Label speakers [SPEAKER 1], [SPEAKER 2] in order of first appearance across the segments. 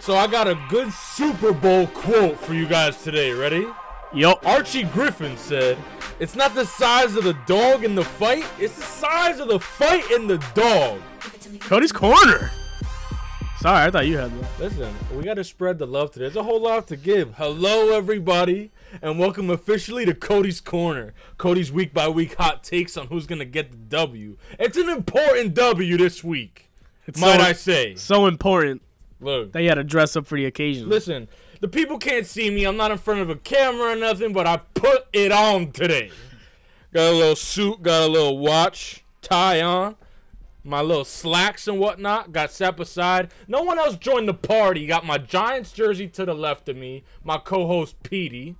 [SPEAKER 1] So I got a good Super Bowl quote for you guys today. Ready?
[SPEAKER 2] Yup.
[SPEAKER 1] Archie Griffin said, It's not the size of the dog in the fight, it's the size of the fight in the dog.
[SPEAKER 2] Cody's corner. Sorry, I thought you had that.
[SPEAKER 1] Listen, we got to spread the love today. There's a whole lot to give. Hello, everybody, and welcome officially to Cody's Corner. Cody's week by week hot takes on who's going to get the W. It's an important W this week,
[SPEAKER 2] It's
[SPEAKER 1] might
[SPEAKER 2] so,
[SPEAKER 1] I say.
[SPEAKER 2] so important
[SPEAKER 1] Look,
[SPEAKER 2] that you had to dress up for the occasion.
[SPEAKER 1] listen, the people can't see me. I'm not in front of a camera or nothing, but I put it on today. Got a little suit, got a little watch, tie on, my little slacks and whatnot. Got set aside. No one else joined the party. Got my Giants jersey to the left of me. My co-host Petey.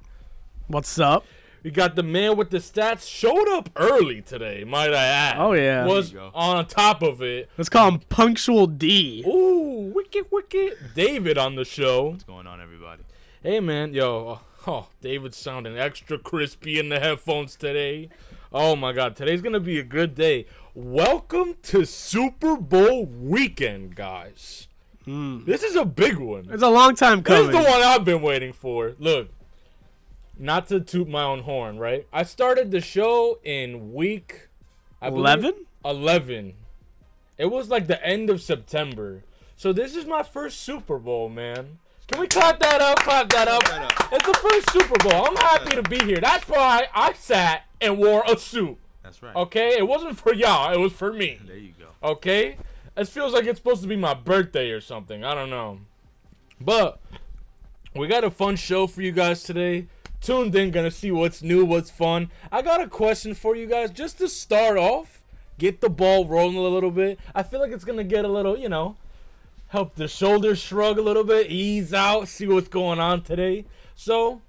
[SPEAKER 2] What's up?
[SPEAKER 1] We got the man with the stats. Showed up early today, might I add.
[SPEAKER 2] Oh, yeah.
[SPEAKER 1] was
[SPEAKER 3] There you go.
[SPEAKER 1] on top of it.
[SPEAKER 2] Let's call him Punctual D.
[SPEAKER 1] Ooh, wicked, wicked. David on the show.
[SPEAKER 3] What's going on, everybody?
[SPEAKER 1] Hey man, yo, oh, David's sounding extra crispy in the headphones today. Oh my god, today's gonna be a good day. Welcome to Super Bowl weekend, guys.
[SPEAKER 3] Hmm.
[SPEAKER 1] This is a big one.
[SPEAKER 2] It's a long time
[SPEAKER 1] This
[SPEAKER 2] coming.
[SPEAKER 1] is the one I've been waiting for. Look, not to toot my own horn, right? I started the show in week I believe-
[SPEAKER 2] 11?
[SPEAKER 1] 11. It was like the end of September. So this is my first Super Bowl, man. Can we clap that up? Clap that up.
[SPEAKER 3] Clap that
[SPEAKER 1] It's the first Super Bowl. I'm happy to be here. That's why I sat and wore a suit.
[SPEAKER 3] That's right.
[SPEAKER 1] Okay? It wasn't for y'all, it was for me.
[SPEAKER 3] There you go.
[SPEAKER 1] Okay? It feels like it's supposed to be my birthday or something. I don't know. But we got a fun show for you guys today. Tuned in, gonna see what's new, what's fun. I got a question for you guys just to start off, get the ball rolling a little bit. I feel like it's gonna get a little, you know, help the shoulders shrug a little bit, ease out, see what's going on today. So,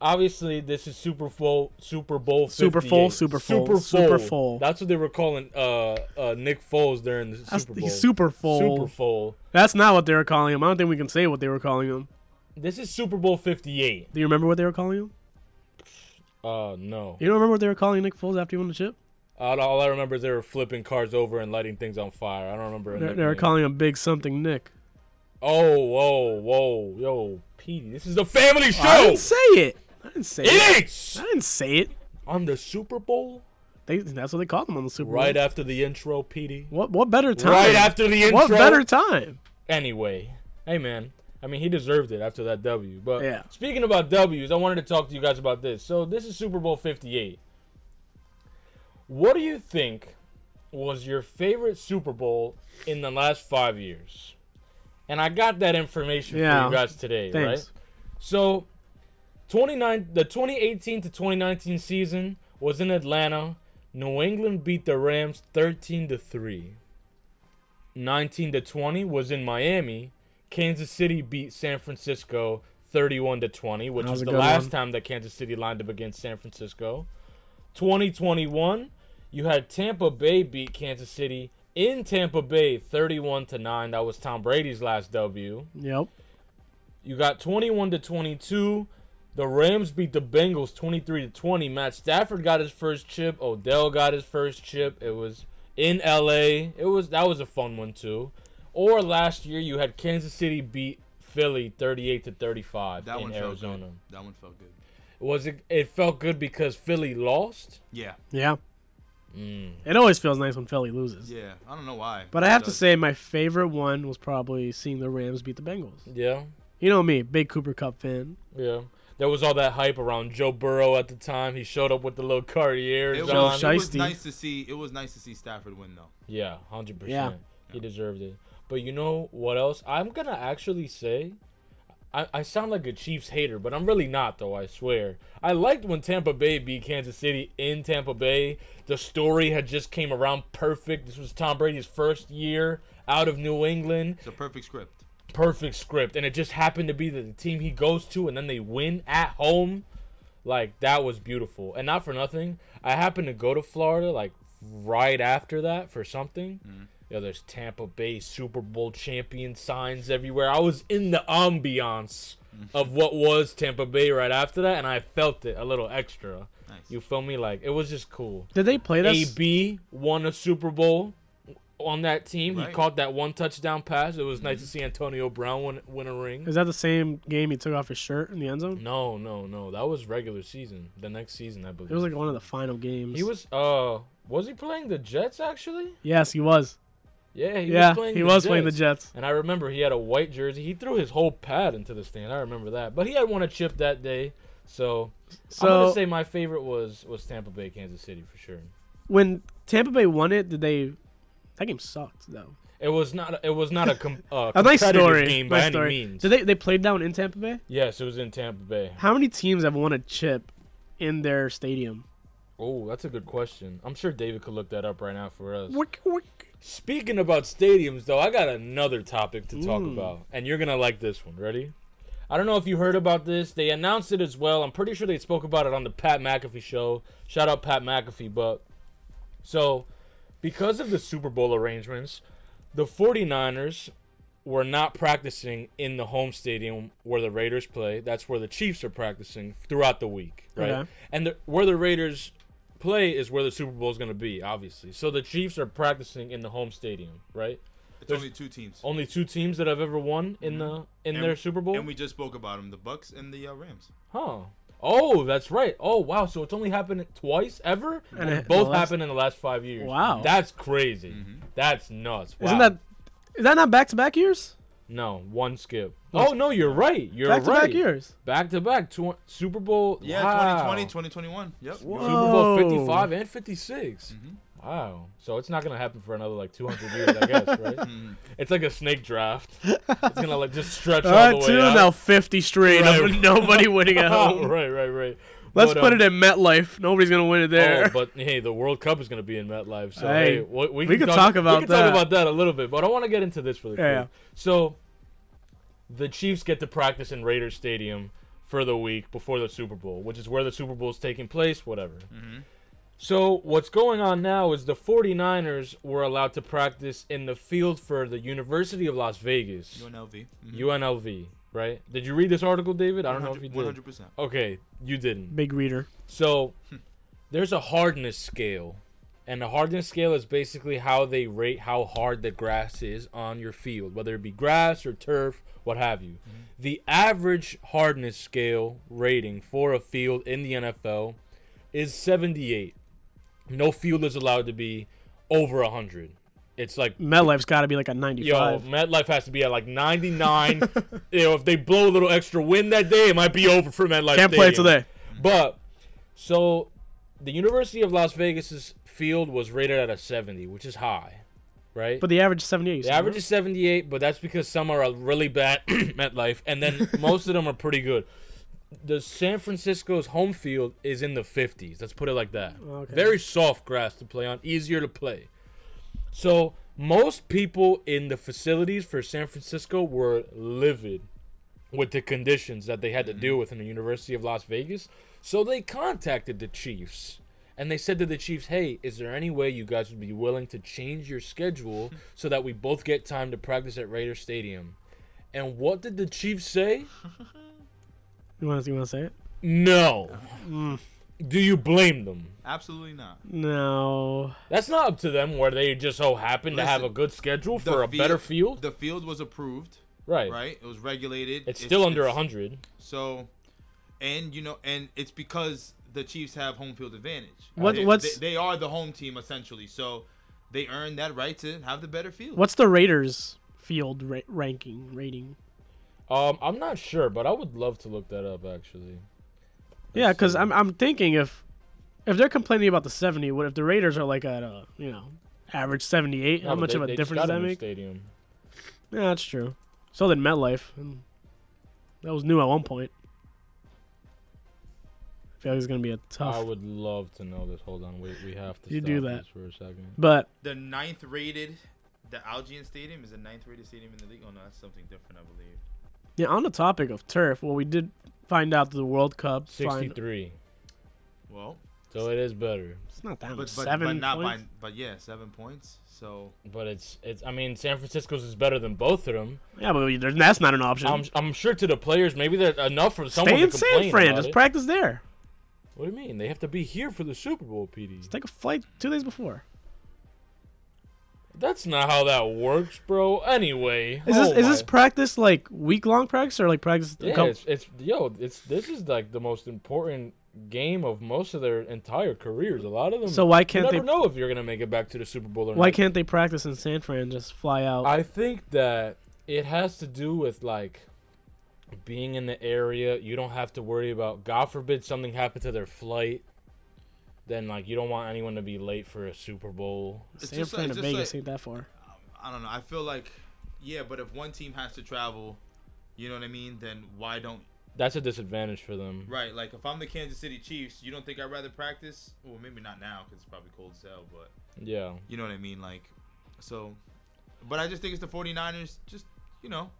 [SPEAKER 1] obviously, this is Super Bowl, Super Bowl,
[SPEAKER 2] Super full,
[SPEAKER 1] 58.
[SPEAKER 2] Super full,
[SPEAKER 1] Super Bowl,
[SPEAKER 2] Super full.
[SPEAKER 1] That's what they were calling uh, uh, Nick Foles during the
[SPEAKER 2] That's
[SPEAKER 1] Super
[SPEAKER 2] the
[SPEAKER 1] Bowl.
[SPEAKER 2] Super Bowl.
[SPEAKER 1] Super Bowl.
[SPEAKER 2] That's not what they were calling him. I don't think we can say what they were calling him.
[SPEAKER 1] This is Super Bowl 58.
[SPEAKER 2] Do you remember what they were calling him?
[SPEAKER 1] Uh, no.
[SPEAKER 2] You don't remember what they were calling Nick Foles after he won the chip?
[SPEAKER 1] All, all I remember is they were flipping cars over and lighting things on fire. I don't remember. a
[SPEAKER 2] They, they were
[SPEAKER 1] nickname.
[SPEAKER 2] calling him Big Something Nick.
[SPEAKER 1] Oh, whoa, whoa, yo, Petey, this is the family
[SPEAKER 2] I
[SPEAKER 1] show.
[SPEAKER 2] didn't say it. I didn't say it.
[SPEAKER 1] Oh. It is
[SPEAKER 2] I didn't say it.
[SPEAKER 1] on the Super Bowl
[SPEAKER 2] They, that's what they called him on the Super
[SPEAKER 1] right
[SPEAKER 2] Bowl.
[SPEAKER 1] after the intro, Petey.
[SPEAKER 2] What what better time?
[SPEAKER 1] Right after the intro.
[SPEAKER 2] What better time?
[SPEAKER 1] anyway, hey man, I mean he deserved it after that W. But
[SPEAKER 2] Yeah.
[SPEAKER 1] speaking about W's, I wanted to talk to you guys about this. So this is Super Bowl 58. What do you think was your favorite Super Bowl in the last five years? And I got that information for
[SPEAKER 2] Yeah.
[SPEAKER 1] you guys today,
[SPEAKER 2] Thanks.
[SPEAKER 1] right? So 29 the 2018 to 2019 season was in Atlanta. New England beat the Rams 13 to 3. 19 to 20 was in Miami. Kansas City beat San Francisco 31 to 20, which
[SPEAKER 2] That
[SPEAKER 1] was,
[SPEAKER 2] was a
[SPEAKER 1] the
[SPEAKER 2] good
[SPEAKER 1] last
[SPEAKER 2] one.
[SPEAKER 1] time that Kansas City lined up against San Francisco. 2021, you had Tampa Bay beat Kansas City in Tampa Bay 31 to 9. That was Tom Brady's last W.
[SPEAKER 2] Yep.
[SPEAKER 1] You got 21 to 22. The Rams beat the Bengals 23 to 20. Matt Stafford got his first chip. Odell got his first chip. It was in LA. It was that was a fun one too. Or last year you had Kansas City beat Philly 38 to 35
[SPEAKER 3] That
[SPEAKER 1] in
[SPEAKER 3] one
[SPEAKER 1] Arizona.
[SPEAKER 3] felt good. That one felt good.
[SPEAKER 1] Was it it felt good because Philly lost?
[SPEAKER 3] Yeah,
[SPEAKER 2] Yeah.
[SPEAKER 1] Mm.
[SPEAKER 2] It always feels nice when Philly loses.
[SPEAKER 3] yeah. I don't know why.
[SPEAKER 2] But I have
[SPEAKER 3] It
[SPEAKER 2] to
[SPEAKER 3] does.
[SPEAKER 2] say, my favorite one was probably seeing the Rams beat the Bengals.
[SPEAKER 1] Yeah.
[SPEAKER 2] You know me, big Cooper Cup fan.
[SPEAKER 1] Yeah. There was all that hype around Joe Burrow at the time. He showed up with the little Cartier.
[SPEAKER 3] it
[SPEAKER 2] Joe
[SPEAKER 3] was, it was
[SPEAKER 2] Shiesty.
[SPEAKER 3] nice to see. It was nice to see Stafford win though.
[SPEAKER 1] Yeah, hundred
[SPEAKER 2] Yeah.
[SPEAKER 1] percent. He deserved it. But you know what else? I'm gonna actually say, I, I sound like a Chiefs hater, but I'm really not though. I swear. I liked when Tampa Bay beat Kansas City in Tampa Bay. The story had just came around perfect. This was Tom Brady's first year out of New England.
[SPEAKER 3] It's a perfect script.
[SPEAKER 1] Perfect script, and it just happened to be that the team he goes to, and then they win at home. Like that was beautiful, and not for nothing. I happened to go to Florida like right after that for something. Yeah, there's Tampa Bay Super Bowl champion signs everywhere. I was in the ambiance of what was Tampa Bay right after that, and I felt it a little extra.
[SPEAKER 3] Nice.
[SPEAKER 1] You feel me? Like it was just cool.
[SPEAKER 2] Did they play that? s-
[SPEAKER 1] AB won a Super Bowl on that team. He
[SPEAKER 3] Right.
[SPEAKER 1] caught that one touchdown pass. It was nice to see Antonio Brown win, win a ring.
[SPEAKER 2] Is that the same game he took off his shirt in the end zone?
[SPEAKER 1] No, no, no. That was regular season. The next season, I believe.
[SPEAKER 2] It was like one of the final games.
[SPEAKER 1] he was uh was he playing the Jets actually?
[SPEAKER 2] Yes, he was.
[SPEAKER 1] Yeah, he
[SPEAKER 2] yeah,
[SPEAKER 1] was playing
[SPEAKER 2] he
[SPEAKER 1] the
[SPEAKER 2] was
[SPEAKER 1] Jets.
[SPEAKER 2] playing the Jets.
[SPEAKER 1] And I remember he had a white jersey. He threw his whole pad into the stand. I remember that. But he had won a chip that day. So, I'm
[SPEAKER 2] So
[SPEAKER 1] gonna say my favorite was was Tampa Bay, Kansas City for sure.
[SPEAKER 2] when Tampa Bay won it, did they? That game sucked though.
[SPEAKER 1] It was not it was not a, com- uh,
[SPEAKER 2] A nice
[SPEAKER 1] competitive
[SPEAKER 2] story.
[SPEAKER 1] game by
[SPEAKER 2] nice
[SPEAKER 1] any
[SPEAKER 2] story.
[SPEAKER 1] means.
[SPEAKER 2] Did they? They played down in Tampa Bay.
[SPEAKER 1] yes, it was in Tampa Bay.
[SPEAKER 2] How many teams have won a chip in their stadium?
[SPEAKER 1] Oh, that's a good question. I'm sure David could look that up right now for us.
[SPEAKER 2] Wick, wick.
[SPEAKER 1] Speaking about stadiums, though, I got another topic to talk
[SPEAKER 2] Ooh.
[SPEAKER 1] about, and you're gonna like this one. Ready? I don't know if you heard about this. They announced it as well. I'm pretty sure they spoke about it on the Pat McAfee show. Shout out Pat McAfee, but so because of the Super Bowl arrangements, the 49ers were not practicing in the home stadium where the Raiders play. That's where the Chiefs are practicing throughout the week, right?
[SPEAKER 2] Okay.
[SPEAKER 1] And the, where the Raiders play is where the Super Bowl is going to be, obviously. So the Chiefs are practicing in the home stadium, right?
[SPEAKER 3] It's
[SPEAKER 1] There's-
[SPEAKER 3] only two teams.
[SPEAKER 1] Only two teams that have ever won in the in
[SPEAKER 3] And-
[SPEAKER 1] their Super Bowl.
[SPEAKER 3] And we just spoke about them, the Bucks and the uh, Rams.
[SPEAKER 1] huh. Oh, that's right. Oh, wow. So it's only happened twice ever, and,
[SPEAKER 2] it-
[SPEAKER 1] both
[SPEAKER 2] the last-
[SPEAKER 1] happened in the last five years.
[SPEAKER 2] Wow.
[SPEAKER 1] that's crazy. That's nuts.
[SPEAKER 2] Isn't
[SPEAKER 1] Wow.
[SPEAKER 2] that? Is that not back to back years?
[SPEAKER 1] No, one skip. Oh no, you're right. You're
[SPEAKER 2] Back to
[SPEAKER 1] right.
[SPEAKER 2] back years.
[SPEAKER 1] Back to back. Tw- Super Bowl.
[SPEAKER 3] Yeah,
[SPEAKER 1] wow.
[SPEAKER 3] 2020, 2021. Yep. you're
[SPEAKER 2] Whoa.
[SPEAKER 3] right.
[SPEAKER 1] Super Bowl
[SPEAKER 2] Whoa.
[SPEAKER 1] 55 and 56. Wow. So it's not gonna happen for another like 200 years, I guess, right? It's like a snake draft. It's gonna like just stretch all,
[SPEAKER 2] Uh,
[SPEAKER 1] the way
[SPEAKER 2] two
[SPEAKER 1] out.
[SPEAKER 2] now fifty straight
[SPEAKER 1] Right.
[SPEAKER 2] of nobody winning at
[SPEAKER 1] Oh,
[SPEAKER 2] home.
[SPEAKER 1] right, right, right.
[SPEAKER 2] Let's
[SPEAKER 1] But,
[SPEAKER 2] put
[SPEAKER 1] um,
[SPEAKER 2] it in MetLife. Nobody's gonna win it there.
[SPEAKER 1] Oh, but hey, the World Cup is gonna be in MetLife, so hey,
[SPEAKER 2] Hey,
[SPEAKER 1] we, we,
[SPEAKER 2] we
[SPEAKER 1] can
[SPEAKER 2] could talk about
[SPEAKER 1] we can talk
[SPEAKER 2] that.
[SPEAKER 1] about that a little bit. But I want to get into this really quick.
[SPEAKER 2] Yeah, yeah.
[SPEAKER 1] So, the Chiefs get to practice in Raiders Stadium for the week before the Super Bowl, which is where the Super Bowl is taking place. Whatever. So what's going on now is the 49ers were allowed to practice in the field for the University of Las Vegas,
[SPEAKER 3] UNLV. Mhm.
[SPEAKER 1] UNLV. Right? Did you read this article, David? I don't know if you
[SPEAKER 3] 100
[SPEAKER 1] did.
[SPEAKER 3] 100%.
[SPEAKER 1] Okay, you didn't.
[SPEAKER 2] Big reader.
[SPEAKER 1] So there's a hardness scale. And the hardness scale is basically how they rate how hard the grass is on your field, whether it be grass or turf, what have you.
[SPEAKER 2] Mm-hmm.
[SPEAKER 1] The average hardness scale rating for a field in the NFL is 78. No field is allowed to be over 100. It's like
[SPEAKER 2] MetLife's got to be like a
[SPEAKER 1] Yo,
[SPEAKER 2] ninety-five.
[SPEAKER 1] MetLife has to be at like 99. you know, if they blow a little extra wind that day, it might be over for MetLife.
[SPEAKER 2] Can't play
[SPEAKER 1] Stadium.
[SPEAKER 2] today.
[SPEAKER 1] But so the University of Las Vegas's field was rated at a 70, which is high, right?
[SPEAKER 2] But the average is seventy-eight.
[SPEAKER 1] the average is 78, but that's because some are uh, really bad at life, and then most of them are pretty good. The San Francisco's home field is in the 50s. Let's put it like that.
[SPEAKER 2] Okay.
[SPEAKER 1] Very soft grass to play on, easier to play. So most people in the facilities for San Francisco were livid with the conditions that they had to deal with in the University of Las Vegas. So they contacted the Chiefs and they said to the Chiefs, "Hey, is there any way you guys would be willing to change your schedule so that we both get time to practice at Raider Stadium?" And what did the Chiefs say?
[SPEAKER 2] You want to you want to say it?
[SPEAKER 1] No.
[SPEAKER 3] Mm.
[SPEAKER 1] Do you blame them?
[SPEAKER 3] Absolutely not.
[SPEAKER 2] No.
[SPEAKER 1] That's not up to them where they just so happen to have a
[SPEAKER 3] Listen,
[SPEAKER 1] good schedule
[SPEAKER 3] The
[SPEAKER 1] for a better field.
[SPEAKER 3] The field was approved,
[SPEAKER 1] right.
[SPEAKER 3] right? It was regulated.
[SPEAKER 1] It's still under
[SPEAKER 3] it's-
[SPEAKER 1] 100.
[SPEAKER 3] So, and you know, and it's because the Chiefs have home field advantage.
[SPEAKER 2] What-
[SPEAKER 3] They-
[SPEAKER 2] what's-
[SPEAKER 3] they, they are the home team essentially, so they earn that right to have the better field.
[SPEAKER 2] What's the Raiders field ra- ranking rating?
[SPEAKER 1] Um, I'm not sure, but I would love to look that up actually.
[SPEAKER 2] Yeah, because
[SPEAKER 1] see.
[SPEAKER 2] I'm I'm thinking if if they're complaining about the seventy, what if the Raiders are like at a you know average seventy-eight?
[SPEAKER 1] No,
[SPEAKER 2] How
[SPEAKER 1] but
[SPEAKER 2] much
[SPEAKER 1] they-
[SPEAKER 2] of
[SPEAKER 1] they
[SPEAKER 2] a
[SPEAKER 1] just
[SPEAKER 2] difference
[SPEAKER 1] got
[SPEAKER 2] does that
[SPEAKER 1] a new
[SPEAKER 2] make?
[SPEAKER 1] Stadium.
[SPEAKER 2] Yeah, that's true. So did MetLife. and That was new at one point. I feel like it's gonna be a tough.
[SPEAKER 1] I would love to know this. Hold on, wait, we have to
[SPEAKER 2] Oh. You
[SPEAKER 1] stop
[SPEAKER 2] do that.
[SPEAKER 1] this for a second.
[SPEAKER 2] But
[SPEAKER 3] the ninth rated? The Algian Stadium is the ninth rated stadium in the league. Oh no, that's something different, I believe.
[SPEAKER 2] yeah, on the topic of turf, well, we did find out that the World Cup. Find,
[SPEAKER 1] Sixty-three,
[SPEAKER 3] Well,
[SPEAKER 1] so it is better,
[SPEAKER 2] it's not that
[SPEAKER 3] but
[SPEAKER 2] much.
[SPEAKER 3] but,
[SPEAKER 2] seven
[SPEAKER 3] but not by,
[SPEAKER 2] points?
[SPEAKER 3] but yeah, seven points. So
[SPEAKER 1] but it's it's. I mean, San Francisco's is better than both of them.
[SPEAKER 2] Yeah, but we- there's- that's not an option.
[SPEAKER 1] I'm I'm sure to the players, maybe they're enough for Um, someone
[SPEAKER 2] Stay in
[SPEAKER 1] to complain
[SPEAKER 2] San Fran.
[SPEAKER 1] about
[SPEAKER 2] Just
[SPEAKER 1] it.
[SPEAKER 2] practice there.
[SPEAKER 1] what do you mean? They have to be here for the Super Bowl, PD.
[SPEAKER 2] Take a flight two days before.
[SPEAKER 1] That's not how that works, bro. Anyway,
[SPEAKER 2] Is this
[SPEAKER 1] oh
[SPEAKER 2] is this
[SPEAKER 1] my-
[SPEAKER 2] practice like week long practice or like practice? a
[SPEAKER 1] Yeah,
[SPEAKER 2] couple-
[SPEAKER 1] it's, it's yo, it's this is like the most important game of most of their entire careers. A lot of them.
[SPEAKER 2] so why
[SPEAKER 1] you
[SPEAKER 2] can't
[SPEAKER 1] never
[SPEAKER 2] they?
[SPEAKER 1] know if you're gonna make it back to the Super Bowl or
[SPEAKER 2] Why
[SPEAKER 1] not.
[SPEAKER 2] can't they practice in San Fran? Just fly out.
[SPEAKER 1] I think that it has to do with like being in the area. You don't have to worry about. God forbid something happened to their flight. Then like you don't want anyone to be late for a Super Bowl.
[SPEAKER 3] It's
[SPEAKER 2] San
[SPEAKER 3] just
[SPEAKER 2] Fran
[SPEAKER 3] like-
[SPEAKER 2] to
[SPEAKER 3] just like-
[SPEAKER 2] Vegas ain't that far.
[SPEAKER 3] I don't know. I feel like, yeah, but if one team has to travel, you know what I mean? Then why don't
[SPEAKER 1] That's a disadvantage for them.
[SPEAKER 3] right? Like if I'm the Kansas City Chiefs, you don't think I'd rather practice? Well, maybe not now because it's probably cold as hell. But
[SPEAKER 1] Yeah.
[SPEAKER 3] you know what I mean? Like, so, but I just think it's the 49ers. Just you know,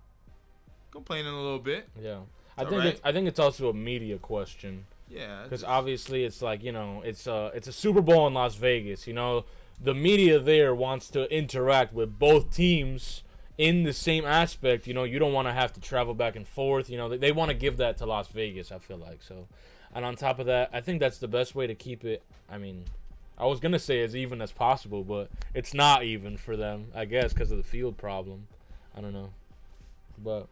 [SPEAKER 3] complaining a little bit.
[SPEAKER 1] Yeah. I
[SPEAKER 3] All
[SPEAKER 1] think
[SPEAKER 3] right.
[SPEAKER 1] it's, I think it's also a media question
[SPEAKER 3] Yeah,
[SPEAKER 1] because
[SPEAKER 3] just-
[SPEAKER 1] obviously it's like you know it's a it's a Super Bowl in Las Vegas. You know the media there wants to interact with both teams in the same aspect. You know you don't want to have to travel back and forth. You know they, they want to give that to Las Vegas. I feel like so, and on top of that, I think that's the best way to keep it. I mean. I was gonna say as even as possible, but it's not even for them, I guess, because of the field problem. I don't know, but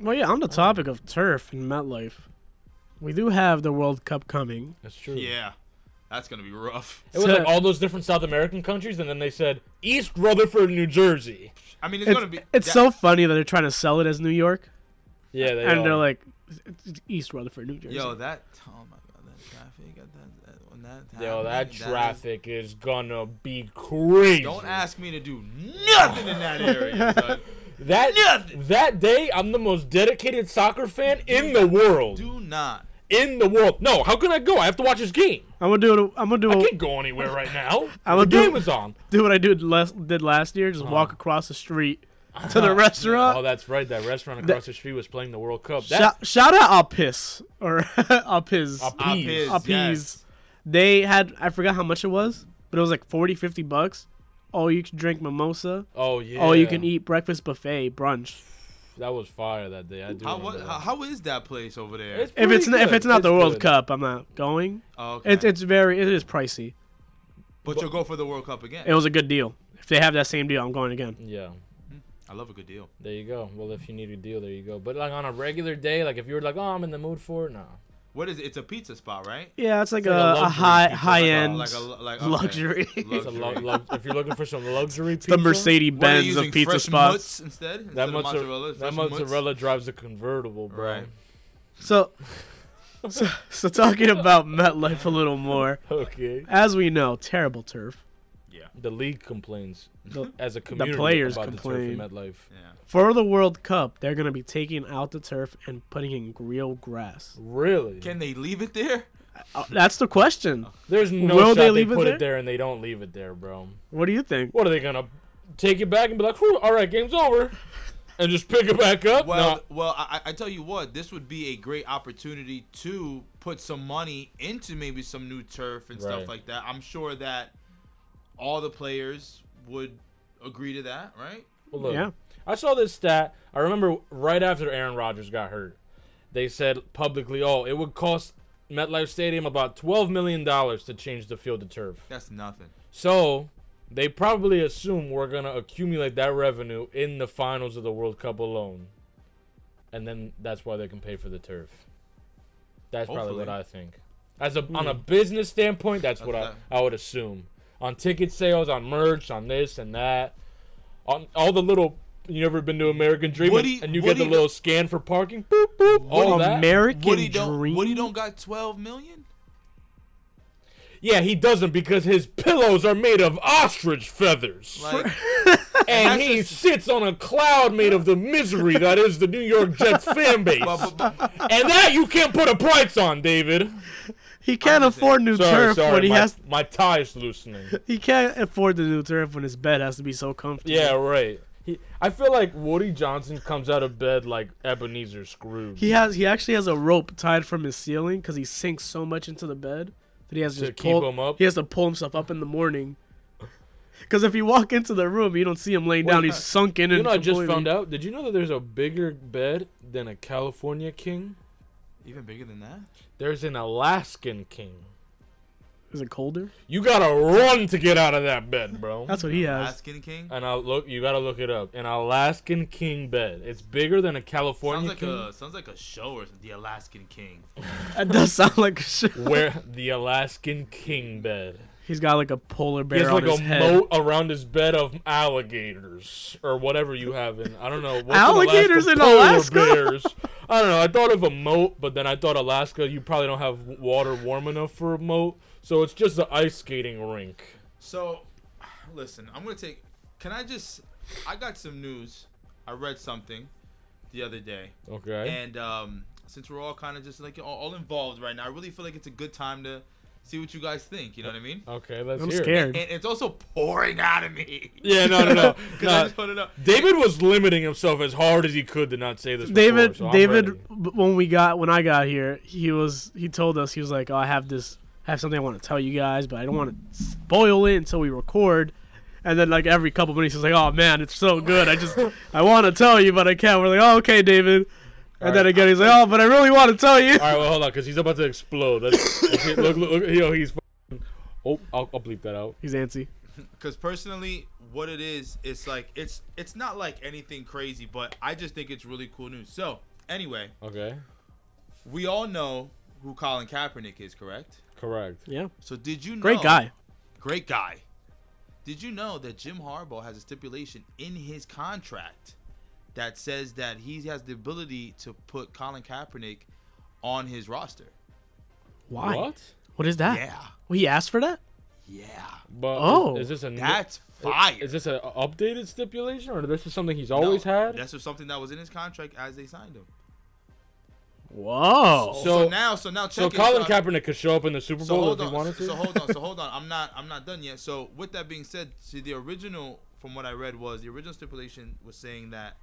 [SPEAKER 2] Well, yeah, on the topic of turf and MetLife, we do have the World Cup coming.
[SPEAKER 1] that's true.
[SPEAKER 3] yeah, that's gonna be rough.
[SPEAKER 1] It was
[SPEAKER 2] So-
[SPEAKER 1] like all those different South American countries, and then they said East Rutherford, New Jersey.
[SPEAKER 3] I mean, it's,
[SPEAKER 2] It's,
[SPEAKER 3] gonna be.
[SPEAKER 2] it's
[SPEAKER 3] that-
[SPEAKER 2] so funny that they're trying to sell it as New York,
[SPEAKER 1] Yeah, they
[SPEAKER 2] and
[SPEAKER 1] are.
[SPEAKER 2] they're like, it's it's East Rutherford, New Jersey.
[SPEAKER 3] Yo, that oh my god, that traffic, that, that, when that
[SPEAKER 1] yo, that
[SPEAKER 3] happened, is-
[SPEAKER 1] traffic is gonna be crazy.
[SPEAKER 3] Don't ask me to do nothing in that area. son.
[SPEAKER 1] that.
[SPEAKER 3] nothing.
[SPEAKER 1] That day, I'm the most dedicated soccer fan in the world.
[SPEAKER 3] Do not.
[SPEAKER 1] In the world. No, how can I go? I have to watch this game.
[SPEAKER 2] I'm gonna do it. I'm gonna do
[SPEAKER 1] I
[SPEAKER 2] a,
[SPEAKER 1] can't go anywhere right now.
[SPEAKER 2] I
[SPEAKER 1] the
[SPEAKER 2] would do-
[SPEAKER 1] game is on.
[SPEAKER 2] do what I did last did last year.
[SPEAKER 1] Uh-huh.
[SPEAKER 2] Just walk across the street to the
[SPEAKER 1] Oh,
[SPEAKER 2] restaurant.
[SPEAKER 1] that's right. That restaurant across the street was playing the World Cup. That's
[SPEAKER 2] Shout, shout out I'll piss or I'll piss.
[SPEAKER 1] a
[SPEAKER 3] Up
[SPEAKER 1] piece.
[SPEAKER 3] his,
[SPEAKER 2] Up
[SPEAKER 3] yes.
[SPEAKER 2] They had I forgot how much it was, but it was like 40, 50 bucks. Oh, you can drink mimosa.
[SPEAKER 1] Oh yeah.
[SPEAKER 2] Oh, you can eat breakfast buffet brunch.
[SPEAKER 1] That was fire that day. I do.
[SPEAKER 3] How,
[SPEAKER 1] remember
[SPEAKER 3] what,
[SPEAKER 1] that.
[SPEAKER 3] how, how is that place over there?
[SPEAKER 1] It's
[SPEAKER 2] If it's
[SPEAKER 1] pretty
[SPEAKER 2] n if
[SPEAKER 1] good.
[SPEAKER 2] it's not the World
[SPEAKER 1] good.
[SPEAKER 2] Cup, I'm not going.
[SPEAKER 3] oh, okay.
[SPEAKER 2] It's it's very it is pricey.
[SPEAKER 3] but you'll go for the World Cup again.
[SPEAKER 2] It was a good deal. If they have that same deal, I'm going again.
[SPEAKER 1] Yeah.
[SPEAKER 3] I love a good deal.
[SPEAKER 1] There you go. Well, if you need a deal, there you go. But like on a regular day, like if you were like, oh, I'm in the mood for it, nah.
[SPEAKER 3] What is it? It's a pizza spot, right?
[SPEAKER 2] Yeah, it's like,
[SPEAKER 1] It's like a
[SPEAKER 2] a, a,
[SPEAKER 1] luxury
[SPEAKER 2] high
[SPEAKER 1] pizza,
[SPEAKER 2] high
[SPEAKER 1] like a-
[SPEAKER 2] end
[SPEAKER 3] Like a like okay.
[SPEAKER 2] luxury.
[SPEAKER 1] It's a lu-
[SPEAKER 3] Luxury.
[SPEAKER 1] lu- if you're looking for some luxury pizza,
[SPEAKER 2] the Mercedes
[SPEAKER 3] What are you
[SPEAKER 2] Benz
[SPEAKER 3] using,
[SPEAKER 2] of pizza
[SPEAKER 3] fresh
[SPEAKER 2] spots.
[SPEAKER 3] mutts instead? Instead
[SPEAKER 1] That
[SPEAKER 3] of
[SPEAKER 1] mozzarella, that
[SPEAKER 3] fresh mutts?
[SPEAKER 1] mozzarella drives a convertible, bro.
[SPEAKER 3] Right.
[SPEAKER 2] So, so, so talking about MetLife a little more.
[SPEAKER 1] Okay.
[SPEAKER 2] As we know, terrible turf.
[SPEAKER 1] The league complains
[SPEAKER 2] The-
[SPEAKER 1] as a community
[SPEAKER 2] players
[SPEAKER 1] about
[SPEAKER 2] complain.
[SPEAKER 1] the turf in MetLife.
[SPEAKER 3] Yeah.
[SPEAKER 2] For the World Cup, they're gonna be taking out the turf and putting in real grass.
[SPEAKER 1] Really?
[SPEAKER 3] Can they leave it there?
[SPEAKER 2] Uh, that's the question.
[SPEAKER 1] There's no
[SPEAKER 2] Will
[SPEAKER 1] shot
[SPEAKER 2] they
[SPEAKER 1] they,
[SPEAKER 2] leave it
[SPEAKER 1] put
[SPEAKER 2] there?
[SPEAKER 1] it there and they don't leave it there, bro.
[SPEAKER 2] What do you think?
[SPEAKER 1] What are they gonna take it back and be like, "Whew, all right, game's over, and just pick it back up?
[SPEAKER 3] Well,
[SPEAKER 1] Nah.
[SPEAKER 3] well, I, I I tell you what, this would be a great opportunity to put some money into maybe some new turf and
[SPEAKER 1] Right.
[SPEAKER 3] stuff like that. I'm sure that all the players would agree to that, right?
[SPEAKER 1] Well, look,
[SPEAKER 2] Yeah.
[SPEAKER 1] I saw this stat. I remember right after Aaron Rodgers got hurt, they said publicly, "Oh, it would cost MetLife Stadium about twelve million dollars to change the field to turf."
[SPEAKER 3] That's nothing.
[SPEAKER 1] So they probably assume we're gonna accumulate that revenue in the finals of the World Cup alone, and then that's why they can pay for the turf. That's probably what
[SPEAKER 3] Hopefully.
[SPEAKER 1] I think. As a on a business standpoint, Hmm. that's what I,
[SPEAKER 3] That's
[SPEAKER 1] I would assume. On ticket sales, on merch, on this and that, on all the little. You ever been to American Dream
[SPEAKER 3] Woody-
[SPEAKER 1] and you get
[SPEAKER 3] Woody
[SPEAKER 1] the
[SPEAKER 3] go-
[SPEAKER 1] little scan for parking? Boop boop. All that.
[SPEAKER 2] American
[SPEAKER 3] Woody don't.
[SPEAKER 2] dream.
[SPEAKER 3] Woody don't got 12 million.
[SPEAKER 1] yeah, he doesn't because his pillows are made of ostrich feathers.
[SPEAKER 3] Like,
[SPEAKER 1] And
[SPEAKER 3] That's
[SPEAKER 1] he
[SPEAKER 3] just-
[SPEAKER 1] sits on a cloud made of the misery that is the New York Jets fan base.
[SPEAKER 3] but,
[SPEAKER 1] and
[SPEAKER 3] but, but,
[SPEAKER 1] that you can't put a price on, David.
[SPEAKER 2] He can't
[SPEAKER 3] I'm just
[SPEAKER 2] afford new
[SPEAKER 1] Sorry,
[SPEAKER 2] turf
[SPEAKER 1] sorry.
[SPEAKER 2] when he
[SPEAKER 1] my,
[SPEAKER 2] has.
[SPEAKER 1] my tie's loosening.
[SPEAKER 2] He can't afford the new turf when his bed has to be so comfortable.
[SPEAKER 1] Yeah, right. He, I feel like Woody Johnson comes out of bed like Ebenezer Scrooge.
[SPEAKER 2] He has. He actually has a rope tied from his ceiling because he sinks so much into the bed that he has to,
[SPEAKER 1] To
[SPEAKER 2] just
[SPEAKER 1] keep
[SPEAKER 2] pull,
[SPEAKER 1] him up?
[SPEAKER 2] He has to pull himself up in the morning. Because if you walk into the room, you don't see him laying down.
[SPEAKER 1] you
[SPEAKER 2] He's
[SPEAKER 1] know-
[SPEAKER 2] sunken.
[SPEAKER 1] you know, I just found out. Did you know that there's a bigger bed than a California king?
[SPEAKER 3] even bigger than that.
[SPEAKER 1] There's an Alaskan king.
[SPEAKER 2] Is it colder?
[SPEAKER 1] You gotta run to get out of that bed, bro.
[SPEAKER 2] That's what he has.
[SPEAKER 3] Alaskan King.
[SPEAKER 1] and I'll look. You gotta look it up. An Alaskan king bed. It's bigger than a
[SPEAKER 3] Sounds
[SPEAKER 1] California
[SPEAKER 3] like
[SPEAKER 1] king.
[SPEAKER 3] a sounds like a show or something. The Alaskan King.
[SPEAKER 2] That does sound like shit.
[SPEAKER 1] Where the Alaskan king bed.
[SPEAKER 2] He's got like a polar
[SPEAKER 1] He
[SPEAKER 2] bear
[SPEAKER 1] has
[SPEAKER 2] on
[SPEAKER 1] like a
[SPEAKER 2] his head.
[SPEAKER 1] moat around his bed of alligators or whatever you have in. I don't know. What's
[SPEAKER 2] Alligators in
[SPEAKER 1] in Alaska?
[SPEAKER 2] Alaska?
[SPEAKER 1] Polar bears. I don't know. I thought of a moat, but then I thought Alaska. You probably don't have water warm enough for a moat, so it's just an ice skating rink.
[SPEAKER 3] So, listen, I'm gonna take. Can I just? I got some news. I read something the other day,
[SPEAKER 1] Okay.
[SPEAKER 3] and um, since we're all kind of just like all, all involved right now, I really feel like it's a good time to see what you guys think. You know what I mean?
[SPEAKER 1] okay. Let's
[SPEAKER 2] I'm
[SPEAKER 1] hear. it.
[SPEAKER 2] scared.
[SPEAKER 3] And it's also pouring out of me.
[SPEAKER 1] Yeah. No. No. No.
[SPEAKER 3] 'Cause I
[SPEAKER 1] no.
[SPEAKER 3] just put it up.
[SPEAKER 1] David was limiting himself as hard as he could to not say this. before,
[SPEAKER 2] David,
[SPEAKER 1] so I'm
[SPEAKER 2] David,
[SPEAKER 1] ready.
[SPEAKER 2] b- when we got when I got here, he was he told us he was like, oh, I have this, I have something I want to tell you guys, but I don't want to spoil it until we record. And then like every couple minutes, he's like, oh man, it's so good. I just I want to tell you, but I can't. We're like, oh okay, David. And
[SPEAKER 1] Alright.
[SPEAKER 2] then again, he's like, oh, but I really want to tell you.
[SPEAKER 1] All right, well, hold on, because he's about to explode. That's, look, look, look, yo, he's. f***ing- Oh, I'll, I'll bleep that out.
[SPEAKER 2] He's antsy.
[SPEAKER 3] Cause personally, what it is, it's like it's it's not like anything crazy, but I just think it's really cool news. So, anyway,
[SPEAKER 1] Okay,
[SPEAKER 3] we all know who Colin Kaepernick is, correct?
[SPEAKER 1] correct.
[SPEAKER 2] Yeah,
[SPEAKER 3] So did you know
[SPEAKER 2] great guy.
[SPEAKER 3] Great guy. Did you know that Jim Harbaugh has a stipulation in his contract that says that he has the ability to put Colin Kaepernick on his roster?
[SPEAKER 2] Why?
[SPEAKER 1] What?
[SPEAKER 2] What is that?
[SPEAKER 3] Yeah.
[SPEAKER 2] Well, he asked for that.
[SPEAKER 3] Yeah.
[SPEAKER 1] But
[SPEAKER 2] Oh.
[SPEAKER 1] is, is this a new-
[SPEAKER 3] That's fire.
[SPEAKER 1] Is this an updated stipulation, or this is something he's always
[SPEAKER 3] No,
[SPEAKER 1] had?
[SPEAKER 3] That's just something that was in his contract as they signed him.
[SPEAKER 2] Whoa.
[SPEAKER 1] Oh. So-
[SPEAKER 3] So, now, so now, check
[SPEAKER 1] so
[SPEAKER 3] it,
[SPEAKER 1] Colin
[SPEAKER 3] uh,
[SPEAKER 1] Kaepernick could show up in the Super
[SPEAKER 3] So
[SPEAKER 1] Bowl
[SPEAKER 3] hold
[SPEAKER 1] if he
[SPEAKER 3] on.
[SPEAKER 1] wanted to.
[SPEAKER 3] So hold on. So hold on. I'm not. I'm not done yet. So with that being said, see the original from what I read was the original stipulation was saying that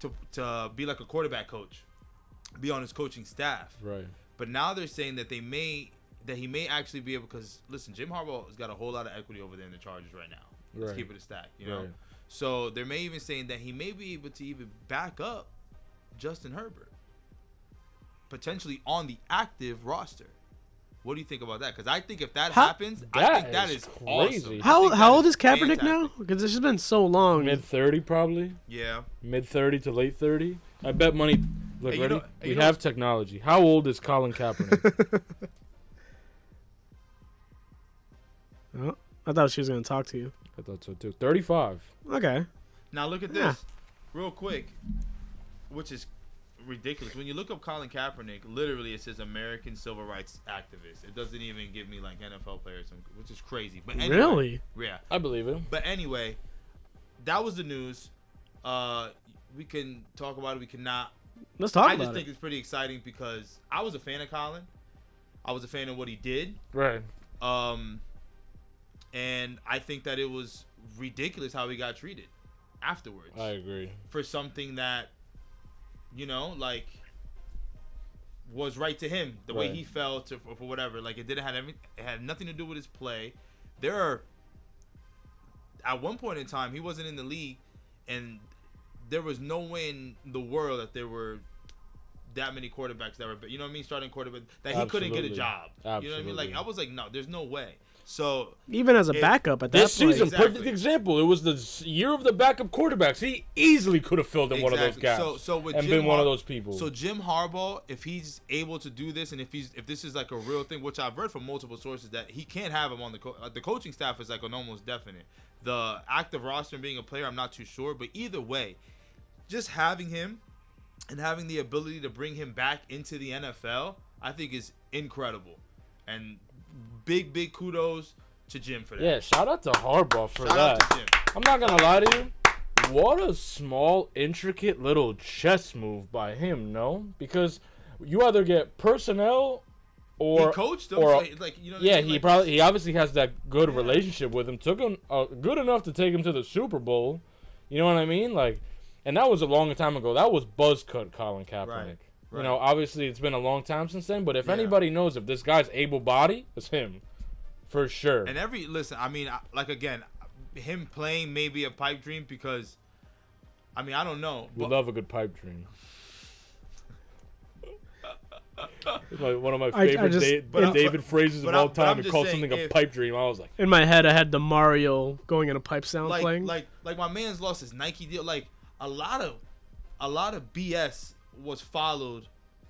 [SPEAKER 3] to to be like a quarterback coach, be on his coaching staff.
[SPEAKER 1] right.
[SPEAKER 3] But now they're saying that they may that he may actually be able because listen, Jim Harbaugh has got a whole lot of equity over there in the Chargers right now. Let's
[SPEAKER 1] Right.
[SPEAKER 3] keep it a stack, you know.
[SPEAKER 1] Right.
[SPEAKER 3] So they may even saying that he may be able to even back up Justin Herbert potentially on the active roster. What do you think about that? Because I think if that
[SPEAKER 2] How-
[SPEAKER 3] happens, I
[SPEAKER 1] That
[SPEAKER 3] think that
[SPEAKER 1] is
[SPEAKER 3] is,
[SPEAKER 1] crazy.
[SPEAKER 3] awesome. I
[SPEAKER 2] How
[SPEAKER 3] think that
[SPEAKER 2] how old is Kaepernick
[SPEAKER 3] fantastic.
[SPEAKER 2] now? Because this has been so long.
[SPEAKER 1] Mid thirty, probably
[SPEAKER 3] Yeah,
[SPEAKER 1] mid thirty to late thirty. I bet money. Look,
[SPEAKER 3] Hey, you
[SPEAKER 1] ready?
[SPEAKER 3] know- hey,
[SPEAKER 1] we
[SPEAKER 3] you know-
[SPEAKER 1] have technology. How old is Colin Kaepernick?
[SPEAKER 2] Oh, I thought she was gonna talk to you.
[SPEAKER 1] I thought so too. Thirty-five.
[SPEAKER 2] Okay.
[SPEAKER 3] Now look at
[SPEAKER 2] Yeah.
[SPEAKER 3] this, real quick, which is ridiculous. When you look up Colin Kaepernick, literally it says American civil rights activist. It doesn't even give me like NFL players, which is crazy. But anyway,
[SPEAKER 2] Really?
[SPEAKER 3] yeah.
[SPEAKER 1] I believe it.
[SPEAKER 3] But anyway, that was the news. Uh, we can talk about it. We cannot.
[SPEAKER 2] Let's talk
[SPEAKER 3] I
[SPEAKER 2] about
[SPEAKER 3] just
[SPEAKER 2] it.
[SPEAKER 3] think it's pretty exciting because I was a fan of Colin. I was a fan of what he did.
[SPEAKER 1] Right.
[SPEAKER 3] Um, and I think that it was ridiculous how he got treated afterwards
[SPEAKER 1] I agree.
[SPEAKER 3] for something that you know like was right to him the way
[SPEAKER 1] Right.
[SPEAKER 3] he felt or for, for whatever like it didn't have any, it had nothing to do with his play there are at one point in time he wasn't in the league and there was no way in the world that there were that many quarterbacks that were you know what I mean starting quarterback that he couldn't get a
[SPEAKER 1] Absolutely.
[SPEAKER 3] job you know what I mean like
[SPEAKER 1] Absolutely.
[SPEAKER 3] I was like no there's no way so
[SPEAKER 2] Even as a
[SPEAKER 3] It-
[SPEAKER 2] backup at that
[SPEAKER 1] This
[SPEAKER 2] point.
[SPEAKER 1] season,
[SPEAKER 3] Exactly.
[SPEAKER 1] perfect example. It was the s- year of the backup quarterbacks. He easily could have filled in one of those gaps
[SPEAKER 3] So, so with
[SPEAKER 1] and
[SPEAKER 3] Jim
[SPEAKER 1] been one of
[SPEAKER 3] Har-
[SPEAKER 1] those people.
[SPEAKER 3] So Jim Harbaugh, if he's able to do this, and if he's if this is like a real thing, which I've read from multiple sources that he can't have him on the co- uh, the coaching staff is like an almost definite. The active roster and being a player, I'm not too sure, but either way, just having him and having the ability to bring him back into the NFL, I think is incredible, and big big kudos to Jim for that.
[SPEAKER 1] yeah, shout out to Harbaugh for
[SPEAKER 3] Shout out
[SPEAKER 1] that.
[SPEAKER 3] to Jim.
[SPEAKER 1] I'm not gonna lie to you. What a small, intricate little chess move by him, no? Because you either get personnel or
[SPEAKER 3] he coached him,
[SPEAKER 1] or-
[SPEAKER 3] so, like you know. what I
[SPEAKER 1] yeah,
[SPEAKER 3] mean?
[SPEAKER 1] he
[SPEAKER 3] Like,
[SPEAKER 1] probably he obviously has that good relationship with him. Took him uh, good enough to take him to the Super Bowl. You know what I mean? Like, and that was a long time ago. That was buzz cut Colin Kaepernick.
[SPEAKER 3] Right,
[SPEAKER 1] You know,
[SPEAKER 3] right.
[SPEAKER 1] obviously it's been a long time since then. But if
[SPEAKER 3] Yeah.
[SPEAKER 1] anybody knows if this guy's able body, it's him, for sure.
[SPEAKER 3] And every listen, I mean, I- like again, him playing may be a pipe dream because, I mean, I don't know.
[SPEAKER 1] we
[SPEAKER 3] But
[SPEAKER 1] love a good pipe dream. It's my, one of my
[SPEAKER 2] I- I
[SPEAKER 1] favorite
[SPEAKER 2] just-
[SPEAKER 1] Da-
[SPEAKER 3] But I-
[SPEAKER 1] David
[SPEAKER 3] but-
[SPEAKER 1] phrases of
[SPEAKER 3] but
[SPEAKER 1] all
[SPEAKER 3] I'm- but I'm
[SPEAKER 1] time. He
[SPEAKER 3] just
[SPEAKER 1] called
[SPEAKER 3] saying
[SPEAKER 1] something a
[SPEAKER 3] if-
[SPEAKER 1] pipe dream. I was like,
[SPEAKER 2] In my head, I had the Mario going in a pipe sound
[SPEAKER 3] like
[SPEAKER 2] playing.
[SPEAKER 3] like like my man's lost his Nike deal. Like a lot of a lot of BS was followed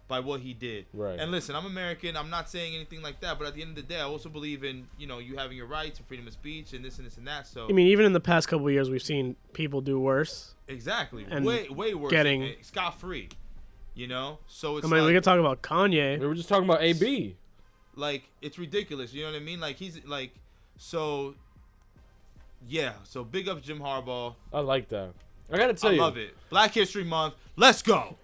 [SPEAKER 3] by what he did.
[SPEAKER 1] Right.
[SPEAKER 3] And listen, I'm American. I'm not saying anything like that. But at the end of the day, I also believe in you know you having your rights and freedom of speech and this and this and that. So
[SPEAKER 2] I mean, even in the past couple of years, we've seen people do worse.
[SPEAKER 3] exactly,
[SPEAKER 2] and
[SPEAKER 3] way way worse.
[SPEAKER 2] getting-
[SPEAKER 3] scot free. You know, so it's
[SPEAKER 2] I mean,
[SPEAKER 3] like,
[SPEAKER 2] we could talk about
[SPEAKER 1] we
[SPEAKER 2] Kanye.
[SPEAKER 1] were just talking about AB.
[SPEAKER 3] like it's ridiculous. You know what I mean? Like he's like so. Yeah, so big up Jim Harbaugh.
[SPEAKER 1] I like that. I gotta tell
[SPEAKER 3] I
[SPEAKER 1] you,
[SPEAKER 3] love it. Black History Month. Let's go.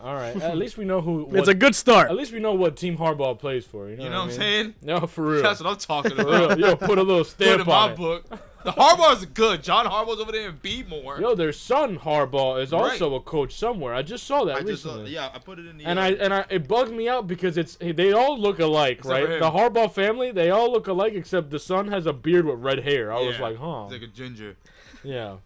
[SPEAKER 1] all right. At least we know who. What,
[SPEAKER 2] It's a good start.
[SPEAKER 1] At least we know what Team Harbaugh plays for. You know,
[SPEAKER 3] You know what I'm
[SPEAKER 1] I mean?
[SPEAKER 3] saying?
[SPEAKER 1] No, for real.
[SPEAKER 3] That's what I'm talking
[SPEAKER 1] For real.
[SPEAKER 3] about.
[SPEAKER 1] Yo, put a little
[SPEAKER 3] Put
[SPEAKER 1] stamp
[SPEAKER 3] in
[SPEAKER 1] on
[SPEAKER 3] my
[SPEAKER 1] it.
[SPEAKER 3] book. The Harbaugh's good. John Harbaugh's over there in Beatmore.
[SPEAKER 1] Yo, their son Harbaugh is
[SPEAKER 3] Right.
[SPEAKER 1] also a coach somewhere. I just saw that
[SPEAKER 3] I just
[SPEAKER 1] recently.
[SPEAKER 3] saw, yeah, I put it in the
[SPEAKER 1] And
[SPEAKER 3] uh,
[SPEAKER 1] I and I it bugged me out because it's they all look alike,
[SPEAKER 3] for
[SPEAKER 1] right?
[SPEAKER 3] him.
[SPEAKER 1] The Harbaugh family, they all look alike except the son has a beard with red hair. I was
[SPEAKER 3] yeah.
[SPEAKER 1] like, huh?
[SPEAKER 3] It's like a ginger.
[SPEAKER 1] yeah,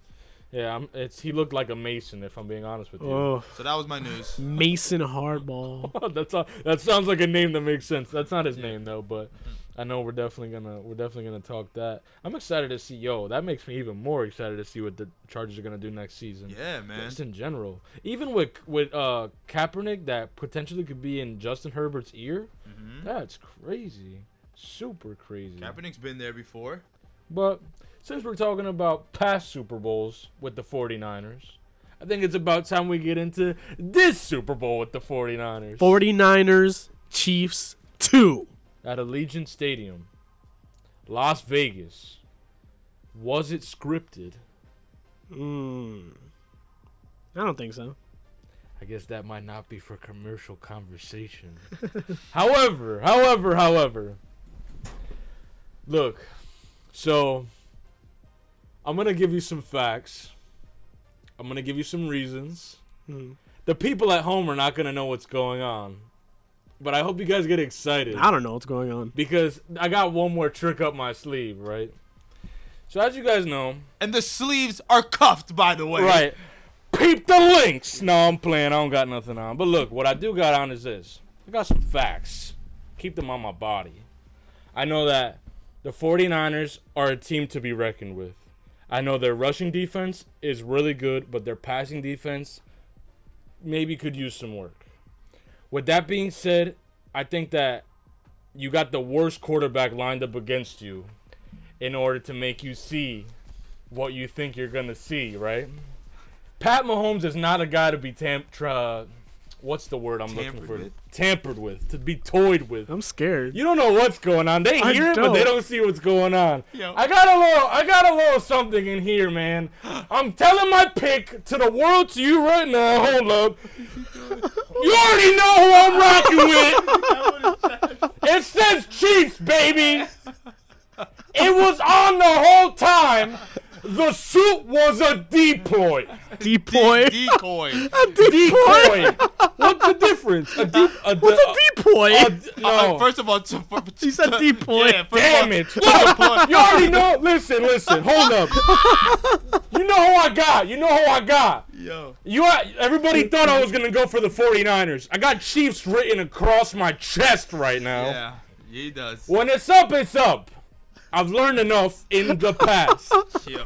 [SPEAKER 1] yeah. I'm, it's he looked like a mason, if I'm being honest with you.
[SPEAKER 2] oh,
[SPEAKER 3] So that was my news.
[SPEAKER 2] Mason Hardball.
[SPEAKER 1] That's all, that sounds like a name that makes sense. That's not his name though, but
[SPEAKER 3] Mm-hmm.
[SPEAKER 1] I know we're definitely gonna we're definitely gonna talk that. I'm excited to see yo. That makes me even more excited to see what the Chargers are gonna do next season.
[SPEAKER 3] Yeah, man.
[SPEAKER 1] Just in general, even with with uh, Kaepernick, that potentially could be in Justin Herbert's ear.
[SPEAKER 3] Mm-hmm.
[SPEAKER 1] That's crazy, super crazy.
[SPEAKER 3] Kaepernick's been there before.
[SPEAKER 1] But since we're talking about past Super Bowls with the 49ers, I think it's about time we get into this Super Bowl with the 49ers
[SPEAKER 2] 49ers, Chiefs, 2.
[SPEAKER 1] at Allegiant Stadium, Las Vegas. Was it scripted?
[SPEAKER 2] Mm. I don't think so.
[SPEAKER 1] I guess that might not be for commercial conversation. however, however, however. Look, so I'm going to give you some facts. I'm going to give you some reasons.
[SPEAKER 2] Mm.
[SPEAKER 1] The people at home are not going to know what's going on. But I hope you guys get excited
[SPEAKER 2] I don't know what's going on.
[SPEAKER 1] because I got one more trick up my sleeve, right? So as you guys know,
[SPEAKER 3] And the sleeves are cuffed, by the way.
[SPEAKER 1] Right. Peep the links. No, I'm playing. I don't got nothing on. But look, what I do got on is this. I got some facts. Keep them on my body. I know that the 49ers are a team to be reckoned with. I know their rushing defense is really good, but their passing defense maybe could use some work. With that being said, I think that you got the worst quarterback lined up against you in order to make you see what you think you're gonna see, right? Pat Mahomes is not a guy to be tam- tra- what's the word I'm looking
[SPEAKER 3] Tampered
[SPEAKER 1] for?
[SPEAKER 3] with?
[SPEAKER 1] Tampered with, to be toyed with.
[SPEAKER 2] I'm scared.
[SPEAKER 1] You don't know what's going on. They
[SPEAKER 2] I
[SPEAKER 1] hear it, but they
[SPEAKER 2] don't.
[SPEAKER 1] don't see what's going on.
[SPEAKER 3] Yo.
[SPEAKER 1] I got a little, I got a little something in here, man. I'm telling my pick to the world to you right now. Hold up. You already know who I'm rocking with. It says Chiefs, baby. It was on the whole time. The suit was a decoy.
[SPEAKER 2] Depoy.
[SPEAKER 3] Decoy.
[SPEAKER 1] Decoy. What's the difference? A deep. A, What's
[SPEAKER 2] Depoy.
[SPEAKER 1] no.
[SPEAKER 3] Uh, first of all, to, for,
[SPEAKER 2] He said decoy.
[SPEAKER 3] Yeah, first
[SPEAKER 1] Damn
[SPEAKER 3] of
[SPEAKER 1] it! Look, you already know. Listen, listen. Hold up. You know who I got. You know who I got.
[SPEAKER 3] all, yo,
[SPEAKER 1] You. Are, everybody thought I was gonna go for the 49ers. I got Chiefs written across my chest right now.
[SPEAKER 3] yeah, he does.
[SPEAKER 1] When it's up, it's up. I've learned enough in the past.
[SPEAKER 3] Yo,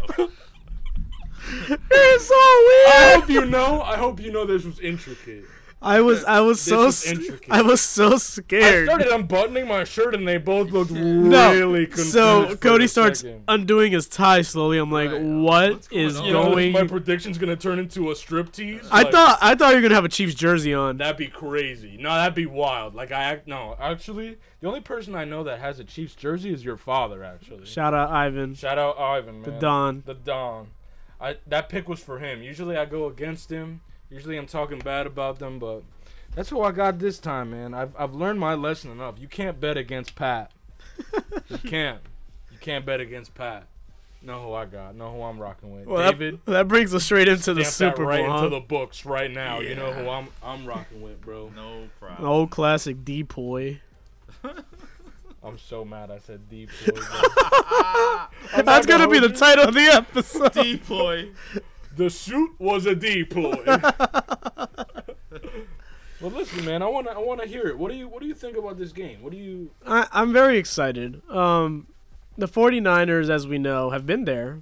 [SPEAKER 2] It's so
[SPEAKER 1] I
[SPEAKER 2] weird.
[SPEAKER 1] hope you know. I hope you know this was intricate.
[SPEAKER 2] I was I was so
[SPEAKER 1] was
[SPEAKER 2] sc-
[SPEAKER 1] intricate.
[SPEAKER 2] I was so
[SPEAKER 1] I
[SPEAKER 2] scared.
[SPEAKER 1] started unbuttoning my shirt, and they both looked
[SPEAKER 2] no.
[SPEAKER 1] really confused.
[SPEAKER 2] so
[SPEAKER 1] for
[SPEAKER 2] Cody
[SPEAKER 1] a
[SPEAKER 2] starts
[SPEAKER 1] second.
[SPEAKER 2] undoing his tie slowly. I'm like,
[SPEAKER 3] Right.
[SPEAKER 2] what
[SPEAKER 3] What's going
[SPEAKER 2] is
[SPEAKER 3] on?
[SPEAKER 1] You know,
[SPEAKER 2] going?
[SPEAKER 1] my prediction's gonna turn into a striptease.
[SPEAKER 2] I
[SPEAKER 1] like-
[SPEAKER 2] thought I thought you were gonna have a Chiefs jersey on.
[SPEAKER 1] That'd be crazy. No, that'd be wild. Like I act no, actually, the only person I know that has a Chiefs jersey is your father. Actually, shout,
[SPEAKER 2] Shout out Ivan,
[SPEAKER 1] out Ivan,
[SPEAKER 2] the
[SPEAKER 1] man.
[SPEAKER 2] Don.
[SPEAKER 1] The Don. I that pick was for him. Usually I go against him. Usually I'm talking bad about them, but that's who I got this time, man. I've I've learned my lesson enough. You can't bet against Pat. you can't. You can't bet against Pat. Know who I got. Know who I'm rocking with.
[SPEAKER 2] Well, that-
[SPEAKER 1] David.
[SPEAKER 2] that, brings us straight into the
[SPEAKER 1] stamp that
[SPEAKER 2] Super Bowl.
[SPEAKER 1] right
[SPEAKER 2] huh?
[SPEAKER 1] into the books right now. You know
[SPEAKER 3] Yeah.
[SPEAKER 1] who I'm I'm rocking with, bro.
[SPEAKER 3] no
[SPEAKER 2] An
[SPEAKER 3] problem.
[SPEAKER 2] old classic depoy.
[SPEAKER 1] I'm so mad I said deep.
[SPEAKER 2] That's gonna be the title of the episode.
[SPEAKER 3] Deploy.
[SPEAKER 1] The suit was a deploy. Well, listen, man. I want to. I want to hear it. What do you What do you think about this game? What do you?
[SPEAKER 2] I, I'm very excited. Um, the 49ers, as we know, have been there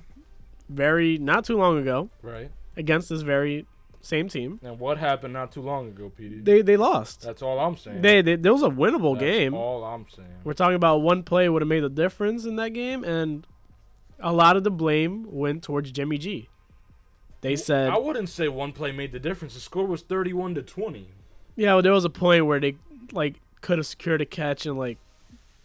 [SPEAKER 2] very not too long ago
[SPEAKER 1] Right.
[SPEAKER 2] against this very same team.
[SPEAKER 1] And what happened not too long ago, PD?
[SPEAKER 2] They they lost.
[SPEAKER 1] That's all I'm saying.
[SPEAKER 2] They, they there was a winnable
[SPEAKER 1] That's
[SPEAKER 2] game.
[SPEAKER 1] All I'm saying.
[SPEAKER 2] We're talking about one play would have made a difference in that game, and a lot of the blame went towards Jimmy G. They said,
[SPEAKER 1] I wouldn't say one play made the difference. The score was 31 to 20.
[SPEAKER 2] yeah, well, there was a point where they like could have secured a catch and like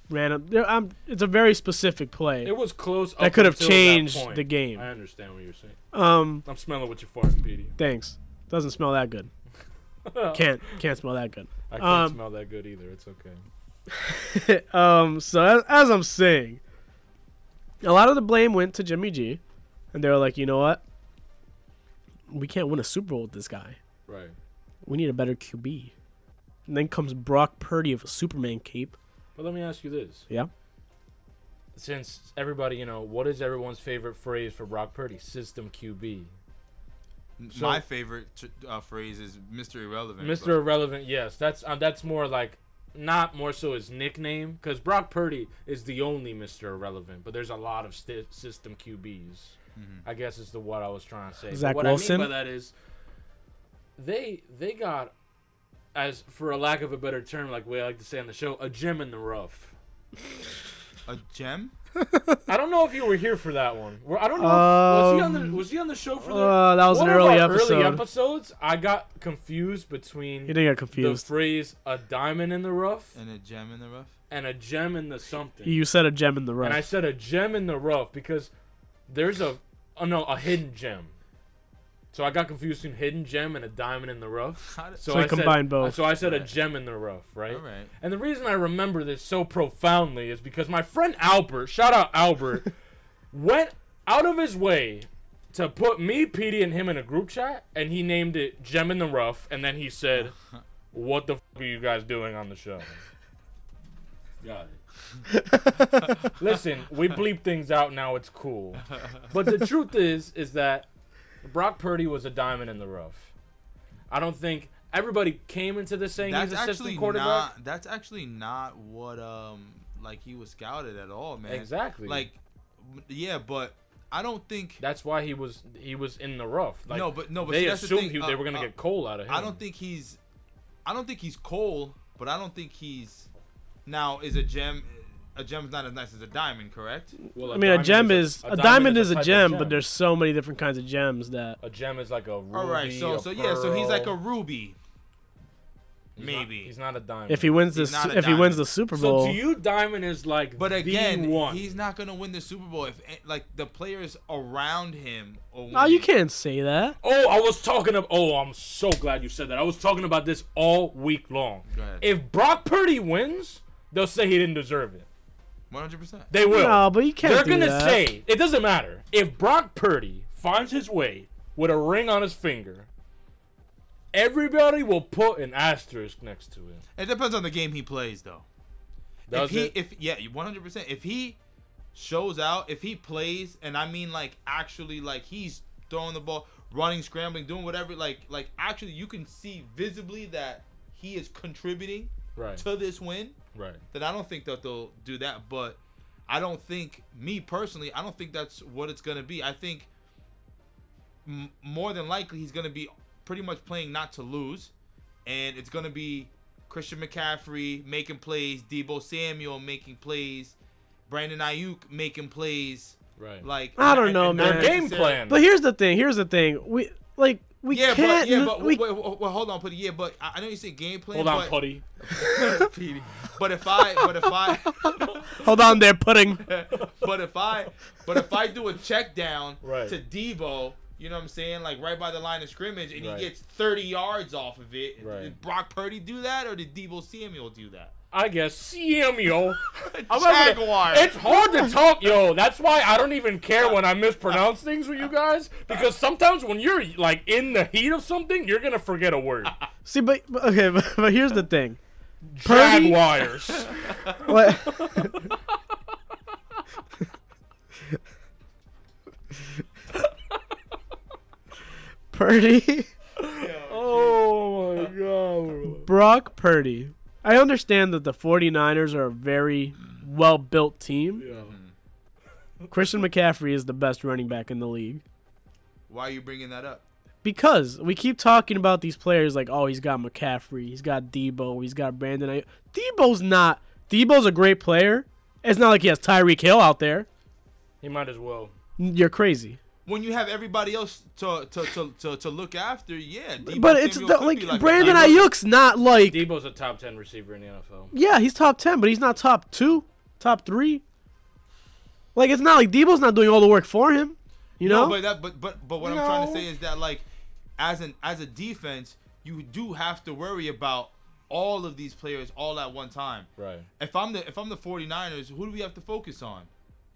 [SPEAKER 2] ran up. There, i it's a very specific play.
[SPEAKER 1] It was close.
[SPEAKER 2] That
[SPEAKER 1] up
[SPEAKER 2] could have
[SPEAKER 1] until
[SPEAKER 2] changed
[SPEAKER 1] point.
[SPEAKER 2] the game.
[SPEAKER 1] I understand what you're saying.
[SPEAKER 2] Um,
[SPEAKER 1] I'm smelling what you're farting, PD.
[SPEAKER 2] thanks. Doesn't smell that good. Can't can't smell that good.
[SPEAKER 1] I can't
[SPEAKER 2] Um,
[SPEAKER 1] smell that good either. It's okay.
[SPEAKER 2] um, so as, as I'm saying, a lot of the blame went to Jimmy G, and they were like, you know what? We can't win a Super Bowl with this guy.
[SPEAKER 1] Right.
[SPEAKER 2] We need a better QB. And then comes Brock Purdy of a Superman cape.
[SPEAKER 1] But let me ask you this.
[SPEAKER 2] Yeah.
[SPEAKER 1] Since everybody, you know, what is everyone's favorite phrase for Brock Purdy? System QB.
[SPEAKER 3] My favorite tr- uh, phrase is Mr. Irrelevant.
[SPEAKER 1] Mr.
[SPEAKER 3] but-
[SPEAKER 1] Irrelevant, yes. That's uh, that's more like not more so his nickname because Brock Purdy is the only Mr. Irrelevant, but there's a lot of sti system QBs. I guess is the what I was trying to say. But
[SPEAKER 2] Zach
[SPEAKER 1] what
[SPEAKER 2] Wilson?
[SPEAKER 1] I mean by that is they they got as for a lack of a better term, like we like to say on the show, a gem in the rough.
[SPEAKER 3] A gem?
[SPEAKER 1] I don't know if you were here for that one. Well, I don't know. if, was he on
[SPEAKER 2] Um,
[SPEAKER 1] the Was he on the show for the?
[SPEAKER 2] uh, that was
[SPEAKER 1] one
[SPEAKER 2] an
[SPEAKER 1] of
[SPEAKER 2] early
[SPEAKER 1] our
[SPEAKER 2] episode.
[SPEAKER 1] early episodes. I got confused
[SPEAKER 2] You
[SPEAKER 1] between
[SPEAKER 2] didn't get
[SPEAKER 1] the
[SPEAKER 2] confused.
[SPEAKER 1] phrase "a diamond in the rough"
[SPEAKER 3] And a gem in the rough?
[SPEAKER 1] and "a gem in the something,"
[SPEAKER 2] you said a gem in the rough.
[SPEAKER 1] and I said "a gem in the rough" because there's a oh no a hidden gem. So I got confused between hidden gem and a diamond in the rough.
[SPEAKER 3] How did-
[SPEAKER 1] So,
[SPEAKER 2] So
[SPEAKER 1] I
[SPEAKER 2] you combined
[SPEAKER 1] said,
[SPEAKER 2] both.
[SPEAKER 1] So I said a
[SPEAKER 3] Right.
[SPEAKER 1] gem in the rough, right?
[SPEAKER 3] All right.
[SPEAKER 1] And the reason I remember this so profoundly is because my friend Albert, shout out Albert, went out of his way to put me, Petey, and him in a group chat, and he named it Gem in the Rough, and then he said, What the f are you guys doing on the show? Got it. Listen, we bleep things out now, it's cool. But the truth is, is that Brock Purdy was a diamond in the rough. I don't think everybody came into this saying
[SPEAKER 3] That's
[SPEAKER 1] he's a system
[SPEAKER 3] actually
[SPEAKER 1] quarterback.
[SPEAKER 3] not. That's actually not what um like he was scouted at all, man.
[SPEAKER 1] Exactly.
[SPEAKER 3] Like, m- yeah, but I don't think.
[SPEAKER 1] That's why he was he was in the rough. Like,
[SPEAKER 3] No, but- no, but
[SPEAKER 1] they
[SPEAKER 3] see, that's the
[SPEAKER 1] assumed
[SPEAKER 3] thing.
[SPEAKER 1] He,
[SPEAKER 3] Uh,
[SPEAKER 1] they were gonna
[SPEAKER 3] uh,
[SPEAKER 1] get coal out of him.
[SPEAKER 3] I don't think he's. I don't think he's Cole, but I don't think he's. Now is a gem. A gem's not as nice as a diamond, correct?
[SPEAKER 1] Well,
[SPEAKER 2] I mean, a
[SPEAKER 1] diamond
[SPEAKER 2] gem is, a, diamond is a
[SPEAKER 1] type of
[SPEAKER 2] gem, but there's so many different kinds of gems that
[SPEAKER 1] a gem is like a ruby.
[SPEAKER 3] All right. So
[SPEAKER 1] a
[SPEAKER 3] so yeah. So he's like a
[SPEAKER 1] pearl.
[SPEAKER 3] ruby.
[SPEAKER 1] He's not-
[SPEAKER 3] Maybe.
[SPEAKER 1] he's not a diamond.
[SPEAKER 2] if he wins
[SPEAKER 3] He's
[SPEAKER 2] this,
[SPEAKER 3] not a
[SPEAKER 2] if he wins
[SPEAKER 3] diamond.
[SPEAKER 2] the Super Bowl,
[SPEAKER 1] so to you, diamond is like
[SPEAKER 3] But again,
[SPEAKER 1] the one.
[SPEAKER 3] he's not gonna win the Super Bowl if eh, like the players around him. Are
[SPEAKER 2] oh, you
[SPEAKER 3] winning.
[SPEAKER 2] can't say that.
[SPEAKER 1] Oh, I was talking about. Oh, I'm so glad you said that. I was talking about this all week long.
[SPEAKER 3] Go ahead.
[SPEAKER 1] If Brock Purdy wins, they'll say he didn't deserve it.
[SPEAKER 3] One hundred percent.
[SPEAKER 1] They will.
[SPEAKER 2] No, but you can't.
[SPEAKER 1] They're
[SPEAKER 2] do
[SPEAKER 1] gonna
[SPEAKER 2] that.
[SPEAKER 1] say it doesn't matter if Brock Purdy finds his way with a ring on his finger. Everybody will put an asterisk next to it.
[SPEAKER 3] It depends on the game he plays, though.
[SPEAKER 1] Does
[SPEAKER 3] if he,
[SPEAKER 1] it?
[SPEAKER 3] if yeah, one hundred percent. If he shows out, if he plays, and I mean like actually like he's throwing the ball, running, scrambling, doing whatever, like like actually you can see visibly that he is contributing
[SPEAKER 1] right,
[SPEAKER 3] to this win.
[SPEAKER 1] right.
[SPEAKER 3] Then I don't think that they'll do that, but I don't think me personally, I don't think that's what it's gonna be. I think m- more than likely he's gonna be pretty much playing not to lose, and it's gonna be Christian McCaffrey making plays, Debo Samuel making plays, Brandon Ayuk making plays.
[SPEAKER 1] Right.
[SPEAKER 3] Like
[SPEAKER 2] I don't know,
[SPEAKER 3] and
[SPEAKER 2] man.
[SPEAKER 3] not
[SPEAKER 1] Their game
[SPEAKER 3] necessarily-
[SPEAKER 1] plan.
[SPEAKER 2] But here's the thing. Here's the thing. We like we
[SPEAKER 3] Yeah,
[SPEAKER 2] can't.
[SPEAKER 3] but yeah,
[SPEAKER 2] n-
[SPEAKER 3] but
[SPEAKER 2] we,
[SPEAKER 3] wait, wait, wait, hold on, Putty. Yeah, but I I know you said game plan.
[SPEAKER 1] Hold on,
[SPEAKER 3] but-
[SPEAKER 1] Putty.
[SPEAKER 3] Petey. But if I, but if I,
[SPEAKER 2] hold on there, pudding.
[SPEAKER 3] but if I but if I do a check down
[SPEAKER 1] Right.
[SPEAKER 3] to Debo, you know what I'm saying? Like right by the line of scrimmage and
[SPEAKER 1] Right.
[SPEAKER 3] he gets 30 yards off of it.
[SPEAKER 1] Right.
[SPEAKER 3] Did Brock Purdy do that or did Debo Samuel do that?
[SPEAKER 1] I guess Samuel. I'm not gonna-
[SPEAKER 3] Jaguar.
[SPEAKER 1] It's hard to talk, yo. That's why I don't even care when I mispronounce things with you guys because sometimes when you're like in the heat of something, you're gonna forget a word.
[SPEAKER 2] See, but, but okay, but, but here's the thing. Purdy-
[SPEAKER 1] Jaguars.
[SPEAKER 2] What? Purdy.
[SPEAKER 1] oh my god. bro.
[SPEAKER 2] Brock Purdy. I understand that the 49ers are a very well built team.
[SPEAKER 1] Yo.
[SPEAKER 2] Christian McCaffrey is the best running back in the league.
[SPEAKER 3] Why are you bringing that up?
[SPEAKER 2] Because we keep talking about these players like, oh, he's got McCaffrey, he's got Debo, he's got Brandon. Ayuk. Debo's not. Debo's a great player. It's not like he has Tyreek Hill out there.
[SPEAKER 1] He might as well.
[SPEAKER 2] You're crazy.
[SPEAKER 3] When you have everybody else to to, to, to, to look after, yeah. Debo
[SPEAKER 2] but it's
[SPEAKER 3] Samuel
[SPEAKER 2] the,
[SPEAKER 3] could
[SPEAKER 2] like,
[SPEAKER 3] be
[SPEAKER 2] Brandon
[SPEAKER 3] that.
[SPEAKER 2] Ayuk's not like.
[SPEAKER 1] Debo's a top ten receiver in the NFL.
[SPEAKER 2] Yeah, he's top ten, but he's not top two, top three. Like it's not like Debo's not doing all the work for him. You know,
[SPEAKER 3] No, but that but but but what I'm trying to
[SPEAKER 1] No.
[SPEAKER 3] say is that like as an as a defense, you do have to worry about all of these players all at one time.
[SPEAKER 1] Right.
[SPEAKER 3] If I'm the if I'm the 49ers, who do we have to focus on?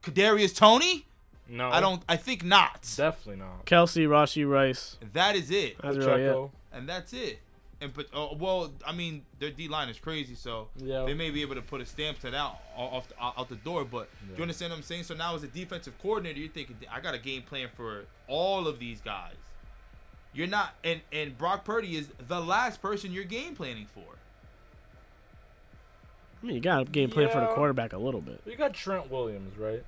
[SPEAKER 3] Kadarius Tony?
[SPEAKER 1] No.
[SPEAKER 3] I don't I think not.
[SPEAKER 1] Definitely not.
[SPEAKER 2] Kelsey, Rashi, Rice.
[SPEAKER 3] that is it.
[SPEAKER 2] That's really it.
[SPEAKER 1] Pacheco.
[SPEAKER 3] And that's it. And but uh, well, I mean, their D line is crazy, so
[SPEAKER 1] Yeah.
[SPEAKER 3] they may be able to put a stamp to that out off the, out out the door. But do you understand what I'm saying? So now as a defensive coordinator, you're thinking I got a game plan for all of these guys. You're not, and and Brock Purdy is the last person you're game planning for.
[SPEAKER 2] I mean, you got a game plan for the
[SPEAKER 1] Yeah.
[SPEAKER 2] quarterback a little bit.
[SPEAKER 1] You got Trent Williams, right?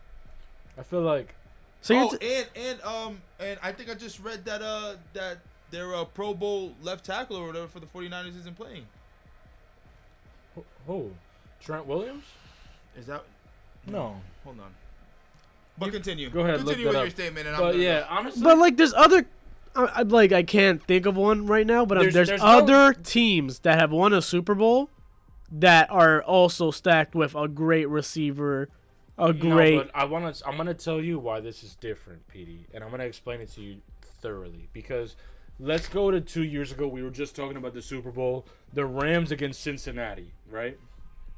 [SPEAKER 1] I feel like
[SPEAKER 2] So you're
[SPEAKER 3] oh,
[SPEAKER 2] t-
[SPEAKER 3] and and um and I think I just read that uh that their uh, Pro Bowl left tackle or whatever for the 49ers isn't playing.
[SPEAKER 1] who- who? Trent Williams?
[SPEAKER 3] Is that
[SPEAKER 1] No.
[SPEAKER 3] Hold on. But continue.
[SPEAKER 1] go ahead, look
[SPEAKER 3] Continue
[SPEAKER 1] that
[SPEAKER 3] with
[SPEAKER 1] up.
[SPEAKER 3] your statement, and I'm
[SPEAKER 1] But
[SPEAKER 3] gonna-
[SPEAKER 1] yeah, honestly,
[SPEAKER 2] but like there's other. I, I like I can't think of one right now, but um,
[SPEAKER 1] There's-
[SPEAKER 2] there's,
[SPEAKER 1] there's no-
[SPEAKER 2] other teams that have won a Super Bowl that are also stacked with a great receiver, a great.
[SPEAKER 1] No, but I want to. I'm gonna tell you why this is different, PD, and I'm gonna explain it to you thoroughly because let's go to two years ago. We were just talking about the Super Bowl, the Rams against Cincinnati, right?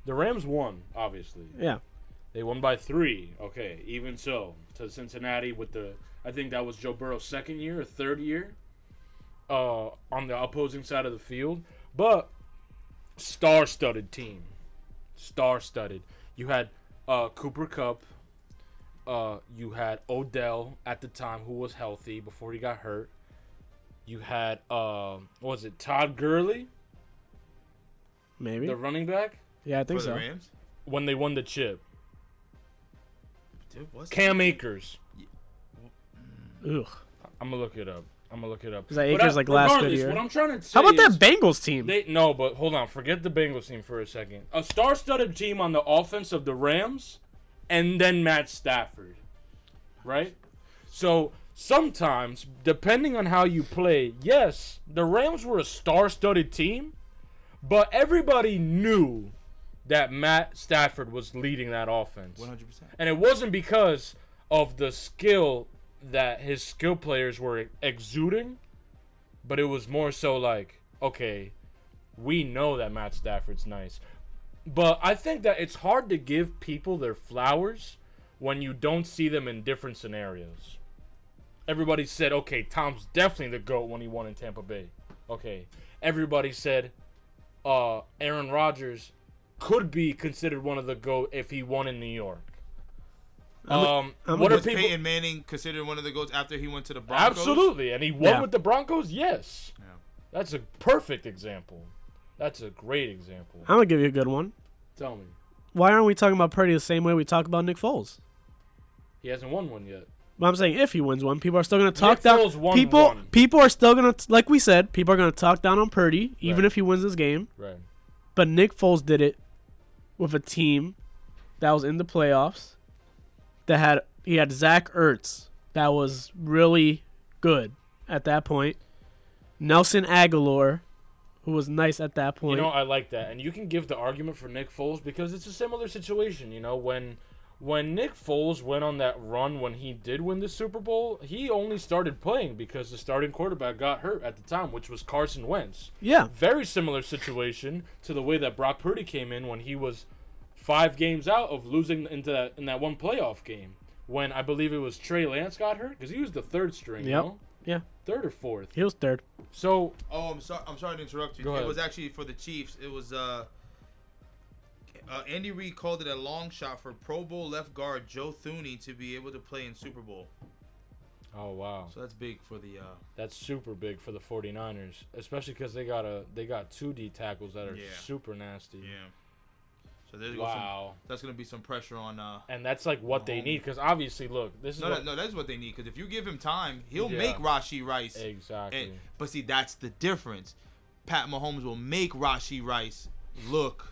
[SPEAKER 1] The Rams won, obviously.
[SPEAKER 2] yeah,
[SPEAKER 1] They won by three. Okay, even so, to Cincinnati with the I think that was Joe Burrow's second year or third year, uh, on the opposing side of the field. But star-studded team, star-studded. You had uh, Cooper Cup. Uh, you had Odell at the time, who was healthy before he got hurt. You had uh, what was it Todd Gurley,
[SPEAKER 2] maybe.
[SPEAKER 1] the running back,
[SPEAKER 2] Yeah, I think
[SPEAKER 3] for the
[SPEAKER 2] so.
[SPEAKER 3] Rams.
[SPEAKER 1] when they won the chip.
[SPEAKER 3] Dude, what's
[SPEAKER 1] Cam Akers.
[SPEAKER 2] Ugh.
[SPEAKER 1] I'm gonna look it up. I'm gonna look it up.
[SPEAKER 2] Is that
[SPEAKER 1] But
[SPEAKER 2] Akers,
[SPEAKER 1] I-
[SPEAKER 2] like, last good
[SPEAKER 1] regardless,
[SPEAKER 2] year?
[SPEAKER 1] What I'm trying to say
[SPEAKER 2] How about
[SPEAKER 1] is
[SPEAKER 2] that Bengals team?
[SPEAKER 1] They no, but hold on. Forget the Bengals team for a second. A star-studded team on the offense of the Rams, and then Matt Stafford, right? So sometimes, depending on how you play, yes, the Rams were a star-studded team, but everybody knew that Matt Stafford was leading that offense.
[SPEAKER 3] 100. percent
[SPEAKER 1] And it wasn't because of the skill that his skill players were exuding, but it was more so like, okay, we know that Matt Stafford's nice. But I think that it's hard to give people their flowers when you don't see them in different scenarios. Everybody said, okay, Tom's definitely the GOAT when he won in Tampa Bay. Okay. Everybody said, uh, Aaron Rodgers could be considered one of the GOAT if he won in New York. Um,
[SPEAKER 2] I'm
[SPEAKER 1] what are
[SPEAKER 3] Was
[SPEAKER 1] people.
[SPEAKER 3] Peyton Manning considered one of the goats after he went to the Broncos?
[SPEAKER 1] Absolutely, and he won
[SPEAKER 2] Yeah.
[SPEAKER 1] with the Broncos. Yes,
[SPEAKER 3] Yeah.
[SPEAKER 1] that's a perfect example. That's a great example.
[SPEAKER 2] I'm gonna give you a good one.
[SPEAKER 1] Tell me,
[SPEAKER 2] Why aren't we talking about Purdy the same way we talk about Nick Foles?
[SPEAKER 1] he hasn't won one yet.
[SPEAKER 2] But I'm saying if he wins one, people are still gonna talk
[SPEAKER 1] Nick
[SPEAKER 2] down.
[SPEAKER 1] Foles won
[SPEAKER 2] people,
[SPEAKER 1] one.
[SPEAKER 2] people are still gonna like we said. People are gonna talk down on Purdy even
[SPEAKER 1] Right.
[SPEAKER 2] if he wins this game.
[SPEAKER 1] Right.
[SPEAKER 2] But Nick Foles did it with a team that was in the playoffs. That had he had Zach Ertz that was really good at that point. Nelson Aguilar, who was nice at that point.
[SPEAKER 1] You know, I like that, and you can give the argument for Nick Foles because it's a similar situation. You know, when when Nick Foles went on that run when he did win the Super Bowl, he only started playing because the starting quarterback got hurt at the time, which was Carson Wentz.
[SPEAKER 2] yeah,
[SPEAKER 1] Very similar situation to the way that Brock Purdy came in when he was five games out of losing into that in that one playoff game when I believe it was Trey Lance got hurt because he was the third string.
[SPEAKER 2] Yep.
[SPEAKER 1] You know?
[SPEAKER 2] yeah.
[SPEAKER 1] Third or fourth.
[SPEAKER 2] He was third.
[SPEAKER 1] So
[SPEAKER 3] Oh, I'm sorry. I'm sorry to interrupt you.
[SPEAKER 1] Go
[SPEAKER 3] It
[SPEAKER 1] ahead.
[SPEAKER 3] was actually for the Chiefs. It was uh, uh, Andy Reid called it a long shot for Pro Bowl left guard Joe Thuney to be able to play in Super Bowl.
[SPEAKER 1] Oh wow,
[SPEAKER 3] So that's big for the. Uh,
[SPEAKER 1] that's super big for the 49ers, especially because they got a they got two D tackles that are
[SPEAKER 3] Yeah.
[SPEAKER 1] super nasty.
[SPEAKER 3] yeah. So there's gonna go some,
[SPEAKER 1] Wow,
[SPEAKER 3] that's gonna be some pressure on. Uh,
[SPEAKER 1] and that's like what they
[SPEAKER 3] Mahomes.
[SPEAKER 1] need because obviously, look, this is
[SPEAKER 3] no,
[SPEAKER 1] what,
[SPEAKER 3] no, no, that's what they need because if you give him time, he'll
[SPEAKER 1] Yeah.
[SPEAKER 3] make Rashi Rice.
[SPEAKER 1] exactly.
[SPEAKER 3] And, but see, that's the difference. Pat Mahomes will make Rashi Rice look.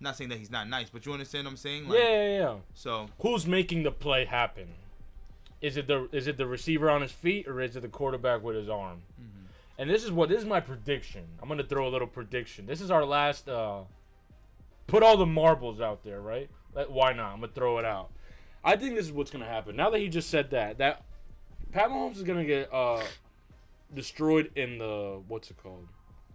[SPEAKER 3] Not saying that he's not nice, but you understand what I'm saying?
[SPEAKER 1] yeah, yeah, yeah.
[SPEAKER 3] So
[SPEAKER 1] Who's making the play happen? Is it the is it the receiver on his feet or is it the quarterback with his arm? And this is what this is my prediction. I'm gonna throw a little prediction. This is our last. Uh, put all the marbles out there, right? Let, why not? I'm gonna throw it out. I think this is what's gonna happen. Now that he just said that, that Pat Mahomes is gonna get uh, destroyed in the what's it called?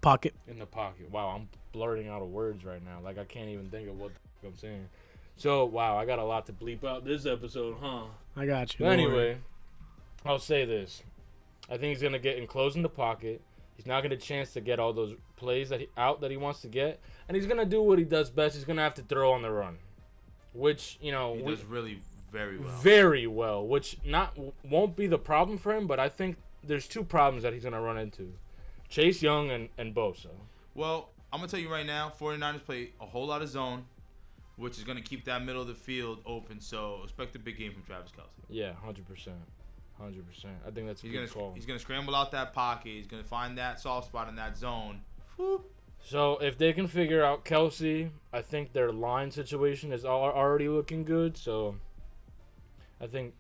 [SPEAKER 2] Pocket.
[SPEAKER 1] in the pocket. Wow, I'm blurting out of words right now. Like I can't even think of what the f- I'm saying. So wow, I got a lot to bleep out this episode, huh?
[SPEAKER 2] I got you.
[SPEAKER 1] But
[SPEAKER 2] don't worry.
[SPEAKER 1] anyway, I'll say this: I think he's gonna get enclosed in the pocket. He's not gonna chance to get all those plays that he, out that he wants to get, and he's gonna do what he does best. He's gonna have to throw on the run, which you know
[SPEAKER 3] he
[SPEAKER 1] we-
[SPEAKER 3] does really very well.
[SPEAKER 1] very well, which not w- won't be the problem for him. But I think there's two problems that he's gonna run into: Chase Young and and Bosa.
[SPEAKER 3] Well, I'm gonna tell you right now, 49ers play a whole lot of zone, which is gonna keep that middle of the field open. So expect a big game from Travis Kelsey.
[SPEAKER 1] Yeah, hundred percent, hundred percent. I think that's a
[SPEAKER 3] He's
[SPEAKER 1] good
[SPEAKER 3] gonna
[SPEAKER 1] call.
[SPEAKER 3] he's gonna scramble out that pocket. He's gonna find that soft spot in that zone. Whoop.
[SPEAKER 1] So if they can figure out Kelsey, I think their line situation is al- already looking good. So I think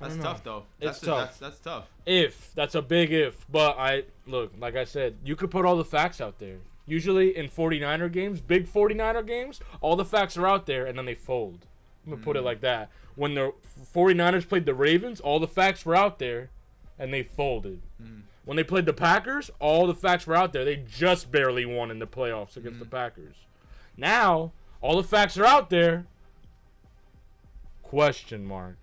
[SPEAKER 1] I
[SPEAKER 3] That's
[SPEAKER 1] don't know.
[SPEAKER 3] tough though. That's
[SPEAKER 1] It's
[SPEAKER 3] a-
[SPEAKER 1] tough.
[SPEAKER 3] That's, that's tough.
[SPEAKER 1] If that's a big if, but I look like I said, you could put all the facts out there. Usually in 49er games, big 49er games, all the facts are out there and then they fold. I'm going to put it like that. When the 49ers played the Ravens, all the facts were out there and they folded. When they played the Packers, all the facts were out there. They just barely won in the playoffs against the Packers. Now, all the facts are out there. Question mark.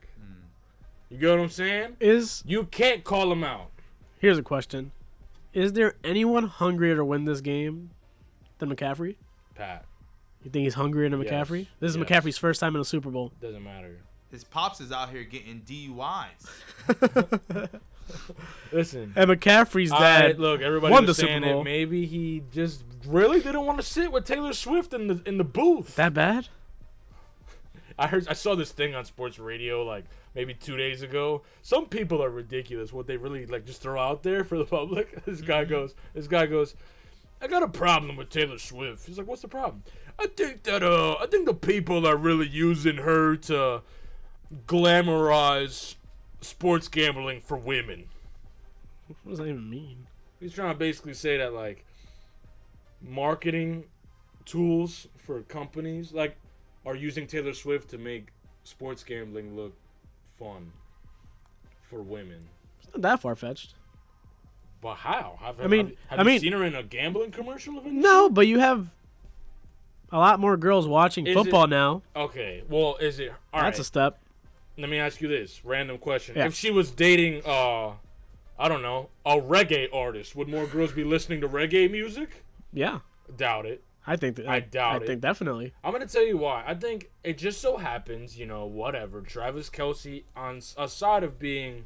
[SPEAKER 1] You get what I'm saying?
[SPEAKER 2] Is
[SPEAKER 1] You can't call him out.
[SPEAKER 2] here's a question: Is there anyone hungrier to win this game than McCaffrey?
[SPEAKER 1] Pat,
[SPEAKER 2] You think he's hungrier than
[SPEAKER 1] Yes.
[SPEAKER 2] McCaffrey? This is
[SPEAKER 1] Yes.
[SPEAKER 2] McCaffrey's first time in a Super Bowl.
[SPEAKER 1] doesn't matter.
[SPEAKER 3] His pops is out here getting DUIs.
[SPEAKER 1] Listen,
[SPEAKER 2] And McCaffrey's
[SPEAKER 1] I,
[SPEAKER 2] dad.
[SPEAKER 1] look, everybody
[SPEAKER 2] won
[SPEAKER 1] was
[SPEAKER 2] the Super
[SPEAKER 1] saying it.
[SPEAKER 2] Bowl.
[SPEAKER 1] Maybe he just really didn't want to sit with Taylor Swift in the in the booth.
[SPEAKER 2] that bad?
[SPEAKER 1] I heard, I saw this thing on sports radio like maybe two days ago. Some people are ridiculous. What they really like just throw out there for the public. This guy goes, this guy goes. I got a problem with Taylor Swift. He's like, what's the problem? I think that uh, I think the people are really using her to glamorize sports gambling for women.
[SPEAKER 2] What does that even mean?
[SPEAKER 1] He's trying to basically say that like marketing tools for companies like are using Taylor Swift to make sports gambling look fun for women.
[SPEAKER 2] It's not that far fetched.
[SPEAKER 1] But how? Have,
[SPEAKER 2] I mean-
[SPEAKER 1] have, have
[SPEAKER 2] I
[SPEAKER 1] you
[SPEAKER 2] mean-
[SPEAKER 1] seen her in a gambling commercial? Of any
[SPEAKER 2] No, but you have a lot more girls watching
[SPEAKER 1] Is
[SPEAKER 2] football
[SPEAKER 1] it-
[SPEAKER 2] now.
[SPEAKER 1] sort? Okay. Well, is it? all right
[SPEAKER 2] That's a step.
[SPEAKER 1] Let me ask you this random question:
[SPEAKER 2] Yeah.
[SPEAKER 1] If she was dating, uh, I don't know, a reggae artist, would more girls be listening to reggae music?
[SPEAKER 2] Yeah,
[SPEAKER 1] Doubt it.
[SPEAKER 2] I think. That,
[SPEAKER 1] I doubt
[SPEAKER 2] I
[SPEAKER 1] it.
[SPEAKER 2] think definitely.
[SPEAKER 1] I'm gonna tell you why. I think it just so happens, you know, whatever. Travis Kelsey, on s- aside of being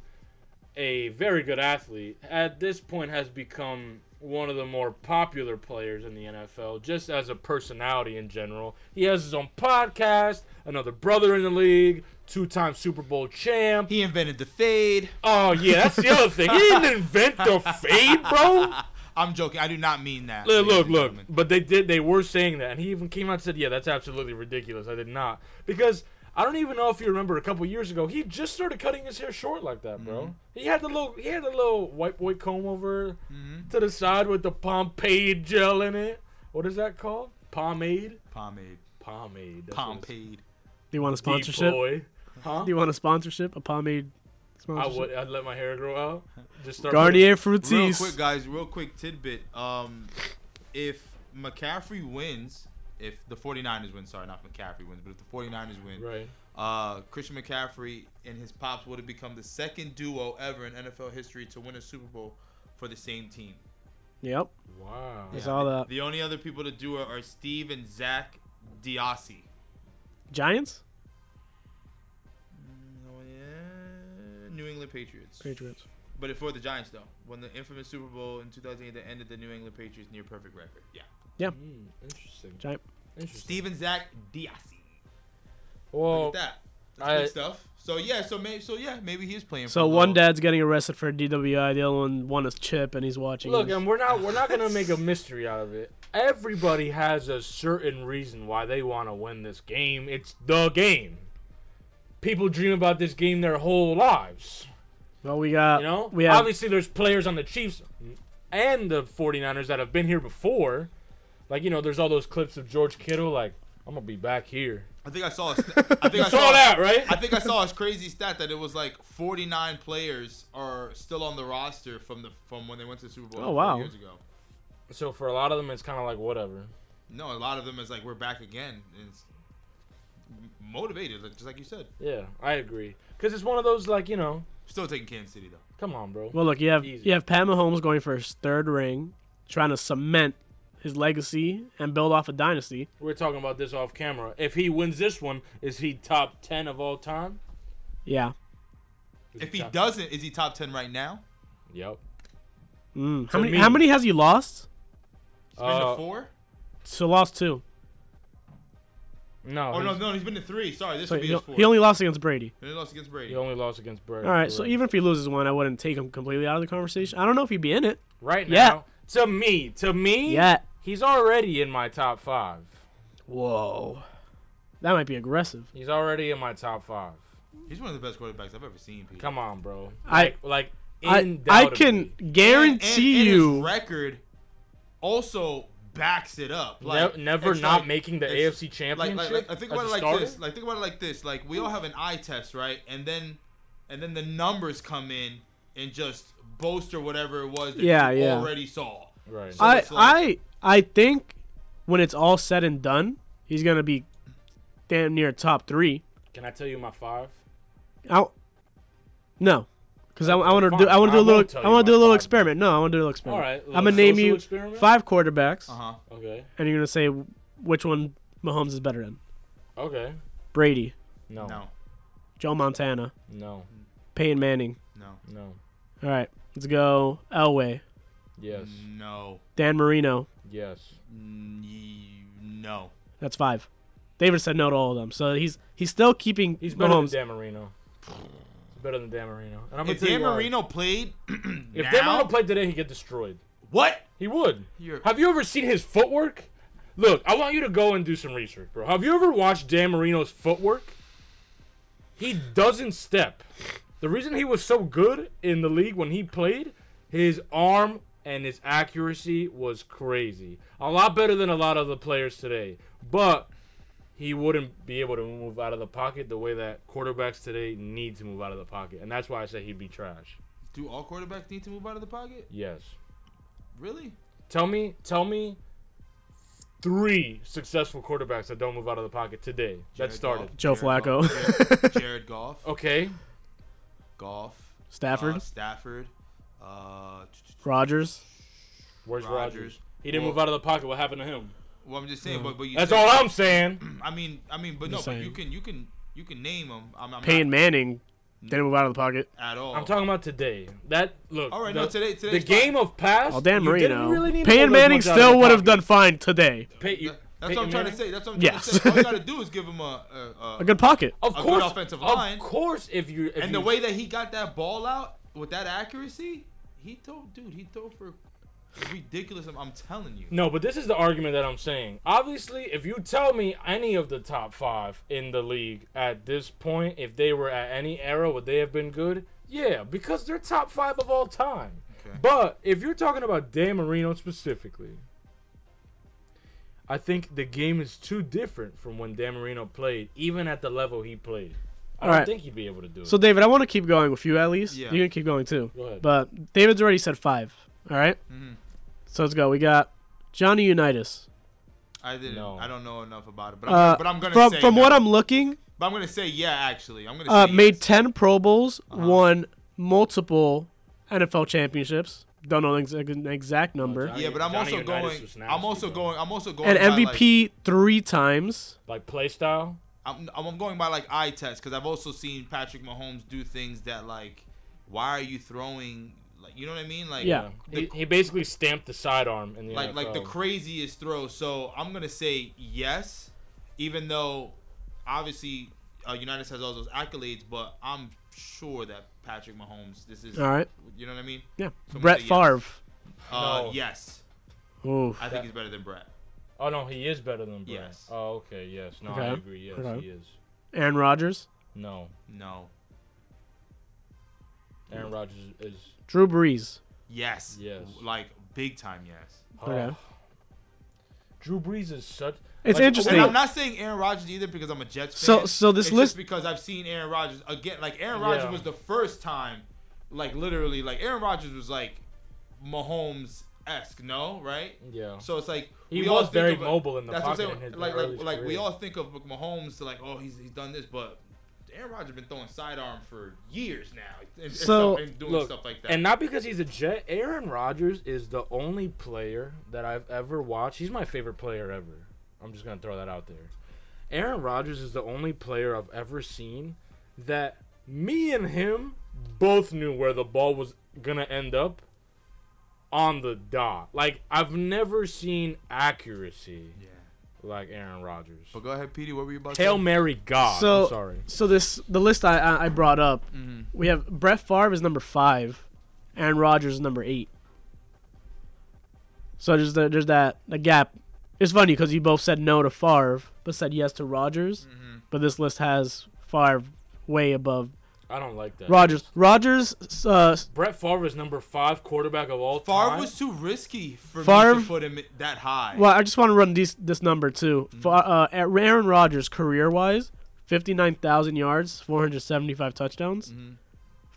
[SPEAKER 1] a very good athlete, at this point has become one of the more popular players in the NFL, just as a personality in general. He has his own podcast, another brother in the league, two-time Super Bowl champ.
[SPEAKER 3] He invented the fade.
[SPEAKER 1] Oh yeah, that's the other thing. He didn't invent the fade, bro.
[SPEAKER 3] I'm joking. I do not mean that.
[SPEAKER 1] Look,
[SPEAKER 3] ladies
[SPEAKER 1] look,
[SPEAKER 3] and
[SPEAKER 1] look.
[SPEAKER 3] gentlemen.
[SPEAKER 1] But they did. They were saying that, and he even came out and said, "Yeah, that's absolutely ridiculous. I did not." Because I don't even know if you remember a couple years ago, he just started cutting his hair short like that, bro.
[SPEAKER 3] Mm-hmm.
[SPEAKER 1] He had the little, he had the little white boy comb over
[SPEAKER 3] Mm-hmm.
[SPEAKER 1] to the side with the pomade gel in it. What is that called? Pomade.
[SPEAKER 3] Pomade.
[SPEAKER 1] Pomade. That's what it's-
[SPEAKER 3] Pomade.
[SPEAKER 2] Do you want a sponsorship?
[SPEAKER 1] Deep boy. Huh?
[SPEAKER 2] Do you want a sponsorship? A pomade
[SPEAKER 1] I
[SPEAKER 2] sponsorship?
[SPEAKER 1] would. I'd let my hair grow out. Just start.
[SPEAKER 2] Garnier
[SPEAKER 3] Real
[SPEAKER 2] Fructis.
[SPEAKER 3] quick, guys. Real quick tidbit. Um, if McCaffrey wins, if the 49ers win, sorry, not McCaffrey wins, but if the 49ers win,
[SPEAKER 1] Right.
[SPEAKER 3] uh, Christian McCaffrey and his pops would have become the second duo ever in NFL history to win a Super Bowl for the same team.
[SPEAKER 2] Yep.
[SPEAKER 1] Wow. Hmm,
[SPEAKER 2] I saw that.
[SPEAKER 3] The only other people to do it are Steve and Zach Diassi.
[SPEAKER 2] Giants?
[SPEAKER 3] No, Oh, yeah. New England Patriots.
[SPEAKER 2] Patriots.
[SPEAKER 3] But for the Giants, though, won the infamous Super Bowl in 2008 that ended the New England Patriots near perfect record. Yeah.
[SPEAKER 1] Mm, interesting.
[SPEAKER 2] Giant.
[SPEAKER 1] Interesting.
[SPEAKER 3] Steven Zach Diaz.
[SPEAKER 1] Well,
[SPEAKER 2] Oh,
[SPEAKER 3] Look at that. That's
[SPEAKER 1] I-
[SPEAKER 3] good stuff. So yeah, so maybe so yeah, maybe he's playing.
[SPEAKER 2] So
[SPEAKER 3] for the
[SPEAKER 2] one
[SPEAKER 3] Lord.
[SPEAKER 2] dad's getting arrested for DWI. The other one one is Chip, and he's watching.
[SPEAKER 1] look,
[SPEAKER 2] us.
[SPEAKER 1] and we're not we're not gonna make a mystery out of it. Everybody has a certain reason why they want to win this game. It's the game. People dream about this game their whole lives.
[SPEAKER 2] well, we got.
[SPEAKER 1] You know,
[SPEAKER 2] we have.
[SPEAKER 1] obviously there's players on the Chiefs and the 49ers that have been here before. Like you know, there's all those clips of George Kittle like I'm gonna be back here.
[SPEAKER 3] I think I saw. A st- I think I
[SPEAKER 1] You
[SPEAKER 3] saw
[SPEAKER 1] saw
[SPEAKER 3] a-
[SPEAKER 1] that, right?
[SPEAKER 3] I think I saw a crazy stat that it was like 49 players are still on the roster from the from when they went to the Super Bowl.
[SPEAKER 2] Oh,
[SPEAKER 3] four
[SPEAKER 2] wow.
[SPEAKER 3] Years ago.
[SPEAKER 1] So for a lot of them, it's kind of like whatever.
[SPEAKER 3] No, a lot of them is like we're back again. And it's m- motivated, like, just like you said.
[SPEAKER 1] Yeah, I agree. Cause it's one of those like you know,
[SPEAKER 3] Still taking Kansas City though.
[SPEAKER 1] come on, bro.
[SPEAKER 2] Well, look, you have
[SPEAKER 1] Easy.
[SPEAKER 2] you have Pat Mahomes going for his third ring, trying to cement his legacy and build off a dynasty.
[SPEAKER 1] We're talking about this off camera. If he wins this one, is he top ten of all time?
[SPEAKER 2] Yeah.
[SPEAKER 1] Is
[SPEAKER 3] If he
[SPEAKER 1] top-
[SPEAKER 3] doesn't, is he top 10 right now?
[SPEAKER 1] yep.
[SPEAKER 2] Mm. How
[SPEAKER 1] To
[SPEAKER 2] many?
[SPEAKER 1] me-
[SPEAKER 2] How many has he lost?
[SPEAKER 3] He's been
[SPEAKER 1] Uh,
[SPEAKER 3] to four.
[SPEAKER 2] So lost two.
[SPEAKER 1] No,
[SPEAKER 3] Oh no,
[SPEAKER 1] he's-
[SPEAKER 3] no, he's been to three. Sorry, this
[SPEAKER 2] So
[SPEAKER 3] would be
[SPEAKER 2] he,
[SPEAKER 3] his fourth.
[SPEAKER 2] he only lost against Brady.
[SPEAKER 3] And he lost against Brady.
[SPEAKER 1] he only lost against Bird.
[SPEAKER 2] All right. So even if he loses one, I wouldn't take him completely out of the conversation. I don't know if he'd be in it.
[SPEAKER 1] right
[SPEAKER 2] Yeah.
[SPEAKER 1] now, to me, to me,
[SPEAKER 2] Yeah.
[SPEAKER 1] he's already in my top five.
[SPEAKER 2] Whoa. That might be aggressive.
[SPEAKER 1] He's already in my top five.
[SPEAKER 3] He's one of the best quarterbacks I've ever seen. Pete.
[SPEAKER 1] Come on, bro.
[SPEAKER 2] I-
[SPEAKER 1] Like, like
[SPEAKER 2] I, I can
[SPEAKER 1] undoubtedly.
[SPEAKER 3] And-
[SPEAKER 2] guarantee
[SPEAKER 3] and, and
[SPEAKER 2] you.
[SPEAKER 3] His record also backs it up.
[SPEAKER 1] Ne-
[SPEAKER 3] Like
[SPEAKER 1] never
[SPEAKER 3] it's
[SPEAKER 1] not
[SPEAKER 3] like-
[SPEAKER 1] making the
[SPEAKER 3] it's-
[SPEAKER 1] AFC
[SPEAKER 3] Like,
[SPEAKER 1] championship.
[SPEAKER 3] like, like, I think
[SPEAKER 1] as
[SPEAKER 3] about it
[SPEAKER 1] a
[SPEAKER 3] like
[SPEAKER 1] starter?
[SPEAKER 3] this. Like, think about it like this. Like, we all have an eye test, right? And then, and then the numbers come in and just bolster whatever it was that
[SPEAKER 2] Yeah,
[SPEAKER 3] you
[SPEAKER 2] yeah.
[SPEAKER 3] already saw.
[SPEAKER 1] Right.
[SPEAKER 3] So
[SPEAKER 2] I
[SPEAKER 3] it's
[SPEAKER 2] I
[SPEAKER 3] like-
[SPEAKER 2] I think when it's all said and done, he's gonna be damn near top three.
[SPEAKER 1] Can I tell you my five?
[SPEAKER 2] I no, because I, I want to
[SPEAKER 1] fine.
[SPEAKER 2] do I want
[SPEAKER 1] I
[SPEAKER 2] to do a
[SPEAKER 1] won't
[SPEAKER 2] little
[SPEAKER 1] tell
[SPEAKER 2] I
[SPEAKER 1] you
[SPEAKER 2] want to do
[SPEAKER 1] my
[SPEAKER 2] a little
[SPEAKER 1] five.
[SPEAKER 2] experiment. No, I want to do a little experiment.
[SPEAKER 1] Alright, little
[SPEAKER 2] I'm gonna name
[SPEAKER 1] social
[SPEAKER 2] you
[SPEAKER 1] experiment?
[SPEAKER 2] five quarterbacks,
[SPEAKER 3] Uh
[SPEAKER 1] Uh-huh.
[SPEAKER 3] huh.
[SPEAKER 1] Okay.
[SPEAKER 2] and you're gonna say which one Mahomes is better than:
[SPEAKER 1] Okay.
[SPEAKER 2] Brady,
[SPEAKER 1] No. No.
[SPEAKER 3] No,
[SPEAKER 2] Joe Montana,
[SPEAKER 1] No.
[SPEAKER 2] Peyton Manning.
[SPEAKER 3] no,
[SPEAKER 2] All right, let's go Elway,
[SPEAKER 1] Yes.
[SPEAKER 3] Mm. no,
[SPEAKER 2] Dan Marino.
[SPEAKER 1] Yes.
[SPEAKER 3] Mm, ye- no.
[SPEAKER 2] That's five. David said no to all of them, so he's he's still keeping
[SPEAKER 1] He's better
[SPEAKER 2] Mahomes.
[SPEAKER 1] than Dan Marino. He's better than Dan Marino. And I'm gonna
[SPEAKER 3] If
[SPEAKER 1] tell
[SPEAKER 3] Dan
[SPEAKER 1] you why.
[SPEAKER 3] Marino played,
[SPEAKER 1] if
[SPEAKER 3] now,
[SPEAKER 1] Dan Marino played today, he'd get destroyed.
[SPEAKER 3] what?
[SPEAKER 1] He would.
[SPEAKER 3] You're,
[SPEAKER 1] Have you ever seen his footwork? Look, I want you to go and do some research, bro. Have you ever watched Dan Marino's footwork? He doesn't step. The reason he was so good in the league when he played, his arm and his accuracy was crazy. A lot better than a lot of the players today. But he wouldn't be able to move out of the pocket the way that quarterbacks today need to move out of the pocket. And that's why I say he'd be trash.
[SPEAKER 3] do all quarterbacks need to move out of the pocket?
[SPEAKER 1] Yes.
[SPEAKER 3] Really?
[SPEAKER 1] Tell me, tell me, three successful quarterbacks that don't move out of the pocket today that
[SPEAKER 3] Jared
[SPEAKER 1] started. Oh.
[SPEAKER 3] Goff,
[SPEAKER 2] Joe
[SPEAKER 3] Jared
[SPEAKER 2] Flacco.
[SPEAKER 3] Goff, Jared, Jared Goff.
[SPEAKER 1] Okay,
[SPEAKER 3] Goff.
[SPEAKER 2] Stafford,
[SPEAKER 3] Uh, Stafford. Uh, t- t-
[SPEAKER 2] Rogers.
[SPEAKER 1] where's
[SPEAKER 3] Rodgers.
[SPEAKER 1] Rodgers? He didn't
[SPEAKER 3] Well-
[SPEAKER 1] move out of the pocket. What happened to him?
[SPEAKER 3] well, I'm just saying, but, but you
[SPEAKER 1] That's
[SPEAKER 3] said-
[SPEAKER 1] all I'm saying.
[SPEAKER 3] I mean, I mean, but no,
[SPEAKER 2] Just
[SPEAKER 3] but you
[SPEAKER 2] saying.
[SPEAKER 3] can, you can, you can name them. I'm, I'm
[SPEAKER 2] Peyton
[SPEAKER 3] not
[SPEAKER 2] Manning didn't move out of the pocket.
[SPEAKER 3] at all.
[SPEAKER 1] I'm talking about today. That look.
[SPEAKER 3] Oh. All right,
[SPEAKER 1] the,
[SPEAKER 3] no, today, today.
[SPEAKER 1] the game of past.
[SPEAKER 2] Oh, Dan
[SPEAKER 1] you didn't
[SPEAKER 2] Marino.
[SPEAKER 1] really need to
[SPEAKER 2] Peyton
[SPEAKER 1] move as
[SPEAKER 2] Manning
[SPEAKER 1] much out of
[SPEAKER 2] still
[SPEAKER 1] the
[SPEAKER 2] would have
[SPEAKER 1] pocket.
[SPEAKER 2] done fine today.
[SPEAKER 1] Pey- you-
[SPEAKER 3] That's what I'm
[SPEAKER 1] Peyton
[SPEAKER 3] trying
[SPEAKER 1] Manning?
[SPEAKER 3] to say. That's what I'm trying
[SPEAKER 2] Yes.
[SPEAKER 3] to say. All you gotta do is give him a, a, a,
[SPEAKER 2] A good pocket.
[SPEAKER 1] Of
[SPEAKER 3] a good
[SPEAKER 1] course,
[SPEAKER 3] offensive
[SPEAKER 1] of
[SPEAKER 3] line.
[SPEAKER 1] course, if you if
[SPEAKER 3] and
[SPEAKER 1] you,
[SPEAKER 3] the way that he got that ball out with that accuracy, he told, dude, he told for ridiculous. I'm, I'm telling you.
[SPEAKER 1] No, but this is the argument that I'm saying. Obviously, if you tell me any of the top five in the league at this point, if they were at any era, would they have been good? Yeah, because they're top five of all time.
[SPEAKER 3] Okay.
[SPEAKER 1] But if you're talking about Dan Marino specifically, I think the game is too different from when Dan Marino played, even at the level he played. I
[SPEAKER 2] All
[SPEAKER 1] don't
[SPEAKER 2] right.
[SPEAKER 1] think he'd be able to do it.
[SPEAKER 2] So David, I want to keep going with you at least.
[SPEAKER 3] Yeah.
[SPEAKER 2] You can keep going too.
[SPEAKER 1] Go ahead.
[SPEAKER 2] But David's already said five. All right?
[SPEAKER 3] Mhm.
[SPEAKER 2] So let's go. We got Johnny Unitas.
[SPEAKER 3] I didn't.
[SPEAKER 1] No.
[SPEAKER 3] I don't know enough about it, but I'm,
[SPEAKER 2] Uh,
[SPEAKER 3] but I'm gonna
[SPEAKER 2] from
[SPEAKER 3] say
[SPEAKER 2] from
[SPEAKER 3] no.
[SPEAKER 2] what I'm looking,
[SPEAKER 3] But I'm gonna say yeah. Actually, I'm gonna
[SPEAKER 2] uh,
[SPEAKER 3] say
[SPEAKER 2] made
[SPEAKER 3] yes.
[SPEAKER 2] ten Pro Bowls,
[SPEAKER 3] Uh-huh.
[SPEAKER 2] won multiple NFL championships. Don't know the exact, exact number.
[SPEAKER 1] Johnny-
[SPEAKER 3] Yeah, but I'm
[SPEAKER 1] Johnny
[SPEAKER 3] also
[SPEAKER 1] Unitas
[SPEAKER 3] going.
[SPEAKER 1] was nasty,
[SPEAKER 3] I'm also
[SPEAKER 1] bro.
[SPEAKER 3] going. I'm also going.
[SPEAKER 2] and
[SPEAKER 3] by, like-
[SPEAKER 2] MVP three times.
[SPEAKER 1] like play style.
[SPEAKER 3] I'm, I'm going by like eye test because I've also seen Patrick Mahomes do things that like why are you throwing? Like, you know what I mean? Like,
[SPEAKER 2] Yeah.
[SPEAKER 3] The-
[SPEAKER 1] he, he basically stamped the sidearm in the
[SPEAKER 3] like like the
[SPEAKER 1] NFL.
[SPEAKER 3] craziest throw. So I'm gonna say yes, even though obviously uh, United has all those accolades, but I'm sure that Patrick Mahomes. This is
[SPEAKER 2] All right.
[SPEAKER 3] You know what I mean?
[SPEAKER 2] Yeah.
[SPEAKER 3] Someone
[SPEAKER 2] Brett
[SPEAKER 3] say yes.
[SPEAKER 2] Favre.
[SPEAKER 3] Uh,
[SPEAKER 1] No.
[SPEAKER 3] Yes,
[SPEAKER 2] Ooh.
[SPEAKER 3] I
[SPEAKER 1] That-
[SPEAKER 3] think he's better than Brett.
[SPEAKER 1] Oh no, he is better than Brett.
[SPEAKER 3] Yes.
[SPEAKER 1] Oh okay, yes. No, I
[SPEAKER 2] Okay.
[SPEAKER 1] agree. Yes,
[SPEAKER 2] Okay.
[SPEAKER 1] he is.
[SPEAKER 2] Aaron Rodgers.
[SPEAKER 1] No,
[SPEAKER 3] No.
[SPEAKER 1] Aaron Rodgers is.
[SPEAKER 2] Drew Brees.
[SPEAKER 3] Yes.
[SPEAKER 1] Yes.
[SPEAKER 3] Like big time yes.
[SPEAKER 1] oh.
[SPEAKER 2] Okay.
[SPEAKER 1] Drew Breeze is such.
[SPEAKER 2] It's interesting.
[SPEAKER 3] And I'm not saying Aaron Rodgers either because I'm a Jets
[SPEAKER 2] So-
[SPEAKER 3] fan.
[SPEAKER 2] so this
[SPEAKER 3] It's just
[SPEAKER 2] list-
[SPEAKER 3] because I've seen Aaron Rodgers again. Like Aaron Rodgers
[SPEAKER 1] Yeah.
[SPEAKER 3] was the first time, like literally, like Aaron Rodgers was like Mahomes esque, no, right?
[SPEAKER 1] Yeah.
[SPEAKER 3] So it's like
[SPEAKER 1] He
[SPEAKER 3] all
[SPEAKER 1] was
[SPEAKER 3] think
[SPEAKER 1] very
[SPEAKER 3] of-
[SPEAKER 1] mobile in the
[SPEAKER 3] that's what I'm
[SPEAKER 1] pocket in
[SPEAKER 3] saying,
[SPEAKER 1] his
[SPEAKER 3] like
[SPEAKER 1] early
[SPEAKER 3] like, like we
[SPEAKER 1] career.
[SPEAKER 3] all think of Mahomes like oh he's he's done this, but Aaron Rodgers been throwing sidearm for years now, and, and
[SPEAKER 2] So,
[SPEAKER 3] stuff- and doing
[SPEAKER 1] Look,
[SPEAKER 3] stuff like that.
[SPEAKER 1] and not because he's a Jet. Aaron Rodgers is the only player that I've ever watched. He's my favorite player ever. I'm just gonna throw that out there. Aaron Rodgers is the only player I've ever seen that me and him both knew where the ball was gonna end up on the dot. Like I've never seen accuracy
[SPEAKER 3] yeah.
[SPEAKER 1] like Aaron Rodgers.
[SPEAKER 3] But go ahead, Petey. What were you about?
[SPEAKER 1] Hail
[SPEAKER 3] to
[SPEAKER 1] Mary God.
[SPEAKER 2] So
[SPEAKER 1] I'm sorry.
[SPEAKER 2] So this the list I I- I brought up.
[SPEAKER 3] Mm-hmm.
[SPEAKER 2] We have Brett Favre is number five, Aaron Rodgers is number eight. So there's the, there's that the gap. It's funny because you both said no to Favre but said yes to Rodgers,
[SPEAKER 3] Mm-hmm.
[SPEAKER 2] but this list has Favre way above
[SPEAKER 1] I don't like that.
[SPEAKER 2] Rodgers. Rodgers, uh,
[SPEAKER 1] Brett Favre is number five quarterback of all
[SPEAKER 3] Favre
[SPEAKER 1] time.
[SPEAKER 3] was too risky for me
[SPEAKER 2] Favre-
[SPEAKER 3] to put him that high.
[SPEAKER 2] Well, I just want to run these, this number too. For, uh, Aaron Rodgers, career wise, 59,000 yards, 475 touchdowns.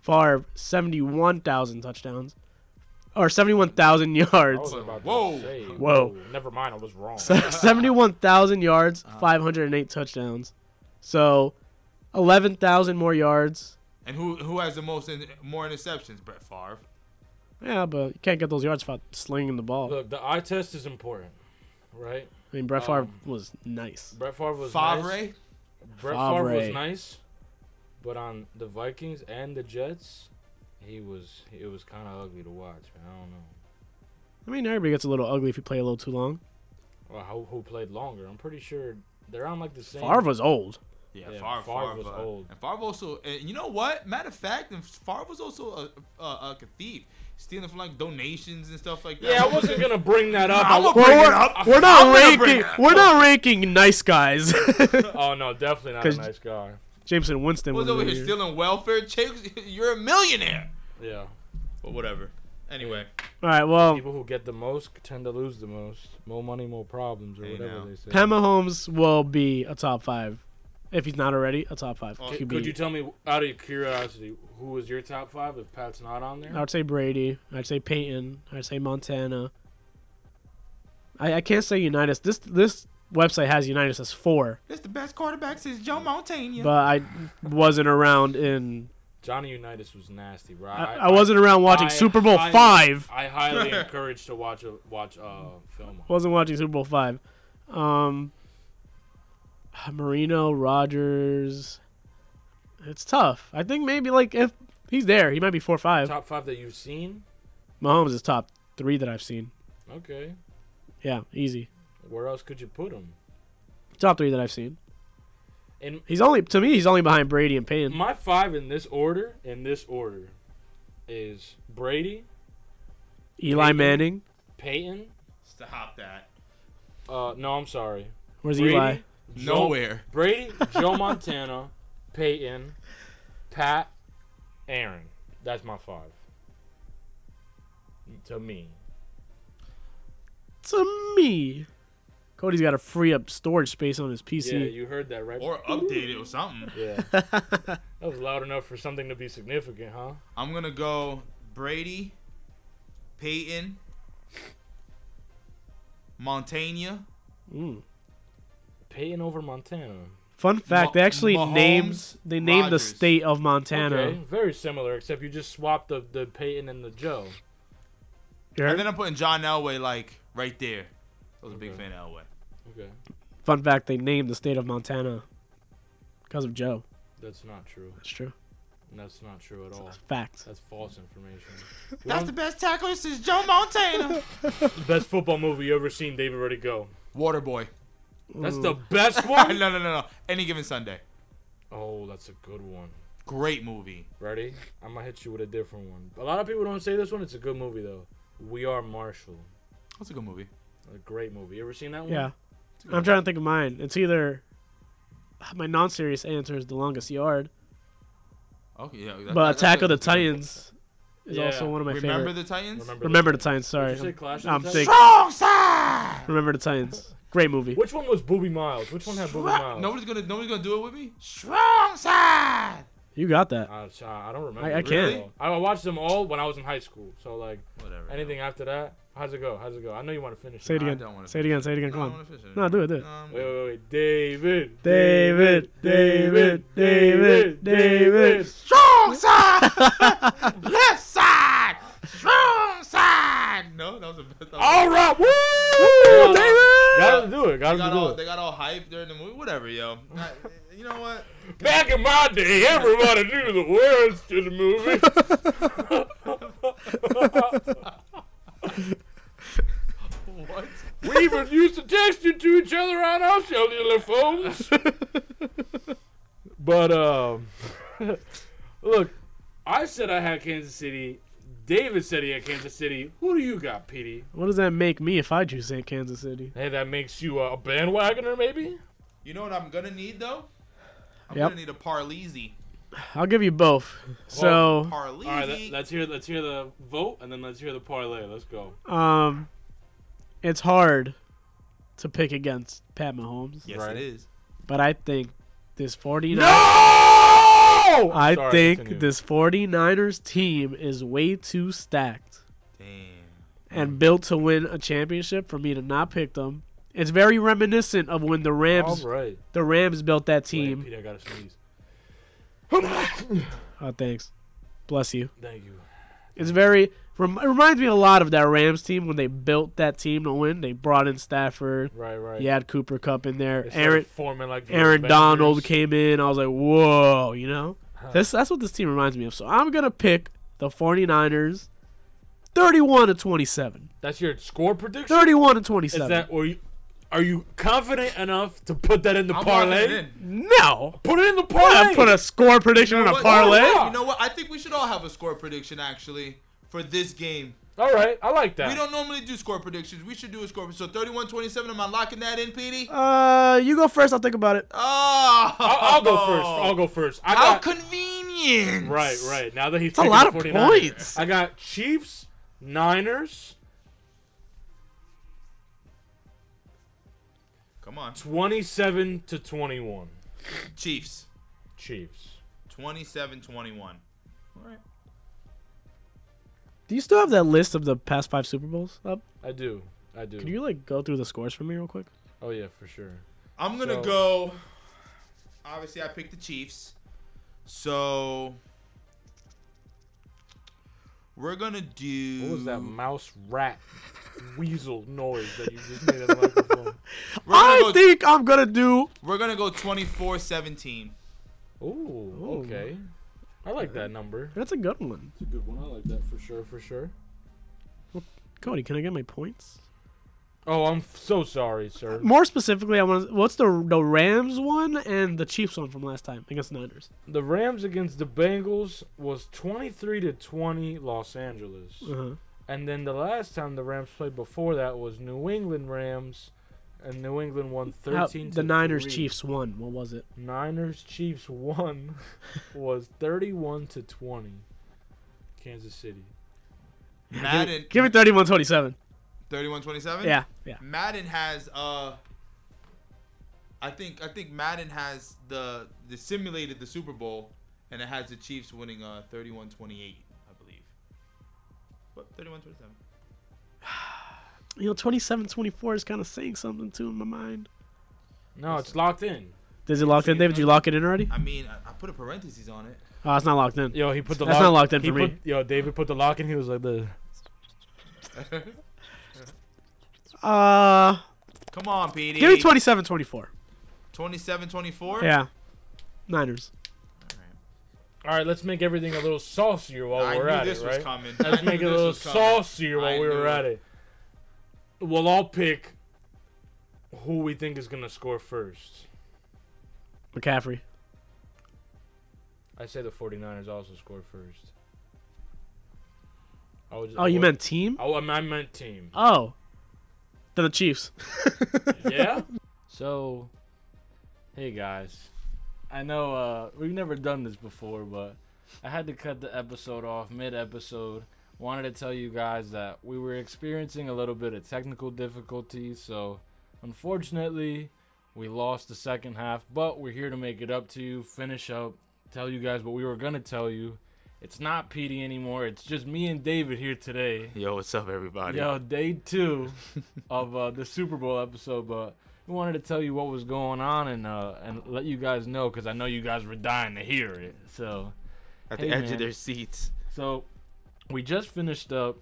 [SPEAKER 2] Favre, 71,000 touchdowns. Or 71,000
[SPEAKER 1] I was
[SPEAKER 2] yards.
[SPEAKER 1] about to
[SPEAKER 3] Whoa.
[SPEAKER 1] say,
[SPEAKER 2] Whoa.
[SPEAKER 1] Never mind, I was wrong.
[SPEAKER 2] 71,000 yards, 508 touchdowns. So 11,000 more yards.
[SPEAKER 3] And who who has the most in, more interceptions? Brett Favre.
[SPEAKER 2] Yeah, but you can't get those yards without slinging the ball.
[SPEAKER 1] Look, the eye test is important, right?
[SPEAKER 2] I mean, Brett Favre
[SPEAKER 1] um,
[SPEAKER 2] was nice.
[SPEAKER 1] Brett Favre was
[SPEAKER 3] Favre.
[SPEAKER 1] nice. Brett Favre. was
[SPEAKER 2] Favre.
[SPEAKER 1] nice, but on the Vikings and the Jets, he was it was kind of ugly to watch. Man. I don't know.
[SPEAKER 2] I mean, everybody gets a little ugly if you play a little too long.
[SPEAKER 1] Well, who, who played longer? I'm pretty sure they're on like the same.
[SPEAKER 2] Favre was old.
[SPEAKER 3] Yeah,
[SPEAKER 1] Yeah,
[SPEAKER 3] Favre,
[SPEAKER 1] Favre
[SPEAKER 3] Favre,
[SPEAKER 1] was
[SPEAKER 3] uh,
[SPEAKER 1] old.
[SPEAKER 3] And Favre also, and you know what? Matter of fact, and Favre was also a, a, a thief, stealing from like donations and stuff like that.
[SPEAKER 1] Yeah, I wasn't gonna bring that up.
[SPEAKER 3] Nah, I'm
[SPEAKER 1] I
[SPEAKER 3] a-
[SPEAKER 1] wa-
[SPEAKER 2] Well,
[SPEAKER 3] Bring it
[SPEAKER 2] we're,
[SPEAKER 3] up.
[SPEAKER 2] we're not
[SPEAKER 3] I'm gonna bring
[SPEAKER 2] ranking.
[SPEAKER 3] it up.
[SPEAKER 2] We're not ranking nice guys.
[SPEAKER 1] oh no, definitely not a
[SPEAKER 2] 'Cause-
[SPEAKER 1] nice guy.
[SPEAKER 2] Jameson Winston
[SPEAKER 3] was
[SPEAKER 2] was
[SPEAKER 3] over
[SPEAKER 2] in
[SPEAKER 3] here
[SPEAKER 2] here.
[SPEAKER 3] stealing welfare checks. You're a millionaire.
[SPEAKER 1] Yeah,
[SPEAKER 3] But whatever. Anyway,
[SPEAKER 2] All right. Well,
[SPEAKER 1] people who get the most tend to lose the most. More money, more problems, or
[SPEAKER 3] Hey,
[SPEAKER 1] whatever
[SPEAKER 3] now.
[SPEAKER 1] they say.
[SPEAKER 2] Pat Mahomes will be a top five, if he's not already a top five
[SPEAKER 3] Oh,
[SPEAKER 2] QB.
[SPEAKER 1] Could you tell me, out of curiosity, who was your top five if Pat's not on there?
[SPEAKER 2] I would say Brady. I'd say Peyton. I'd say Montana. I, I can't say Unitas. This this website has Unitas as four,
[SPEAKER 3] that's the best quarterback since Joe Montana.
[SPEAKER 2] but I wasn't around in.
[SPEAKER 1] Johnny Unitas was nasty, bro.
[SPEAKER 2] I, I wasn't around watching
[SPEAKER 1] I
[SPEAKER 2] Super Bowl
[SPEAKER 1] highly-
[SPEAKER 2] five.
[SPEAKER 1] I highly encourage to watch a watch uh film. on.
[SPEAKER 2] Wasn't watching Super Bowl five. Um, Marino Rogers. It's tough. I think maybe like if he's there, he might be four or five.
[SPEAKER 1] Top five that you've seen?
[SPEAKER 2] Mahomes is top three that I've seen.
[SPEAKER 1] Okay.
[SPEAKER 2] Yeah, easy.
[SPEAKER 1] Where else could you put him?
[SPEAKER 2] Top three that I've seen.
[SPEAKER 1] And
[SPEAKER 2] He's only to me. He's only behind Brady and Payton.
[SPEAKER 1] my five in this order, in this order, is Brady,
[SPEAKER 2] Eli
[SPEAKER 1] Peyton.
[SPEAKER 2] Manning.
[SPEAKER 1] Peyton.
[SPEAKER 3] Stop that.
[SPEAKER 1] Uh, no, I'm sorry.
[SPEAKER 2] Where's
[SPEAKER 1] Brady,
[SPEAKER 2] Eli?
[SPEAKER 1] Joe-
[SPEAKER 3] Nowhere.
[SPEAKER 1] Brady, Joe Montana, Peyton, Pat, Aaron. That's my five. To me.
[SPEAKER 2] To me. Cody's got to free up storage space on his
[SPEAKER 1] Yeah,
[SPEAKER 2] PC.
[SPEAKER 1] you heard that right.
[SPEAKER 3] Or update it or something.
[SPEAKER 1] yeah. that was loud enough for something to be significant, huh?
[SPEAKER 3] I'm gonna go Brady, Peyton, Montana.
[SPEAKER 2] Mm.
[SPEAKER 1] Peyton over Montana.
[SPEAKER 2] Fun fact: they actually
[SPEAKER 3] Mahomes,
[SPEAKER 2] named they named the
[SPEAKER 3] Rodgers.
[SPEAKER 2] state of Montana.
[SPEAKER 1] Okay, very similar, except you just swapped the, the Peyton and the Joe.
[SPEAKER 2] You heard?
[SPEAKER 3] And then I'm putting John Elway like right there. I was a big
[SPEAKER 1] Okay.
[SPEAKER 3] fan of Elway.
[SPEAKER 1] Okay,
[SPEAKER 2] Fun fact: they named the state of Montana because of Joe.
[SPEAKER 1] that's not true.
[SPEAKER 2] That's true.
[SPEAKER 1] And that's not true
[SPEAKER 3] Oh.
[SPEAKER 1] at all.
[SPEAKER 2] Facts.
[SPEAKER 1] That's false information.
[SPEAKER 3] That's the best tackler since Joe Montana.
[SPEAKER 1] the best football movie you ever seen, David Ready Go.
[SPEAKER 3] Waterboy.
[SPEAKER 1] That's
[SPEAKER 2] Ooh.
[SPEAKER 1] the best
[SPEAKER 3] no,
[SPEAKER 1] one.
[SPEAKER 3] no, no, no. Any given Sunday.
[SPEAKER 1] oh, that's a good one.
[SPEAKER 3] Great movie.
[SPEAKER 1] Ready? I'm gonna hit you with a different one. A lot of people don't say this one. It's a good movie though. We Are Marshall.
[SPEAKER 3] That's a good movie.
[SPEAKER 1] A great movie. You ever seen that one?
[SPEAKER 2] Yeah. I'm trying to think of mine. It's either ah, my non-serious answer is the longest yard,
[SPEAKER 3] Okay, yeah.
[SPEAKER 2] but
[SPEAKER 3] that- that- that's
[SPEAKER 2] Attack of
[SPEAKER 3] a-
[SPEAKER 2] the Titans is
[SPEAKER 1] Yeah.
[SPEAKER 2] also one of my
[SPEAKER 3] Remember
[SPEAKER 2] favorite.
[SPEAKER 3] the Titans?
[SPEAKER 1] Remember,
[SPEAKER 2] Remember the Titans. Sorry,
[SPEAKER 1] Did you say Clash of
[SPEAKER 2] I'm
[SPEAKER 1] the
[SPEAKER 2] sick.
[SPEAKER 1] Titans?
[SPEAKER 3] Wrong side!
[SPEAKER 2] Remember the Titans. Great movie.
[SPEAKER 1] Which one was Booby Miles? Which one had Booby
[SPEAKER 3] Strong-
[SPEAKER 1] Miles?
[SPEAKER 3] Nobody's gonna nobody's gonna do it with me. Strong side.
[SPEAKER 2] You got that.
[SPEAKER 1] Uh, so I don't remember.
[SPEAKER 2] I- I can't.
[SPEAKER 3] Really?
[SPEAKER 1] I I watched them all when I was in high school. So like
[SPEAKER 3] Whatever.
[SPEAKER 1] anything after that, how's it go? How's it go? I know you want to finish.
[SPEAKER 2] Say it
[SPEAKER 1] it.
[SPEAKER 3] I
[SPEAKER 2] again.
[SPEAKER 3] don't wanna
[SPEAKER 2] Say it again. Say it again.
[SPEAKER 3] No,
[SPEAKER 2] Come
[SPEAKER 3] I
[SPEAKER 2] on.
[SPEAKER 3] wanna finish
[SPEAKER 2] No, do it, do it.
[SPEAKER 3] Um,
[SPEAKER 1] Wait, wait, wait, David.
[SPEAKER 2] David, David, David, David.
[SPEAKER 3] Strong side. Left side. Strong side. Oh. No, that was a bad.
[SPEAKER 1] All right, woo,
[SPEAKER 2] Woo,
[SPEAKER 1] Gotta do it. Gotta
[SPEAKER 3] They got,
[SPEAKER 1] do
[SPEAKER 3] all,
[SPEAKER 1] it.
[SPEAKER 3] they got all hype during the movie. Whatever, yo. I, you know what?
[SPEAKER 1] Back in my day, everybody knew the words to the movie.
[SPEAKER 3] What?
[SPEAKER 1] we even used to text it to each other on our cellular phones. but um, look, I said I had Kansas City. David said he had Kansas City. Who do you got, Petey?
[SPEAKER 2] What does that make me if I choose St. Kansas City?
[SPEAKER 1] Hey, that makes you uh, a bandwagoner, maybe.
[SPEAKER 3] You know what I'm gonna need though? I'm
[SPEAKER 2] Yep.
[SPEAKER 3] gonna need a parleezy.
[SPEAKER 2] I'll give you both. So,
[SPEAKER 3] Parleezy.
[SPEAKER 1] All right, let, let's hear let's hear the vote and then let's hear the parlay. Let's go.
[SPEAKER 2] um, it's hard to pick against Pat Mahomes,
[SPEAKER 3] yes,
[SPEAKER 1] Right.
[SPEAKER 3] it is.
[SPEAKER 2] but I think this 49ers.
[SPEAKER 1] No!
[SPEAKER 2] I think this 49ers team is way too stacked
[SPEAKER 3] Damn.
[SPEAKER 1] Hmm.
[SPEAKER 2] and built to win a championship for me to not pick them. It's very reminiscent of when the Rams
[SPEAKER 1] right.
[SPEAKER 2] the Rams built that team.
[SPEAKER 1] Peter, I gotta sneeze.
[SPEAKER 2] Oh, thanks. Bless you.
[SPEAKER 1] Thank you.
[SPEAKER 2] It's very rem- it reminds me a lot of that Rams team when they built that team to win. They brought in Stafford.
[SPEAKER 1] Right, right.
[SPEAKER 2] You had Cooper Cup in there.
[SPEAKER 1] They started
[SPEAKER 2] Aaron
[SPEAKER 1] forming like the
[SPEAKER 2] Aaron
[SPEAKER 1] Avengers.
[SPEAKER 2] Donald came in. I was like, whoa, you know?
[SPEAKER 1] Huh.
[SPEAKER 2] This, that's what this team reminds me of. So I'm going to pick the 49ers 31 to 27.
[SPEAKER 1] That's your score prediction.
[SPEAKER 2] 31 to
[SPEAKER 1] Is
[SPEAKER 2] 27.
[SPEAKER 1] that or you? Are you confident enough to put that in the
[SPEAKER 3] I'm
[SPEAKER 1] parlay?
[SPEAKER 3] walking in.
[SPEAKER 2] no.
[SPEAKER 1] Put it in the
[SPEAKER 2] I'm
[SPEAKER 1] parlay.
[SPEAKER 2] gonna put a score prediction in a
[SPEAKER 3] What-
[SPEAKER 2] parlay.
[SPEAKER 1] Wow.
[SPEAKER 3] You know what? I think we should all have a score prediction actually for this game.
[SPEAKER 1] All right, I like that.
[SPEAKER 3] We don't normally do score predictions. We should do a score. So 31-27. Am I locking that in, Oh. PD?
[SPEAKER 2] Uh, you go first. I'll think about it.
[SPEAKER 3] Oh,
[SPEAKER 1] I'll, I'll go first. I'll go first. I
[SPEAKER 3] How
[SPEAKER 1] got,
[SPEAKER 3] convenient.
[SPEAKER 1] right, right. Now that he's
[SPEAKER 2] a
[SPEAKER 1] picking
[SPEAKER 2] lot
[SPEAKER 1] the
[SPEAKER 2] of
[SPEAKER 1] 49ers,
[SPEAKER 2] points.
[SPEAKER 1] I got Chiefs, Niners,
[SPEAKER 3] Come on,
[SPEAKER 1] twenty-seven to twenty-one.
[SPEAKER 3] Chiefs.
[SPEAKER 1] Chiefs.
[SPEAKER 3] 27-21. All right.
[SPEAKER 2] Do you still have that list of the past five Super Bowls up?
[SPEAKER 1] I do. I do.
[SPEAKER 2] Can you like go through the scores for me real quick?
[SPEAKER 1] Oh yeah, for sure.
[SPEAKER 3] I'm gonna
[SPEAKER 1] So-
[SPEAKER 3] go. Obviously, I picked the Chiefs, so we're gonna do.
[SPEAKER 1] What was that mouse rat weasel noise that you just made at the microphone?
[SPEAKER 3] We're gonna,
[SPEAKER 2] I
[SPEAKER 3] go,
[SPEAKER 2] think I'm gonna do.
[SPEAKER 3] we're gonna go 24-17.
[SPEAKER 1] Ooh, okay. I like that number.
[SPEAKER 2] That's a good one.
[SPEAKER 1] It's a good one. I like that for sure, for sure.
[SPEAKER 2] Cody, can I get my points?
[SPEAKER 1] Oh, I'm f- so sorry, sir.
[SPEAKER 2] More specifically, I want. What's the the Rams one and the Chiefs one from last time against the Niners?
[SPEAKER 1] The Rams against the Bengals was 23 to 20 Los Angeles.
[SPEAKER 2] Uh-huh.
[SPEAKER 1] And then the last time the Rams played before that was New England Rams and New England won 13 to
[SPEAKER 2] the Niners
[SPEAKER 1] 3.
[SPEAKER 2] Chiefs won. What was it?
[SPEAKER 1] Niners Chiefs won was 31 to 20. Kansas City.
[SPEAKER 3] Madden
[SPEAKER 2] Give it 31-27.
[SPEAKER 3] 31-27.
[SPEAKER 2] Yeah, yeah.
[SPEAKER 3] Madden has uh. I think I think Madden has the the simulated the Super Bowl, and it has the Chiefs winning uh 31-28, I believe. But 31-27.
[SPEAKER 2] You know, 27-24 is kind of saying something too in my mind.
[SPEAKER 1] No, it's locked in.
[SPEAKER 2] Does it locked in, David? Did you lock it in already?
[SPEAKER 3] I mean, I, I put a parentheses on it.
[SPEAKER 2] Oh, it's not locked in.
[SPEAKER 1] Yo, he put the
[SPEAKER 2] That's
[SPEAKER 1] lock.
[SPEAKER 2] not locked in
[SPEAKER 1] he
[SPEAKER 2] for me.
[SPEAKER 1] put, Yo, David put the lock in. He was like the.
[SPEAKER 2] Uh,
[SPEAKER 3] Come on, PD.
[SPEAKER 2] give me 27-24.
[SPEAKER 3] 27 24?
[SPEAKER 2] Yeah, Niners.
[SPEAKER 1] All right, let's make everything a little saucier while
[SPEAKER 3] I
[SPEAKER 1] we're
[SPEAKER 3] knew
[SPEAKER 1] at
[SPEAKER 3] this
[SPEAKER 1] it,
[SPEAKER 3] was
[SPEAKER 1] right?
[SPEAKER 3] coming.
[SPEAKER 1] Let's
[SPEAKER 3] I knew
[SPEAKER 1] make it a
[SPEAKER 3] this
[SPEAKER 1] little
[SPEAKER 3] was coming.
[SPEAKER 1] saucier while
[SPEAKER 3] I
[SPEAKER 1] we were
[SPEAKER 3] knew
[SPEAKER 1] at it. We'll all pick who we think is gonna score first.
[SPEAKER 2] McCaffrey.
[SPEAKER 1] I say the 49ers also score first. I would-
[SPEAKER 2] Oh, you
[SPEAKER 1] I-
[SPEAKER 2] meant team?
[SPEAKER 1] I, I meant team.
[SPEAKER 2] Oh, then the Chiefs.
[SPEAKER 1] yeah. So, hey guys, I know uh, we've never done this before, but I had to cut the episode off mid-episode. Wanted to tell you guys that we were experiencing a little bit of technical difficulties, so unfortunately, we lost the second half. But we're here to make it up to you, finish up, tell you guys what we were gonna tell you. It's not Petey anymore. It's just me and David here today.
[SPEAKER 3] Yo, what's up, everybody?
[SPEAKER 1] Yo, day two of uh, the Super Bowl episode, but we wanted to tell you what was going on and uh, and let you guys know because I know you guys were dying to hear it. So
[SPEAKER 3] At
[SPEAKER 1] the hey, edge of man. their
[SPEAKER 3] seats.
[SPEAKER 1] so we just finished up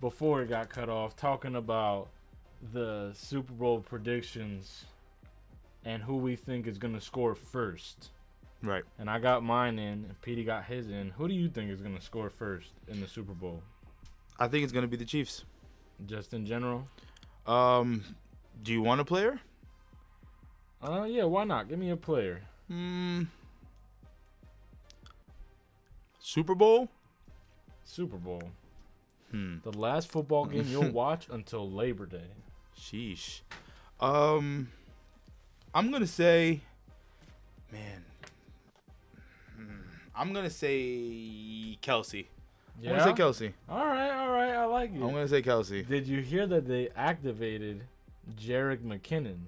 [SPEAKER 1] before it got cut off talking about the Super Bowl predictions and who we think is gonna score first.
[SPEAKER 3] Right.
[SPEAKER 1] And I got mine in, and Petey got his in. Who do you think is gonna score first in the Super Bowl?
[SPEAKER 3] I think it's gonna be the Chiefs.
[SPEAKER 1] Just in general?
[SPEAKER 3] Um, do you want a player?
[SPEAKER 1] Uh, yeah, why not? Give me a player.
[SPEAKER 3] Hmm. Super Bowl.
[SPEAKER 1] Super Bowl.
[SPEAKER 3] Hmm.
[SPEAKER 1] The last football game you'll watch until Labor Day.
[SPEAKER 3] Sheesh. Um, I'm gonna say, man. Hmm, I'm gonna say Kelsey. I'm
[SPEAKER 1] Yeah.
[SPEAKER 3] gonna say Kelsey.
[SPEAKER 1] all right, all right. I like it.
[SPEAKER 3] I'm gonna say Kelsey.
[SPEAKER 1] Did you hear that they activated Jarek McKinnon?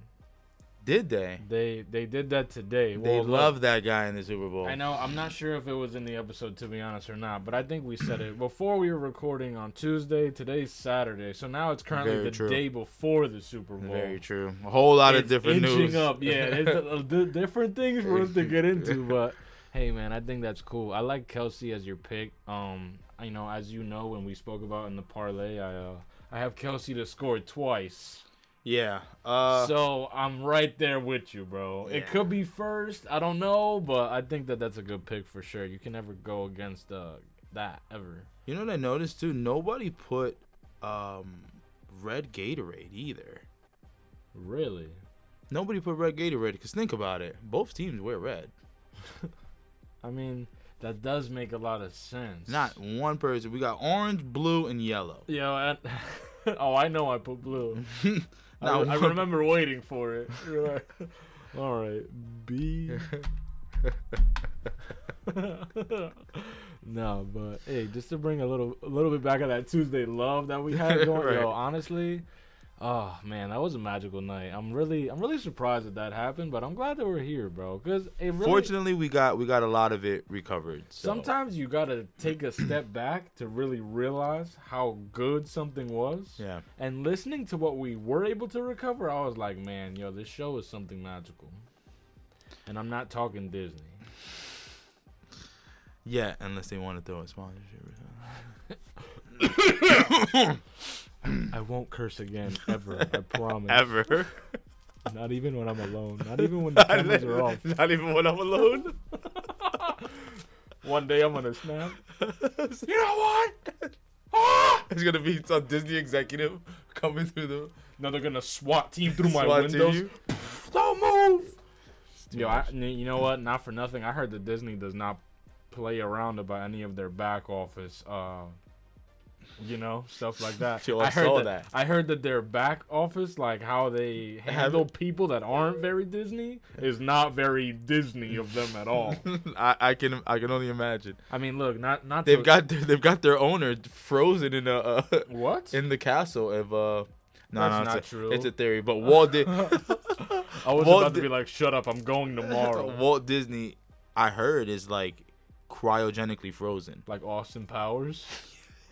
[SPEAKER 3] Did they?
[SPEAKER 1] They they did that today.
[SPEAKER 3] They
[SPEAKER 1] Well, look,
[SPEAKER 3] love that guy in the Super Bowl.
[SPEAKER 1] I know. I'm not sure if it was in the episode to be honest or not, but I think we said it before we were recording on Tuesday. Today's Saturday, so now it's currently
[SPEAKER 3] Very
[SPEAKER 1] the
[SPEAKER 3] true.
[SPEAKER 1] day before the Super Bowl.
[SPEAKER 3] Very true. A whole lot of
[SPEAKER 1] It's
[SPEAKER 3] different
[SPEAKER 1] inching
[SPEAKER 3] news.
[SPEAKER 1] up, yeah. There's a- a di- different things for us to get into, but hey, man, I think that's cool. I like Kelsey as your pick. Um, you know, as you know, when we spoke about in the parlay, I uh, I have Kelsey to score twice,
[SPEAKER 3] yeah. Uh,
[SPEAKER 1] so I'm right there with you, bro. It
[SPEAKER 3] Yeah.
[SPEAKER 1] could be first, I don't know, but I think that that's a good pick for sure. You can never go against uh that ever.
[SPEAKER 3] you know what I noticed too? Nobody put um, red Gatorade either.
[SPEAKER 1] Really?
[SPEAKER 3] Nobody put red Gatorade because think about it. Both teams wear red.
[SPEAKER 1] I mean, that does make a lot of sense.
[SPEAKER 3] Not one person. We got orange, blue, and yellow.
[SPEAKER 1] Yo, I, oh, I know I put blue.
[SPEAKER 3] Not
[SPEAKER 1] I, I
[SPEAKER 3] one-
[SPEAKER 1] remember waiting for it. You're like, All right, B. no, but hey, just to bring a little, a little bit back of that Tuesday love that we had going.
[SPEAKER 3] Right.
[SPEAKER 1] Yo, honestly, oh man, that was a magical night. I'm really, I'm really surprised that that happened, but I'm glad that we're here, bro. Cause it really,
[SPEAKER 3] Fortunately, we got we got a lot of it recovered. So.
[SPEAKER 1] sometimes you gotta take a step back to really realize how good something was.
[SPEAKER 3] Yeah.
[SPEAKER 1] And listening to what we were able to recover, I was like, man, yo, this show is something magical. And I'm not talking Disney.
[SPEAKER 3] Yeah, unless they want to throw a sponsorship. or something.
[SPEAKER 1] I won't curse again ever. I promise.
[SPEAKER 3] Ever.
[SPEAKER 1] Not even when I'm alone. Not even when the cameras are off.
[SPEAKER 3] Not even when I'm alone.
[SPEAKER 1] One day I'm gonna snap.
[SPEAKER 3] you know what? Ah! It's gonna be some Disney executive coming through the
[SPEAKER 1] No, they're gonna SWAT team through my
[SPEAKER 3] SWAT to
[SPEAKER 1] windows.
[SPEAKER 3] you.
[SPEAKER 1] Don't move. Yo, I, n- you know what? Not for nothing. I heard that Disney does not play around about any of their back office, uh, you know, stuff like that.
[SPEAKER 3] Yo, I
[SPEAKER 1] heard
[SPEAKER 3] saw that.
[SPEAKER 1] I heard that their back office, like how they handle people that aren't very Disney, is not very Disney of them at all.
[SPEAKER 3] I, I can I can only imagine.
[SPEAKER 1] I mean, look, not not
[SPEAKER 3] They've
[SPEAKER 1] to-
[SPEAKER 3] got their, they've got their owner frozen in a uh,
[SPEAKER 1] what?
[SPEAKER 3] in the castle of uh. No,
[SPEAKER 1] That's
[SPEAKER 3] no, it's
[SPEAKER 1] not
[SPEAKER 3] a,
[SPEAKER 1] true.
[SPEAKER 3] It's a theory, but Walt did.
[SPEAKER 1] I was
[SPEAKER 3] Walt
[SPEAKER 1] about to
[SPEAKER 3] Di-
[SPEAKER 1] be like, shut up, I'm going tomorrow.
[SPEAKER 3] Walt Disney, I heard, is like cryogenically frozen.
[SPEAKER 1] Like Austin Powers.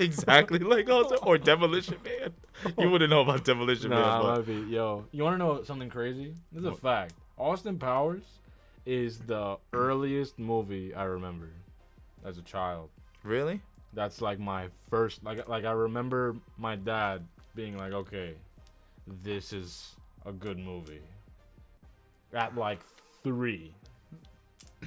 [SPEAKER 3] Exactly like also or Demolition Man. You wouldn't know about Demolition
[SPEAKER 1] Nah, I
[SPEAKER 3] Man. But
[SPEAKER 1] love it. Yo, you want to know something crazy? This is a
[SPEAKER 3] What?
[SPEAKER 1] fact. Austin Powers is the earliest movie I remember as a child.
[SPEAKER 3] really?
[SPEAKER 1] That's like my first. Like, like I remember my dad being like, "Okay, this is a good movie." At like three.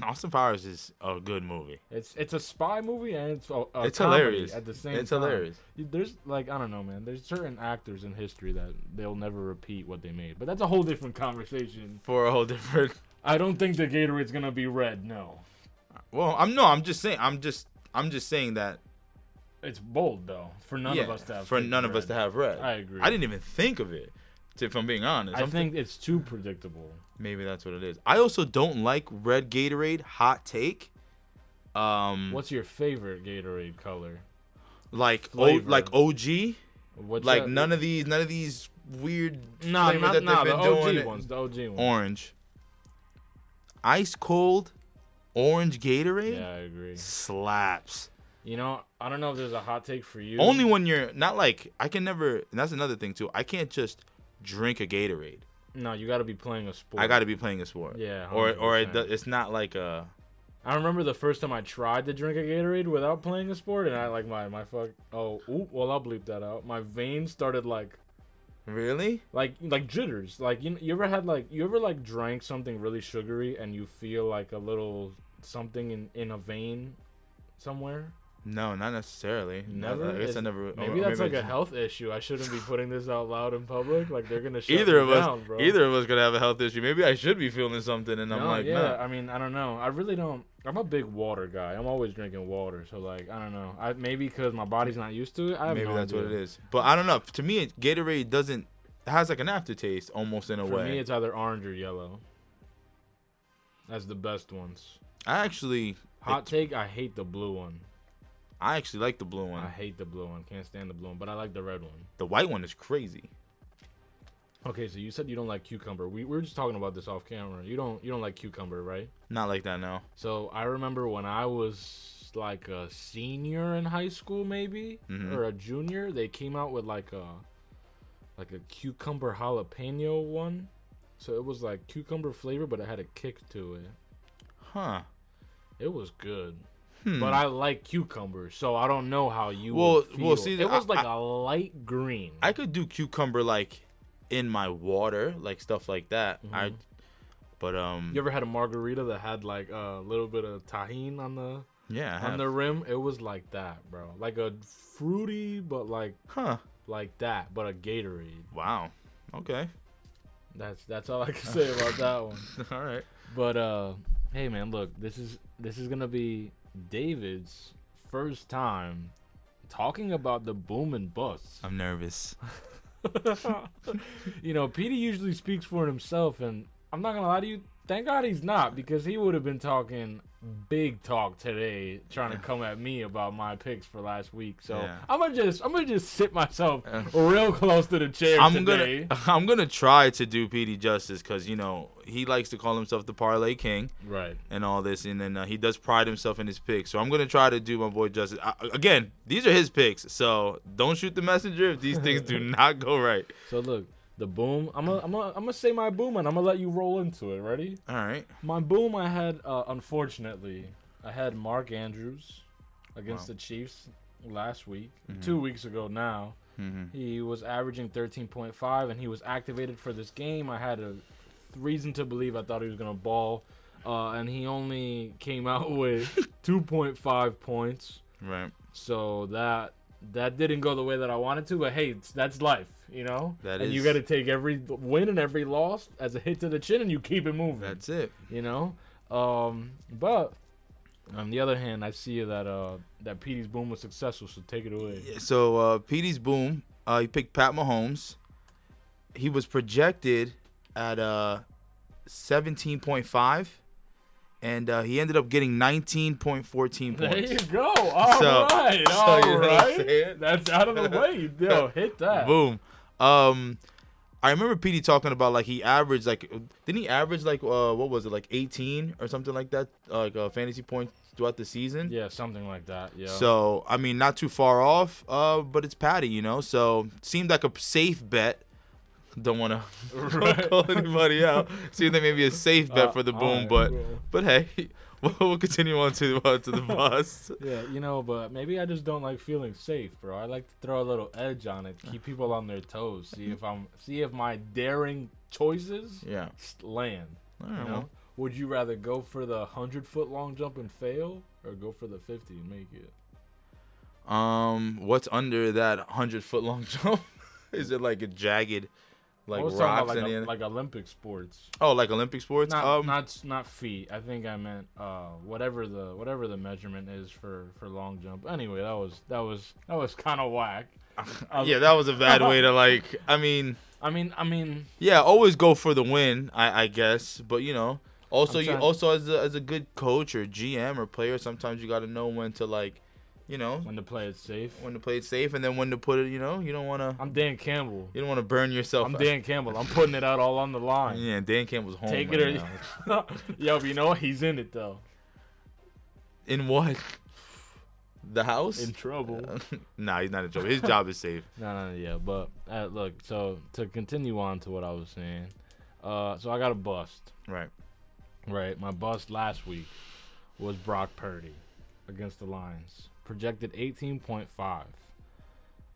[SPEAKER 3] Austin Powers is a good movie.
[SPEAKER 1] It's it's a spy movie and it's a, a
[SPEAKER 3] it's
[SPEAKER 1] comedy
[SPEAKER 3] hilarious.
[SPEAKER 1] at the same
[SPEAKER 3] it's
[SPEAKER 1] time.
[SPEAKER 3] hilarious.
[SPEAKER 1] You- There's like I don't know, man. There's certain actors in history that they'll never repeat what they made, but that's a whole different conversation.
[SPEAKER 3] For a whole different.
[SPEAKER 1] I don't think the Gatorade's gonna be red. No,
[SPEAKER 3] Well, I'm no. I'm just saying. I'm just. I'm just saying that.
[SPEAKER 1] it's bold though for none
[SPEAKER 3] yeah,
[SPEAKER 1] of us to have.
[SPEAKER 3] for
[SPEAKER 1] picked
[SPEAKER 3] none of us
[SPEAKER 1] red.
[SPEAKER 3] to have red.
[SPEAKER 1] I agree.
[SPEAKER 3] I didn't even think of it. to- If I'm being honest,
[SPEAKER 1] I
[SPEAKER 3] I'm thi-
[SPEAKER 1] think it's too predictable.
[SPEAKER 3] maybe that's what it is. I also don't like red Gatorade. Hot take. Um,
[SPEAKER 1] What's your favorite Gatorade color?
[SPEAKER 3] like o-
[SPEAKER 1] flavor?
[SPEAKER 3] like OG.
[SPEAKER 1] What's
[SPEAKER 3] like
[SPEAKER 1] that-
[SPEAKER 3] none of these none of these weird
[SPEAKER 1] Nah,
[SPEAKER 3] flavors
[SPEAKER 1] not,
[SPEAKER 3] that
[SPEAKER 1] nah,
[SPEAKER 3] they've
[SPEAKER 1] the
[SPEAKER 3] been
[SPEAKER 1] OG
[SPEAKER 3] doing.
[SPEAKER 1] ones. The OG ones.
[SPEAKER 3] Orange. Ice cold orange Gatorade
[SPEAKER 1] Yeah, I agree.
[SPEAKER 3] slaps.
[SPEAKER 1] You know, I don't know if there's a hot take for you.
[SPEAKER 3] Only when you're not like I can never and that's another thing too. I can't just drink a Gatorade.
[SPEAKER 1] no, you got to be playing a sport.
[SPEAKER 3] I got to be playing a sport.
[SPEAKER 1] Yeah,
[SPEAKER 3] Or or it,
[SPEAKER 1] 100%.
[SPEAKER 3] do- it's not like a
[SPEAKER 1] I remember the first time I tried to drink a Gatorade without playing a sport, and I like my my fuck. Oh, oop, well I'll bleep that out. My veins started like
[SPEAKER 3] really?
[SPEAKER 1] like like jitters. Like you you ever had like you ever like drank something really sugary and you feel like a little something in in a vein somewhere.
[SPEAKER 3] No, not necessarily. No,
[SPEAKER 1] Never.
[SPEAKER 3] I guess I
[SPEAKER 1] Is-
[SPEAKER 3] never.
[SPEAKER 1] Maybe
[SPEAKER 3] or
[SPEAKER 1] that's
[SPEAKER 3] maybe
[SPEAKER 1] like a
[SPEAKER 3] I-
[SPEAKER 1] health issue. I shouldn't be putting this out loud in public. Like they're gonna shut
[SPEAKER 3] Either
[SPEAKER 1] me
[SPEAKER 3] of us,
[SPEAKER 1] down, bro.
[SPEAKER 3] either of us could have a health issue. Maybe I should be feeling something, and I'm
[SPEAKER 1] No,
[SPEAKER 3] like,
[SPEAKER 1] yeah.
[SPEAKER 3] nah.
[SPEAKER 1] I mean, I don't know. I really don't. I'm a big water guy. I'm always drinking water. So like, I don't know. I maybe because my body's not used to it. I have
[SPEAKER 3] Maybe
[SPEAKER 1] no
[SPEAKER 3] that's what
[SPEAKER 1] idea.
[SPEAKER 3] it is. But I don't know. To me, it- Gatorade doesn't it has like an aftertaste almost in a
[SPEAKER 1] For
[SPEAKER 3] way.
[SPEAKER 1] me, it's either orange or yellow. That's the best ones.
[SPEAKER 3] I actually,
[SPEAKER 1] Hot take: I hate the blue one.
[SPEAKER 3] I actually like the blue one.
[SPEAKER 1] I hate the blue one. Can't stand the blue one, but I like the red one.
[SPEAKER 3] The white one is crazy.
[SPEAKER 1] Okay, so you said you don't like cucumber. We, we were just talking about this off camera. You don't you don't like cucumber, right?
[SPEAKER 3] Not like that now.
[SPEAKER 1] So I remember when I was like a senior in high school, maybe
[SPEAKER 3] Mhm.
[SPEAKER 1] or a junior, they came out with like a like a cucumber jalapeno one. So it was like cucumber flavor, but it had a kick to it.
[SPEAKER 3] Huh.
[SPEAKER 1] It was good,
[SPEAKER 3] Hmm.
[SPEAKER 1] but I like cucumber, so I don't know how you.
[SPEAKER 3] Well-
[SPEAKER 1] would
[SPEAKER 3] well,
[SPEAKER 1] feel.
[SPEAKER 3] see,
[SPEAKER 1] it was
[SPEAKER 3] I-
[SPEAKER 1] like a light green.
[SPEAKER 3] I could do cucumber like in my water, like stuff like that.
[SPEAKER 1] Mm-hmm.
[SPEAKER 3] I, but um,
[SPEAKER 1] you ever had a margarita that had like a little bit of tahine on the
[SPEAKER 3] yeah, I
[SPEAKER 1] on
[SPEAKER 3] have.
[SPEAKER 1] the rim? It was like that, bro. Like a fruity, but like
[SPEAKER 3] huh.
[SPEAKER 1] like that, but a Gatorade.
[SPEAKER 3] Wow. Okay.
[SPEAKER 1] That's that's all I can say about that one.
[SPEAKER 3] All right.
[SPEAKER 1] But uh, hey man, look, this is this is gonna be David's first time talking about the boom and bust.
[SPEAKER 3] I'm nervous.
[SPEAKER 1] you know, Petey usually speaks for himself, and I'm not gonna lie to you. Thank God he's not, because he would have been talking big talk today, trying to come at me about my picks for last week. So
[SPEAKER 3] Yeah.
[SPEAKER 1] I'm gonna just I'm gonna just sit myself
[SPEAKER 3] Yeah.
[SPEAKER 1] real close to the chair
[SPEAKER 3] I'm
[SPEAKER 1] today.
[SPEAKER 3] gonna I'm gonna try to do PD justice because you know he likes to call himself the parlay king.
[SPEAKER 1] Right.
[SPEAKER 3] and all this, and then uh, he does pride himself in his picks. So I'm gonna try to do my boy justice. I, again, these are his picks, so don't shoot the messenger if these things do not go right.
[SPEAKER 1] So look, the boom. I'm gonna I'm gonna I'm gonna say my boom, and I'm gonna let you roll into it. Ready?
[SPEAKER 3] All right,
[SPEAKER 1] My boom. I had uh, unfortunately, I had Mark Andrews against
[SPEAKER 3] Wow. Mm-hmm.
[SPEAKER 1] the Chiefs last week, two weeks ago now.
[SPEAKER 3] Mhm.
[SPEAKER 1] He was averaging 13.5, and he was activated for this game. I had a reason to believe I thought he was gonna ball, uh, and he only came out with 2.5 points.
[SPEAKER 3] right.
[SPEAKER 1] So that that didn't go the way that I wanted to, but hey, it's- that's life, you know.
[SPEAKER 3] That
[SPEAKER 1] and you
[SPEAKER 3] is-
[SPEAKER 1] got to take every win and every loss as a hit to the chin, and you keep it moving.
[SPEAKER 3] That's it.
[SPEAKER 1] you know. Um, but on the other hand, I see that uh that Petey's boom was successful, so take it away.
[SPEAKER 3] Yeah, So uh, PD's boom. Uh, he picked Pat Mahomes. He was projected at uh, 17.5, and uh, he ended up getting 19.14
[SPEAKER 1] There you
[SPEAKER 3] points.
[SPEAKER 1] go. All
[SPEAKER 3] So-
[SPEAKER 1] right,
[SPEAKER 3] so
[SPEAKER 1] all
[SPEAKER 3] you know what I'm
[SPEAKER 1] right.
[SPEAKER 3] saying?
[SPEAKER 1] That's out of the way. Yo, hit that.
[SPEAKER 3] Boom. Um, I remember Petey talking about like he averaged like didn't he average like uh what was it like 18 or something like that like uh, fantasy points throughout the season.
[SPEAKER 1] Yeah, something like that. Yeah.
[SPEAKER 3] So I mean not too far off. Uh, but it's Patty, you know. So seemed like a safe bet. Don't want to
[SPEAKER 1] Right.
[SPEAKER 3] call anybody out. Seemed like maybe a safe bet
[SPEAKER 1] Uh,
[SPEAKER 3] for the
[SPEAKER 1] all
[SPEAKER 3] boom,
[SPEAKER 1] right,
[SPEAKER 3] but
[SPEAKER 1] cool.
[SPEAKER 3] but hey, we'll, we'll continue on to uh, to the bus.
[SPEAKER 1] Yeah, you know, but maybe I just don't like feeling safe, bro. I like to throw a little edge on it, keep people on their toes, see if I'm, see if my daring choices
[SPEAKER 3] yeah. Uh-huh.
[SPEAKER 1] s- land.
[SPEAKER 3] All
[SPEAKER 1] You
[SPEAKER 3] right,
[SPEAKER 1] know,
[SPEAKER 3] well,
[SPEAKER 1] Would you rather go for the hundred foot long jump and fail, or go for the fifty and make it?
[SPEAKER 3] Um, what's under that hundred foot long jump? Is it like a jagged, like
[SPEAKER 1] I was Oh, talking about
[SPEAKER 3] rocks in
[SPEAKER 1] like,
[SPEAKER 3] the
[SPEAKER 1] a,
[SPEAKER 3] end?
[SPEAKER 1] like Olympic sports,
[SPEAKER 3] oh, like Olympic sports?
[SPEAKER 1] not
[SPEAKER 3] um,
[SPEAKER 1] not s- not feet. I think I meant uh whatever the whatever the measurement is for for long jump. Anyway, that was that was that was kind of whack. I was-
[SPEAKER 3] yeah, that was a bad way to like. I mean,
[SPEAKER 1] I mean, I mean,
[SPEAKER 3] yeah, always go for the win, I, I guess. But you know, also
[SPEAKER 1] I'm
[SPEAKER 3] you
[SPEAKER 1] trying-
[SPEAKER 3] also as a, as a good coach or GM or player, sometimes you got to know when to like, you know,
[SPEAKER 1] when to play it safe.
[SPEAKER 3] when to play it safe and then when to put it. You know, you don't want to
[SPEAKER 1] I'm Dan Campbell.
[SPEAKER 3] you don't want to burn yourself.
[SPEAKER 1] I'm
[SPEAKER 3] out.
[SPEAKER 1] Dan Campbell. I'm putting it out all on the line.
[SPEAKER 3] Yeah, Oh Dan Campbell's home.
[SPEAKER 1] Take
[SPEAKER 3] right
[SPEAKER 1] it
[SPEAKER 3] now.
[SPEAKER 1] or yo, but you know what? He's in it though.
[SPEAKER 3] In what? The house?
[SPEAKER 1] In trouble.
[SPEAKER 3] nah, he's not in trouble. His job is safe.
[SPEAKER 1] No, no, yeah, but uh, look. So to continue on to what I was saying, uh, so I got a bust,
[SPEAKER 3] Right.
[SPEAKER 1] right? My bust last week was Brock Purdy against the Lions, projected 18.5.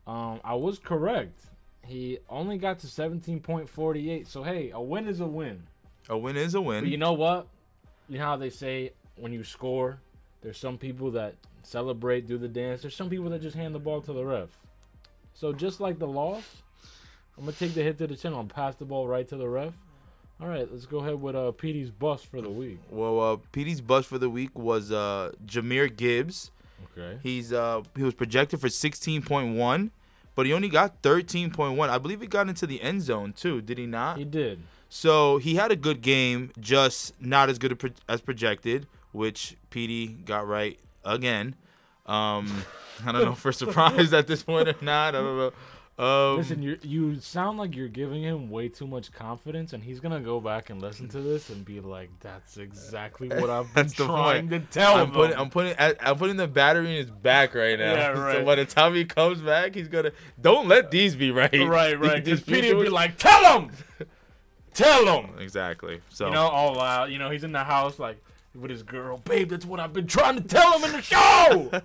[SPEAKER 1] Um, I was correct. He only got to 17.48. So hey, a win is a win.
[SPEAKER 3] A win is a win.
[SPEAKER 1] But you know what? You know how they say when you score, there's some people that celebrate, do the dance. There's some people that just hand the ball to the ref. So just like the loss, I'm gonna take the hit to the chin. I'll pass the ball right to the ref. All right, let's go ahead with uh, Petey's bust for the week.
[SPEAKER 3] well, uh, PD's bust for the week was uh, Jameer Gibbs.
[SPEAKER 1] Okay.
[SPEAKER 3] He's uh, he was projected for 16.1, but he only got 13.1. I believe he got into the end zone too. Did he not?
[SPEAKER 1] He did.
[SPEAKER 3] So he had a good game, just not as good a pro- as projected, which PD got right again. Um, I don't know if we're surprised at this point or not. I don't know. Um,
[SPEAKER 1] Listen, you you sound like you're giving him way too much confidence, and he's gonna go back and listen to this and be like, "That's exactly what I've been
[SPEAKER 3] That's the
[SPEAKER 1] trying to
[SPEAKER 3] point.
[SPEAKER 1] tell
[SPEAKER 3] I'm
[SPEAKER 1] him."
[SPEAKER 3] putting, I'm putting, I- I'm putting the battery in his back right now.
[SPEAKER 1] Yeah,
[SPEAKER 3] So
[SPEAKER 1] right.
[SPEAKER 3] by the time he comes back, he's gonna. Don't let these be right.
[SPEAKER 1] Right, right.
[SPEAKER 3] These-
[SPEAKER 1] Because
[SPEAKER 3] these
[SPEAKER 1] Petey would be
[SPEAKER 3] people-
[SPEAKER 1] like, "Tell him, tell him."
[SPEAKER 3] Exactly. So
[SPEAKER 1] You know, all loud. You know, he's in the house like with his girl, babe. That's what I've been trying to tell him in the show.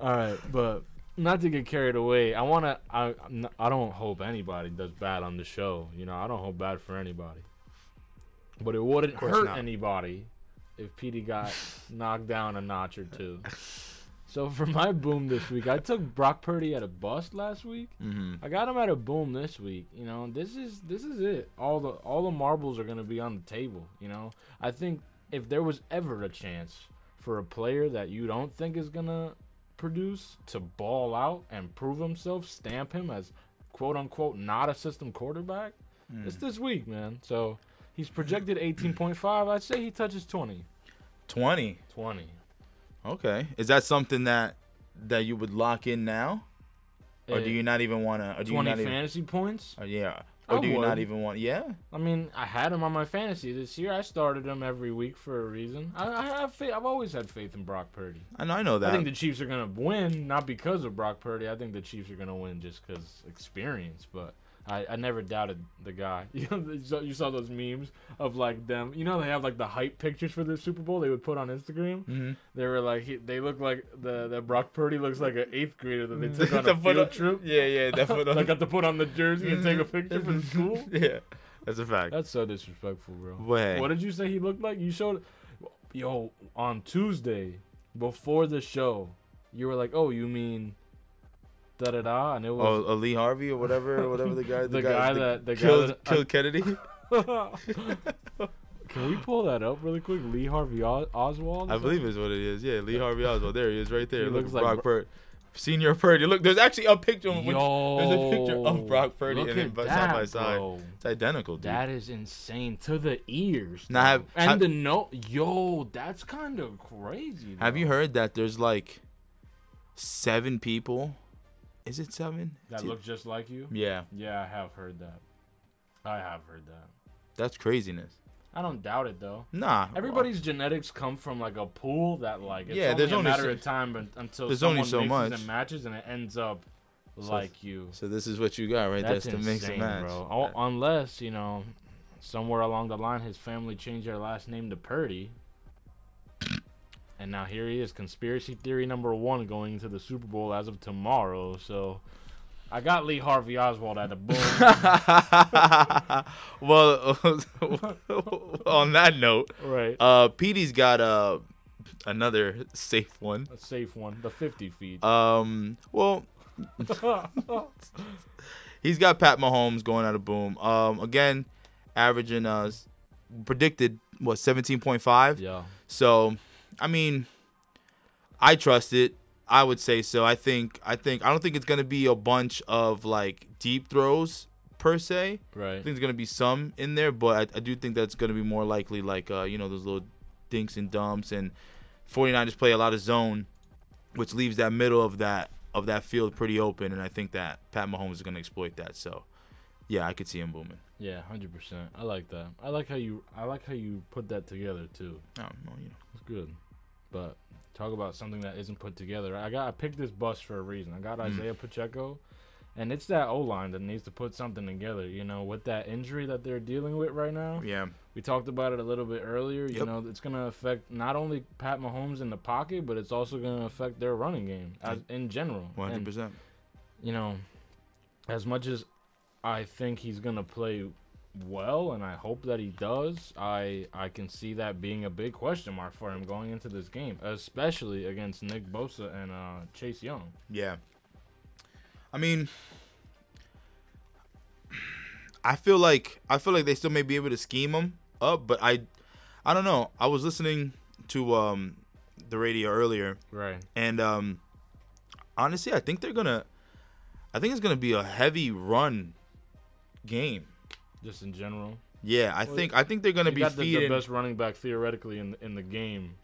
[SPEAKER 1] all right, but not to get carried away. I wanna. I I'm not- I don't hope anybody does bad on the show. You know, I don't hope bad for anybody. But it wouldn't
[SPEAKER 3] course
[SPEAKER 1] hurt
[SPEAKER 3] not.
[SPEAKER 1] anybody if Petey got knocked down a notch or two. So for my boom this week, I took Brock Purdy at a bust last week.
[SPEAKER 3] hmm
[SPEAKER 1] I got him at a boom this week. You know, this is this is it. All the all the marbles are gonna be on the table. You know, I think if there was ever a chance for a player that you don't think is gonna produce to ball out and prove himself, stamp him as quote unquote not a system quarterback,
[SPEAKER 3] Hmm.
[SPEAKER 1] it's this week, man. So he's projected 18.5. I'd say he touches 20.
[SPEAKER 3] Twenty.
[SPEAKER 1] 20.
[SPEAKER 3] Okay. Is that something that that you would lock in now, or
[SPEAKER 1] Eh,
[SPEAKER 3] do you not even wanna? Or do you
[SPEAKER 1] 20
[SPEAKER 3] not even?
[SPEAKER 1] fantasy points?
[SPEAKER 3] Or, yeah. Or
[SPEAKER 1] I
[SPEAKER 3] do you
[SPEAKER 1] would.
[SPEAKER 3] not even want? Yeah.
[SPEAKER 1] I mean, I had him on my fantasy this year. I started him every week for a reason. I, I have faith. I've always had faith in Brock Purdy.
[SPEAKER 3] I know. I know
[SPEAKER 1] I
[SPEAKER 3] that.
[SPEAKER 1] think the Chiefs are gonna win, not because of Brock Purdy. I think the Chiefs are gonna win just because experience. But I, I never doubted the guy. You know, you saw- you saw those memes of like them. You know, they have like the hype pictures for the Super Bowl. They would put on Instagram.
[SPEAKER 3] Mhm.
[SPEAKER 1] They were like, he, they look like the that Brock Purdy looks like an eighth grader that they
[SPEAKER 3] Mm.
[SPEAKER 1] took on
[SPEAKER 3] The
[SPEAKER 1] a
[SPEAKER 3] photo-
[SPEAKER 1] field trip.
[SPEAKER 3] Yeah, yeah,
[SPEAKER 1] I
[SPEAKER 3] definitely.
[SPEAKER 1] got to put on the jersey and take a picture for the school.
[SPEAKER 3] yeah, that's a fact.
[SPEAKER 1] That's so disrespectful, bro.
[SPEAKER 3] But hey,
[SPEAKER 1] What did you say he looked like? You showed, yo, on Tuesday before the show, you were like, "Oh, you mean da da da," and it
[SPEAKER 3] oh,
[SPEAKER 1] was
[SPEAKER 3] uh, Lee Harvey or whatever, whatever the guy, the,
[SPEAKER 1] the guy that the
[SPEAKER 3] killed,
[SPEAKER 1] guy. That,
[SPEAKER 3] killed Kennedy. Oh.
[SPEAKER 1] can we pull that up really quick? Lee Harvey Os- Oswald.
[SPEAKER 3] I believe is what it is. Yeah, Lee Harvey Oswald. There he is, right there.
[SPEAKER 1] He
[SPEAKER 3] Look,
[SPEAKER 1] looks
[SPEAKER 3] at
[SPEAKER 1] like
[SPEAKER 3] Brock
[SPEAKER 1] Bro-
[SPEAKER 3] Purdy, senior Purdy. Look, there's actually a picture. Of which,
[SPEAKER 1] Yo,
[SPEAKER 3] there's a picture of Brock Purdy
[SPEAKER 1] look
[SPEAKER 3] and then
[SPEAKER 1] at
[SPEAKER 3] side
[SPEAKER 1] that,
[SPEAKER 3] by side.
[SPEAKER 1] bro.
[SPEAKER 3] it's identical, dude.
[SPEAKER 1] That is insane to the ears.
[SPEAKER 3] Now, have-
[SPEAKER 1] dude. and
[SPEAKER 3] have-
[SPEAKER 1] the no, yo, that's kind of crazy.
[SPEAKER 3] Have
[SPEAKER 1] though.
[SPEAKER 3] you heard that there's like seven people? Is it seven?
[SPEAKER 1] that
[SPEAKER 3] It's-
[SPEAKER 1] look just like you?
[SPEAKER 3] yeah,
[SPEAKER 1] Yeah, I have heard that. I have heard that.
[SPEAKER 3] that's craziness.
[SPEAKER 1] I don't doubt it though.
[SPEAKER 3] Nah,
[SPEAKER 1] Everybody's genetics come from like a pool that like it's
[SPEAKER 3] Yeah,
[SPEAKER 1] only
[SPEAKER 3] there's
[SPEAKER 1] a
[SPEAKER 3] only
[SPEAKER 1] matter
[SPEAKER 3] so-
[SPEAKER 1] of time un- until
[SPEAKER 3] there's
[SPEAKER 1] someone
[SPEAKER 3] only so
[SPEAKER 1] mixes
[SPEAKER 3] much.
[SPEAKER 1] and matches and it ends up like you.
[SPEAKER 3] So this is what you got right
[SPEAKER 1] That's
[SPEAKER 3] there. It's the mix and
[SPEAKER 1] insane,
[SPEAKER 3] match.
[SPEAKER 1] bro. Oh, unless you know, somewhere along the line, his family changed their last name to Purdy, and now here he is, conspiracy theory number one, going into the Super Bowl as of tomorrow. So I got Lee Harvey Oswald out of boom.
[SPEAKER 3] well, on that note,
[SPEAKER 1] right.
[SPEAKER 3] uh, Petey's got uh, another safe one.
[SPEAKER 1] a safe one. The 50 feet.
[SPEAKER 3] Um, well, he's got Pat Mahomes going out of boom. Um, again, averaging uh, s- predicted what 17.5.
[SPEAKER 1] yeah.
[SPEAKER 3] So, I mean, I trust it. I would say so. I think I think I don't think it's gonna be a bunch of like deep throws per se. I
[SPEAKER 1] Right.
[SPEAKER 3] think there's gonna be some in there, but I, I do think that's gonna be more likely like uh, you know those little dinks and dumps and 49ers play a lot of zone, which leaves that middle of that of that field pretty open, and I think that Pat Mahomes is gonna exploit that. So, yeah, I could see him booming.
[SPEAKER 1] Yeah, 100%. I like that. I like how you I like how you put that together too.
[SPEAKER 3] I don't know, you know.
[SPEAKER 1] It's good. But talk about something that isn't put together. I got I picked this bus for a reason. I
[SPEAKER 3] Mm.
[SPEAKER 1] got Isaiah Pacheco, and it's that O line that needs to put something together. You know, with that injury that they're dealing with right now.
[SPEAKER 3] Yeah,
[SPEAKER 1] We talked about it a little bit earlier. You
[SPEAKER 3] Yep.
[SPEAKER 1] know, it's gonna affect not only Pat Mahomes in the pocket, but it's also gonna affect their running game as, in general. And,
[SPEAKER 3] 100. percent
[SPEAKER 1] you know, as much as I think he's gonna play well, and I hope that he does, I I can see that being a big question mark for him going into this game, especially against Nick Bosa and uh, Chase Young.
[SPEAKER 3] Yeah. I mean, I feel like I feel like they still may be able to scheme him up, but I, I don't know. I was listening to um, the radio earlier,
[SPEAKER 1] Right.
[SPEAKER 3] and um, honestly, I think they're gonna, I think it's gonna be a heavy run game.
[SPEAKER 1] Just in general,
[SPEAKER 3] Yeah, I
[SPEAKER 1] Well,
[SPEAKER 3] think I think they're gonna
[SPEAKER 1] they
[SPEAKER 3] be
[SPEAKER 1] got the, the
[SPEAKER 3] feeding.
[SPEAKER 1] best running back theoretically in in the game.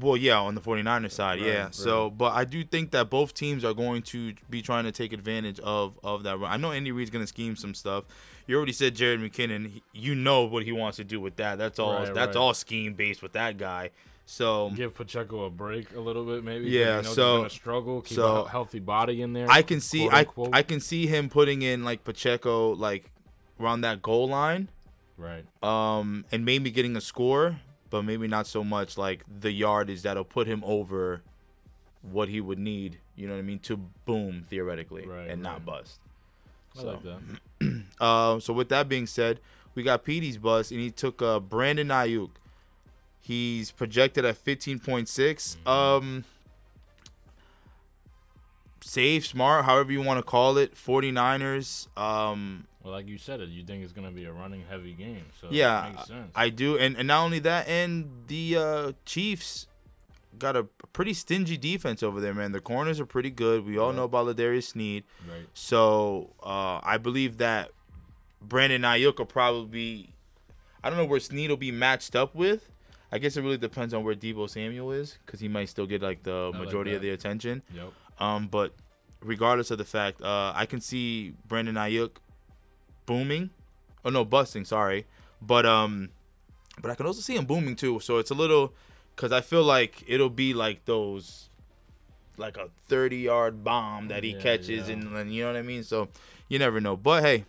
[SPEAKER 3] Well, yeah, on the 49ers side,
[SPEAKER 1] Right,
[SPEAKER 3] yeah.
[SPEAKER 1] right.
[SPEAKER 3] So, but I do think that both teams are going to be trying to take advantage of of that run. I know Andy Reid's going to scheme some stuff. You already said Jared McKinnon. he- You know what he wants to do with that. That's all.
[SPEAKER 1] Right,
[SPEAKER 3] that's
[SPEAKER 1] right.
[SPEAKER 3] all scheme based with that guy. So
[SPEAKER 1] Give Pacheco a break a little bit, maybe. 'cause
[SPEAKER 3] Yeah,
[SPEAKER 1] you know he's
[SPEAKER 3] so-
[SPEAKER 1] gonna struggle. Keep
[SPEAKER 3] so
[SPEAKER 1] a he- healthy body in there.
[SPEAKER 3] I can see
[SPEAKER 1] quote
[SPEAKER 3] I
[SPEAKER 1] unquote.
[SPEAKER 3] I can see him putting in like Pacheco like around that goal line,
[SPEAKER 1] right.
[SPEAKER 3] um, and maybe getting a score, but maybe not so much like the yardage that'll put him over what he would need. You know what I mean to boom theoretically
[SPEAKER 1] Right,
[SPEAKER 3] and not
[SPEAKER 1] right.
[SPEAKER 3] bust.
[SPEAKER 1] I
[SPEAKER 3] So.
[SPEAKER 1] like that.
[SPEAKER 3] Uh, so with that being said, we got Petey's bus, and he took uh, Brandon Ayuk. He's projected at 15.6.
[SPEAKER 1] Mm-hmm.
[SPEAKER 3] Um, safe, smart, however you want to call it. 49ers. Um,
[SPEAKER 1] Well, like you said, it you think it's gonna be a running heavy game. So it
[SPEAKER 3] Yeah,
[SPEAKER 1] makes sense.
[SPEAKER 3] I do, and, and not only that, and the uh, Chiefs got a pretty stingy defense over there, man. The corners are pretty good. We all
[SPEAKER 1] Yeah.
[SPEAKER 3] know about Ladarius Sneed.
[SPEAKER 1] right.
[SPEAKER 3] So uh, I believe that Brandon Ayuk will probably be. I don't know where Snead will be matched up with. I guess it really depends on where Debo Samuel is, because he might still get like the
[SPEAKER 1] like
[SPEAKER 3] majority of
[SPEAKER 1] that.
[SPEAKER 3] the attention.
[SPEAKER 1] Yep.
[SPEAKER 3] Um, but regardless of the fact, uh, I can see Brandon Ayuk booming. Oh no, busting. Sorry, but um, but I can also see him booming too. So it's a little, cause I feel like it'll be like those, like a thirty-yard bomb that he
[SPEAKER 1] Yeah,
[SPEAKER 3] catches,
[SPEAKER 1] yeah.
[SPEAKER 3] and, and you know what I mean. So you never know. But hey,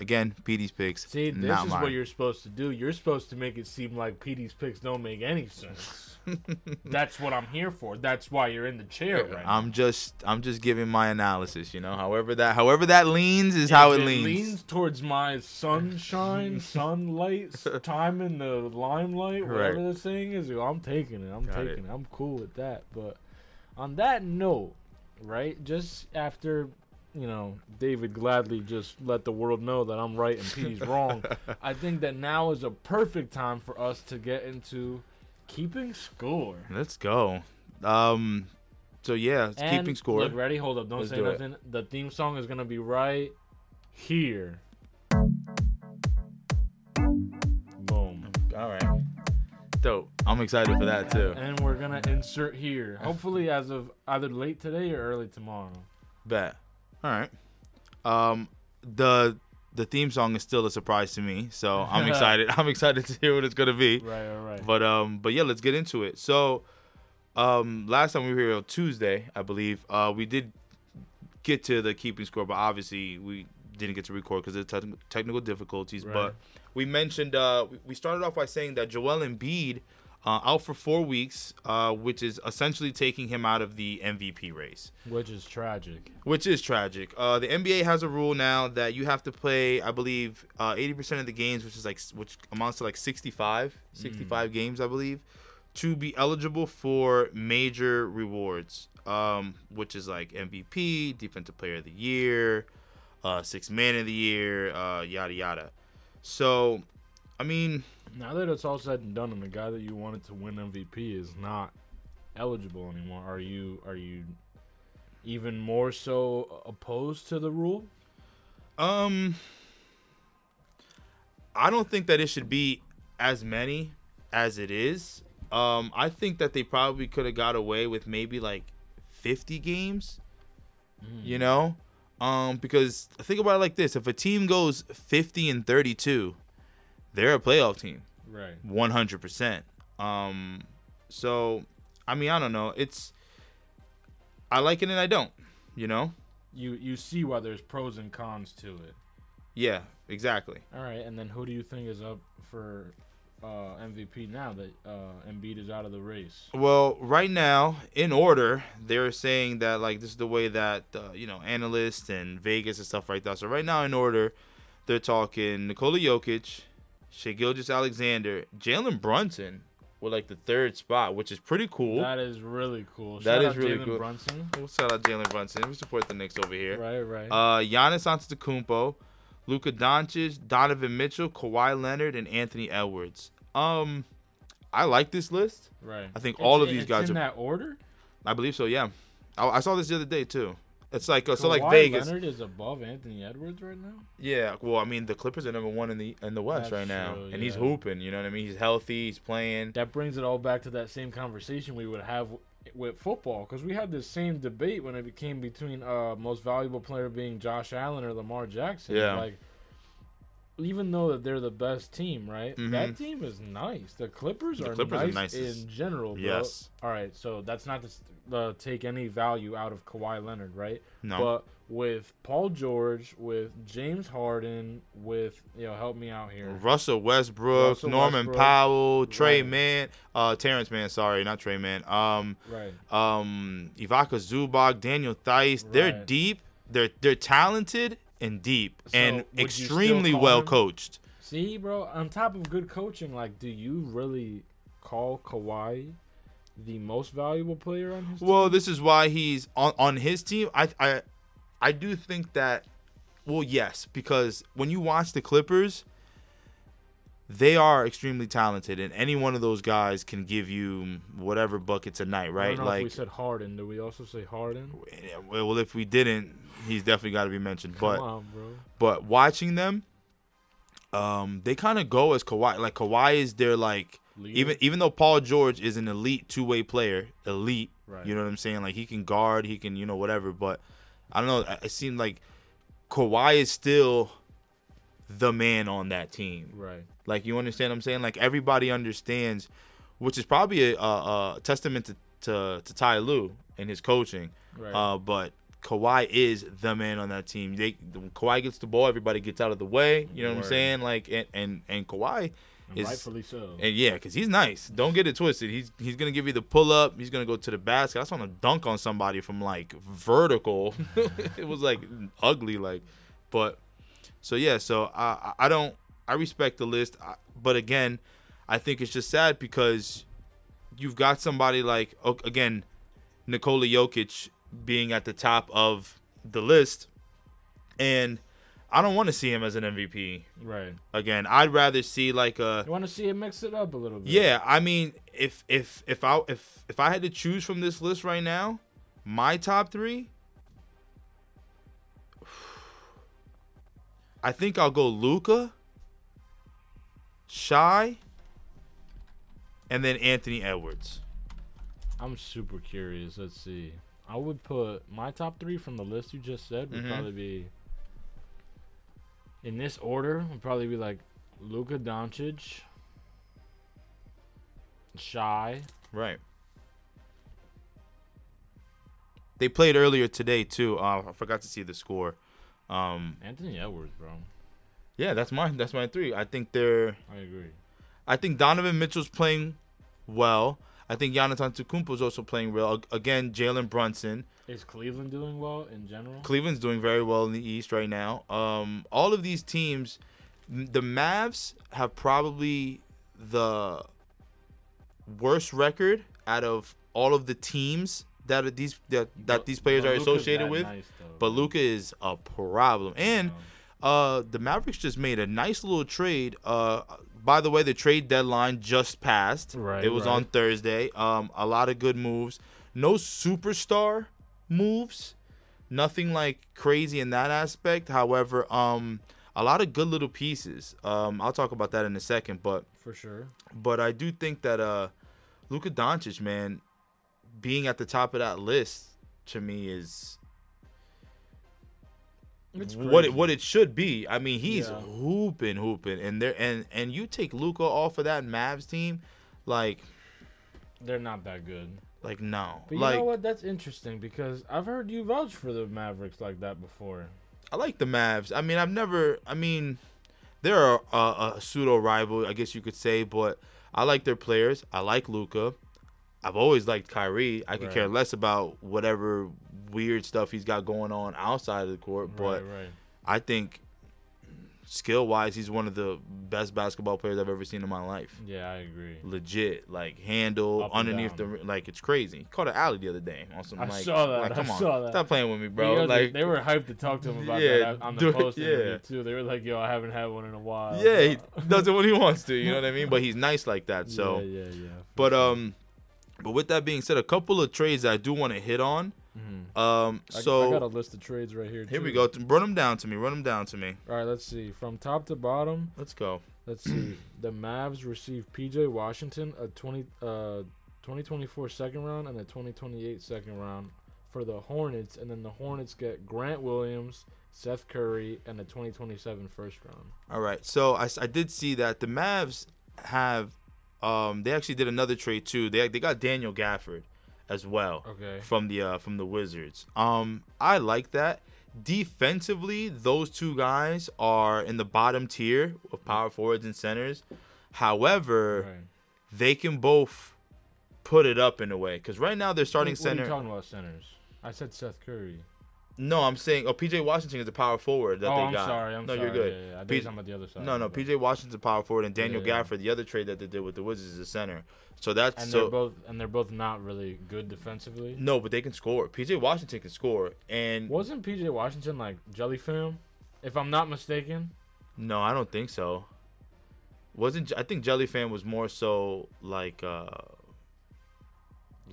[SPEAKER 3] again, PD's picks.
[SPEAKER 1] See, this
[SPEAKER 3] not
[SPEAKER 1] is
[SPEAKER 3] mine.
[SPEAKER 1] what you're supposed to do. You're supposed to make it seem like PD's picks don't make any sense. That's what I'm here for. That's why you're in the chair right now.
[SPEAKER 3] I'm just, I'm just giving my analysis. You know, however that, however that leans is how
[SPEAKER 1] If
[SPEAKER 3] it leans.
[SPEAKER 1] towards my sunshine, sunlight, s- time in the limelight, whatever
[SPEAKER 3] Right.
[SPEAKER 1] the saying is. yo, I'm taking it. I'm
[SPEAKER 3] Got
[SPEAKER 1] taking it. I'm cool with that. But on that note, right, just after you know David gladly just let the world know that I'm right and Petey's wrong, I think that now is a perfect time for us to get into keeping score.
[SPEAKER 3] Let's go. Um, so yeah, it's
[SPEAKER 1] And,
[SPEAKER 3] keeping score.
[SPEAKER 1] Look, ready? Hold up! Don't
[SPEAKER 3] Let's
[SPEAKER 1] say
[SPEAKER 3] do it.
[SPEAKER 1] nothing. The theme song is gonna be right here. Boom.
[SPEAKER 3] All right. Dope. I'm excited for that too.
[SPEAKER 1] And we're gonna insert here. Hopefully, as of either late today or early tomorrow.
[SPEAKER 3] Bet. All right. Um, the the theme song is still a surprise to me, so I'm excited. I'm excited to hear what it's gonna be.
[SPEAKER 1] Right, right, right.
[SPEAKER 3] But um, but yeah, let's get into it. So, um, last time we were here on Tuesday, I believe, uh, we did get to the keeping score, but obviously we didn't get to record because of techni- technical difficulties.
[SPEAKER 1] Right.
[SPEAKER 3] But we mentioned uh, we- we started off by saying that Joel Embiid uh, out for four weeks, uh, which is essentially taking him out of the MVP race,
[SPEAKER 1] which is tragic.
[SPEAKER 3] which is tragic. Uh, the NBA has a rule now that you have to play, I believe, uh, 80% of the games, which is like which amounts to like 65, 65 games, I believe, to be eligible for major rewards, um, which is like MVP, Defensive Player of the Year, uh, Six Man of the Year, uh, yada yada. So, I mean.
[SPEAKER 1] Now that it's all said and done, and the guy that you wanted to win MVP is not eligible anymore, are you are you even more so opposed to the rule?
[SPEAKER 3] Um, I don't think that it should be as many as it is. Um, I think that they probably could have got away with maybe like 50 games, you know? Um, because think about it like this if a team goes 50 and 32, they're a playoff team.
[SPEAKER 1] Right.
[SPEAKER 3] One hundred percent. Um, so I mean, I don't know. It's I like it and I don't. You know?
[SPEAKER 1] You you see why there's pros and cons to it.
[SPEAKER 3] Yeah, exactly.
[SPEAKER 1] All right, and then who do you think is up for uh, MVP now that uh, Embiid is out of the race?
[SPEAKER 3] Well, right now, in order, they're saying that like this is the way that uh, you know analysts and Vegas and stuff like that. So right now, in order, they're talking Nikola Jokic, Shea Gilgis Alexander, Jalen Brunson with like the third spot, which is pretty cool.
[SPEAKER 1] That is really cool.
[SPEAKER 3] That
[SPEAKER 1] Shout
[SPEAKER 3] is
[SPEAKER 1] out
[SPEAKER 3] really
[SPEAKER 1] Jalen
[SPEAKER 3] cool.
[SPEAKER 1] Brunson.
[SPEAKER 3] we'll shout out Jalen Brunson. We support the Knicks over here.
[SPEAKER 1] Right, right.
[SPEAKER 3] Uh, Giannis Antetokounmpo, Luka Doncic, Donovan Mitchell, Kawhi Leonard, and Anthony Edwards. Um, I like this list.
[SPEAKER 1] right.
[SPEAKER 3] I think all of these
[SPEAKER 1] it's
[SPEAKER 3] guys
[SPEAKER 1] in
[SPEAKER 3] are-
[SPEAKER 1] that order.
[SPEAKER 3] I believe so. Yeah, I, I saw this the other day too. It's like uh, so like
[SPEAKER 1] Kawhi
[SPEAKER 3] Vegas.
[SPEAKER 1] Leonard is above Anthony Edwards right now.
[SPEAKER 3] Yeah, well, I mean, the Clippers are number one in the in the West
[SPEAKER 1] That's
[SPEAKER 3] right now,
[SPEAKER 1] true,
[SPEAKER 3] and he's
[SPEAKER 1] yeah.
[SPEAKER 3] hooping. You know what I mean? He's healthy. He's playing.
[SPEAKER 1] That brings it all back to that same conversation we would have w- with football because we had this same debate when it became between uh, most valuable player being Josh Allen or Lamar Jackson.
[SPEAKER 3] Yeah.
[SPEAKER 1] Like, even though that they're the best team, right?
[SPEAKER 3] Mhm.
[SPEAKER 1] That team is nice. The Clippers
[SPEAKER 3] The
[SPEAKER 1] are
[SPEAKER 3] Clippers are
[SPEAKER 1] nice
[SPEAKER 3] nice as-
[SPEAKER 1] in general. Bro.
[SPEAKER 3] Yes.
[SPEAKER 1] All right, so that's not to s- uh, take any value out of Kawhi Leonard, right?
[SPEAKER 3] No.
[SPEAKER 1] But with Paul George, with James Harden, with you know, help me out here.
[SPEAKER 3] Russell Westbrook,
[SPEAKER 1] Russell
[SPEAKER 3] Norman
[SPEAKER 1] Westbrook.
[SPEAKER 3] Powell, Trey
[SPEAKER 1] Right.
[SPEAKER 3] Man, uh, Terrence Man. Sorry, not Trey Man. Um,
[SPEAKER 1] Right.
[SPEAKER 3] um, Ivaka Zubac, Daniel Theis. They're
[SPEAKER 1] Right.
[SPEAKER 3] deep. They're they're talented and deep
[SPEAKER 1] So,
[SPEAKER 3] and
[SPEAKER 1] would you still
[SPEAKER 3] extremely
[SPEAKER 1] call
[SPEAKER 3] well
[SPEAKER 1] him?
[SPEAKER 3] coached.
[SPEAKER 1] See, bro, on top of good coaching, like, do you really call Kawhi the most valuable player on his
[SPEAKER 3] Well, this is why he's on on his team. I I I do think that well, yes, because when you watch the Clippers, they are extremely talented and any one of those guys can give you whatever buckets a night,
[SPEAKER 1] team? I
[SPEAKER 3] right?
[SPEAKER 1] don't know if we
[SPEAKER 3] Like eh,
[SPEAKER 1] said Harden. Do we also say Harden? Come
[SPEAKER 3] well, if we didn't, he's definitely got to be mentioned, but
[SPEAKER 1] on, bro.
[SPEAKER 3] but watching them um, they kind of go as Kawhi. Like Kawhi is their like
[SPEAKER 1] Leader.
[SPEAKER 3] even even though Paul George is an elite two way player, elite.
[SPEAKER 1] Right.
[SPEAKER 3] You know what I'm saying? Like he can guard, he can you know whatever. But I don't know. I- It seemed like Kawhi is still the man on that team.
[SPEAKER 1] Right.
[SPEAKER 3] Like you understand what I'm saying? Like everybody understands, which is probably a, a, a testament to, to to Ty Lue and his coaching.
[SPEAKER 1] Right.
[SPEAKER 3] Uh, but Kawhi is the man on that team. They when Kawhi gets the ball, everybody gets out of the way. You know what
[SPEAKER 1] Word.
[SPEAKER 3] I'm saying? Like and and, and Kawhi
[SPEAKER 1] And
[SPEAKER 3] is
[SPEAKER 1] rightfully so.
[SPEAKER 3] and yeah, cause he's nice. Don't get it twisted. He's he's gonna give you the pull up. He's gonna go to the basket. I saw him dunk on somebody from like vertical. it was like ugly, like. But so yeah, so I I I don't I respect the list, I, but again, I think it's just sad because you've got somebody like o- again, Nikola Jokic being at the top of the list, and I don't want to see him as an MVP
[SPEAKER 1] right.
[SPEAKER 3] again. I'd rather see like a
[SPEAKER 1] You want to see it mix it up a little bit?
[SPEAKER 3] yeah, I mean, if if if I if if I had to choose from this list right now, my top three, I think I'll go Luca, Shy, and then Anthony Edwards.
[SPEAKER 1] I'm super curious. Let's see. I would put my top three from the list you just said would
[SPEAKER 3] Mhm.
[SPEAKER 1] probably be in this order. Would probably be like Luka Doncic, Shy.
[SPEAKER 3] Right. They played earlier today too. Uh, I forgot to see the score. Um,
[SPEAKER 1] Anthony Edwards, bro.
[SPEAKER 3] yeah, that's my that's my three. I think they're.
[SPEAKER 1] I agree.
[SPEAKER 3] I think Donovan Mitchell's playing well. I think Giannis Antetokounmpo is also playing well. Again, Jalen Brunson.
[SPEAKER 1] Is Cleveland doing well in general?
[SPEAKER 3] Cleveland's doing very well in the East right now. Um, all of these teams, the Mavs have probably the worst record out of all of the teams that are these that, that these players are associated with. But Luca is a problem,
[SPEAKER 1] Um,
[SPEAKER 3] and uh, the Mavericks just made a nice little trade. Uh, by the way, the trade deadline just passed.
[SPEAKER 1] Right,
[SPEAKER 3] it was
[SPEAKER 1] right.
[SPEAKER 3] on Thursday. Um, a lot of good moves. No superstar moves. Nothing like crazy in that aspect. However, um, a lot of good little pieces. Um, I'll talk about that in a second, but
[SPEAKER 1] for sure.
[SPEAKER 3] but I do think that uh Luka Doncic, man, being at the top of that list to me is what it, what it should be. I mean, he's
[SPEAKER 1] Yeah.
[SPEAKER 3] hooping, hooping, and there and and you take Luca off of that Mavs team, like
[SPEAKER 1] They're not that good.
[SPEAKER 3] like no,
[SPEAKER 1] But you
[SPEAKER 3] like
[SPEAKER 1] know what? That's interesting because I've heard you vouch for the Mavericks like that before.
[SPEAKER 3] I like the Mavs. I mean, I've never. I mean, they're a, a, a pseudo rival, I guess you could say, but I like their players. I like Luca. I've always liked Kyrie. I could
[SPEAKER 1] Right.
[SPEAKER 3] care less about whatever weird stuff he's got going on outside of the court, but
[SPEAKER 1] right, right.
[SPEAKER 3] I think skill wise, he's one of the best basketball players I've ever seen in my life.
[SPEAKER 1] Yeah, I agree.
[SPEAKER 3] Legit, like handle
[SPEAKER 1] Up and
[SPEAKER 3] underneath the
[SPEAKER 1] down.
[SPEAKER 3] ri- like it's crazy. Caught an alley the other day on some
[SPEAKER 1] I
[SPEAKER 3] like,
[SPEAKER 1] saw that,
[SPEAKER 3] like
[SPEAKER 1] I
[SPEAKER 3] come on,
[SPEAKER 1] saw that.
[SPEAKER 3] stop playing with me,
[SPEAKER 1] You
[SPEAKER 3] bro.
[SPEAKER 1] know, they-
[SPEAKER 3] like
[SPEAKER 1] they, were hyped to talk to him about
[SPEAKER 3] yeah,
[SPEAKER 1] that on the
[SPEAKER 3] do it,
[SPEAKER 1] post interview
[SPEAKER 3] yeah.
[SPEAKER 1] too. They were like, "Yo, I haven't had one in a while."
[SPEAKER 3] yeah, he does it when he wants to. You know what I mean? But he's nice like that. So,
[SPEAKER 1] yeah, yeah, yeah.
[SPEAKER 3] but um, but with that being said, a couple of trades that I do want to hit on.
[SPEAKER 1] Mhm.
[SPEAKER 3] Um,
[SPEAKER 1] I,
[SPEAKER 3] so
[SPEAKER 1] I got a list of trades right here.
[SPEAKER 3] here we
[SPEAKER 1] too.
[SPEAKER 3] go. Run them down to me. Run them down to me.
[SPEAKER 1] All right, let's see. From top to bottom,
[SPEAKER 3] Let's go.
[SPEAKER 1] let's see. the Mavs received PJ Washington a 20 uh 2024 second round and a 2028 second round for the Hornets and then the Hornets get Grant Williams, Seth Curry and a 2027 first round.
[SPEAKER 3] All right. So I, s- I did see that the Mavs have um they actually did another trade too. They they got Daniel Gafford as well
[SPEAKER 1] Okay.
[SPEAKER 3] from the uh from the Wizards. Um, I like that. Defensively, those two guys are in the bottom tier of power forwards and centers. However,
[SPEAKER 1] Right.
[SPEAKER 3] they can both put it up in a way because right now they're starting
[SPEAKER 1] What-
[SPEAKER 3] center.
[SPEAKER 1] What are you talking about centers? I said Seth Curry.
[SPEAKER 3] no, I'm saying oh PJ Washington is a power forward that
[SPEAKER 1] oh,
[SPEAKER 3] they
[SPEAKER 1] I'm
[SPEAKER 3] got.
[SPEAKER 1] sorry. I'm
[SPEAKER 3] no,
[SPEAKER 1] sorry.
[SPEAKER 3] you're good.
[SPEAKER 1] Yeah, yeah, I think
[SPEAKER 3] P-
[SPEAKER 1] you're talking about the other side.
[SPEAKER 3] no, no,
[SPEAKER 1] but-
[SPEAKER 3] PJ Washington's a power forward and Daniel
[SPEAKER 1] Yeah.
[SPEAKER 3] Gafford, the other trade that they did with the Wizards is a center. So that's
[SPEAKER 1] And
[SPEAKER 3] so
[SPEAKER 1] they're both and they're both not really good defensively.
[SPEAKER 3] no, but they can score. PJ Washington can score, and
[SPEAKER 1] Wasn't PJ Washington like Jelly Film? If I'm not mistaken.
[SPEAKER 3] no, I don't think so. Wasn't I think Jellyfan was more so like uh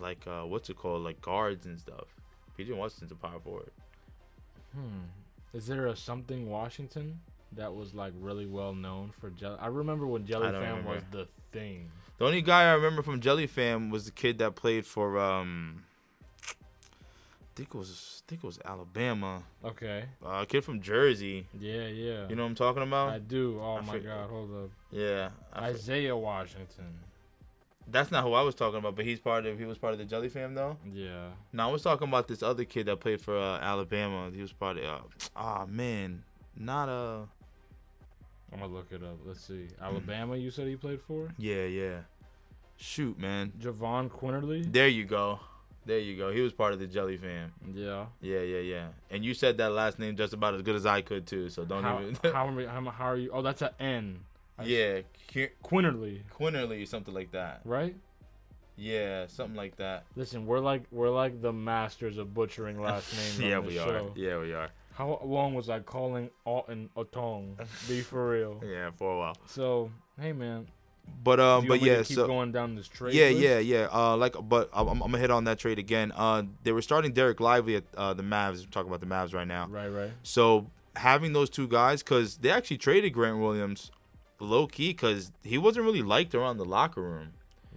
[SPEAKER 3] like uh what's it called like guards and stuff. PJ Washington's a power forward.
[SPEAKER 1] Hmm. Is there a something Washington that was like really well known for Jelly? I remember when Jelly
[SPEAKER 3] I don't
[SPEAKER 1] Fam was
[SPEAKER 3] remember.
[SPEAKER 1] the thing.
[SPEAKER 3] The only guy I remember from Jelly Fam was the kid that played for um I think it was I think it was Alabama.
[SPEAKER 1] Okay.
[SPEAKER 3] Uh, a kid from Jersey.
[SPEAKER 1] Yeah, yeah.
[SPEAKER 3] You know what I'm talking about?
[SPEAKER 1] I do. Oh
[SPEAKER 3] I
[SPEAKER 1] my
[SPEAKER 3] forg-
[SPEAKER 1] God! Hold up.
[SPEAKER 3] yeah. I for-
[SPEAKER 1] Isaiah Washington.
[SPEAKER 3] that's not who I was talking about, but he's part of he was part of the Jelly Fam though.
[SPEAKER 1] Yeah.
[SPEAKER 3] No, I was talking about this other kid that played for uh, Alabama. He was part of uh, ah man, not uh
[SPEAKER 1] I'm gonna look it up. Let's see.
[SPEAKER 3] Hmm.
[SPEAKER 1] Alabama. You said he played for.
[SPEAKER 3] yeah, yeah. Shoot, man.
[SPEAKER 1] Javon Quinterly.
[SPEAKER 3] There you go. There you go. He was part of the Jelly Fam.
[SPEAKER 1] Yeah.
[SPEAKER 3] Yeah, yeah, yeah. And you said that last name just about as good as I could too, so don't
[SPEAKER 1] how,
[SPEAKER 3] even
[SPEAKER 1] how, am I- how, am I- how are you? Oh, that's an N. I-
[SPEAKER 3] Yeah, Qui-
[SPEAKER 1] Quinterly,
[SPEAKER 3] Quinterly or something like that.
[SPEAKER 1] right?
[SPEAKER 3] Yeah, something like that.
[SPEAKER 1] Listen, we're like we're like the masters of butchering last names.
[SPEAKER 3] yeah,
[SPEAKER 1] on this
[SPEAKER 3] we are.
[SPEAKER 1] show.
[SPEAKER 3] Yeah, we are.
[SPEAKER 1] How long was I calling Alton Otong? Be for real.
[SPEAKER 3] Yeah, for a while.
[SPEAKER 1] So hey, man.
[SPEAKER 3] But
[SPEAKER 1] do
[SPEAKER 3] um,
[SPEAKER 1] you
[SPEAKER 3] but
[SPEAKER 1] want me to
[SPEAKER 3] yeah,
[SPEAKER 1] keep
[SPEAKER 3] so
[SPEAKER 1] going down this trade.
[SPEAKER 3] yeah,
[SPEAKER 1] list?
[SPEAKER 3] yeah, yeah. Uh, like, but I'm, I'm gonna hit on that trade again. Uh, they were starting Derek Lively at uh, the Mavs. We're talking about the Mavs right now.
[SPEAKER 1] Right, right.
[SPEAKER 3] So having those two guys, because they actually traded Grant Williams, low key, because he wasn't really liked around the locker room.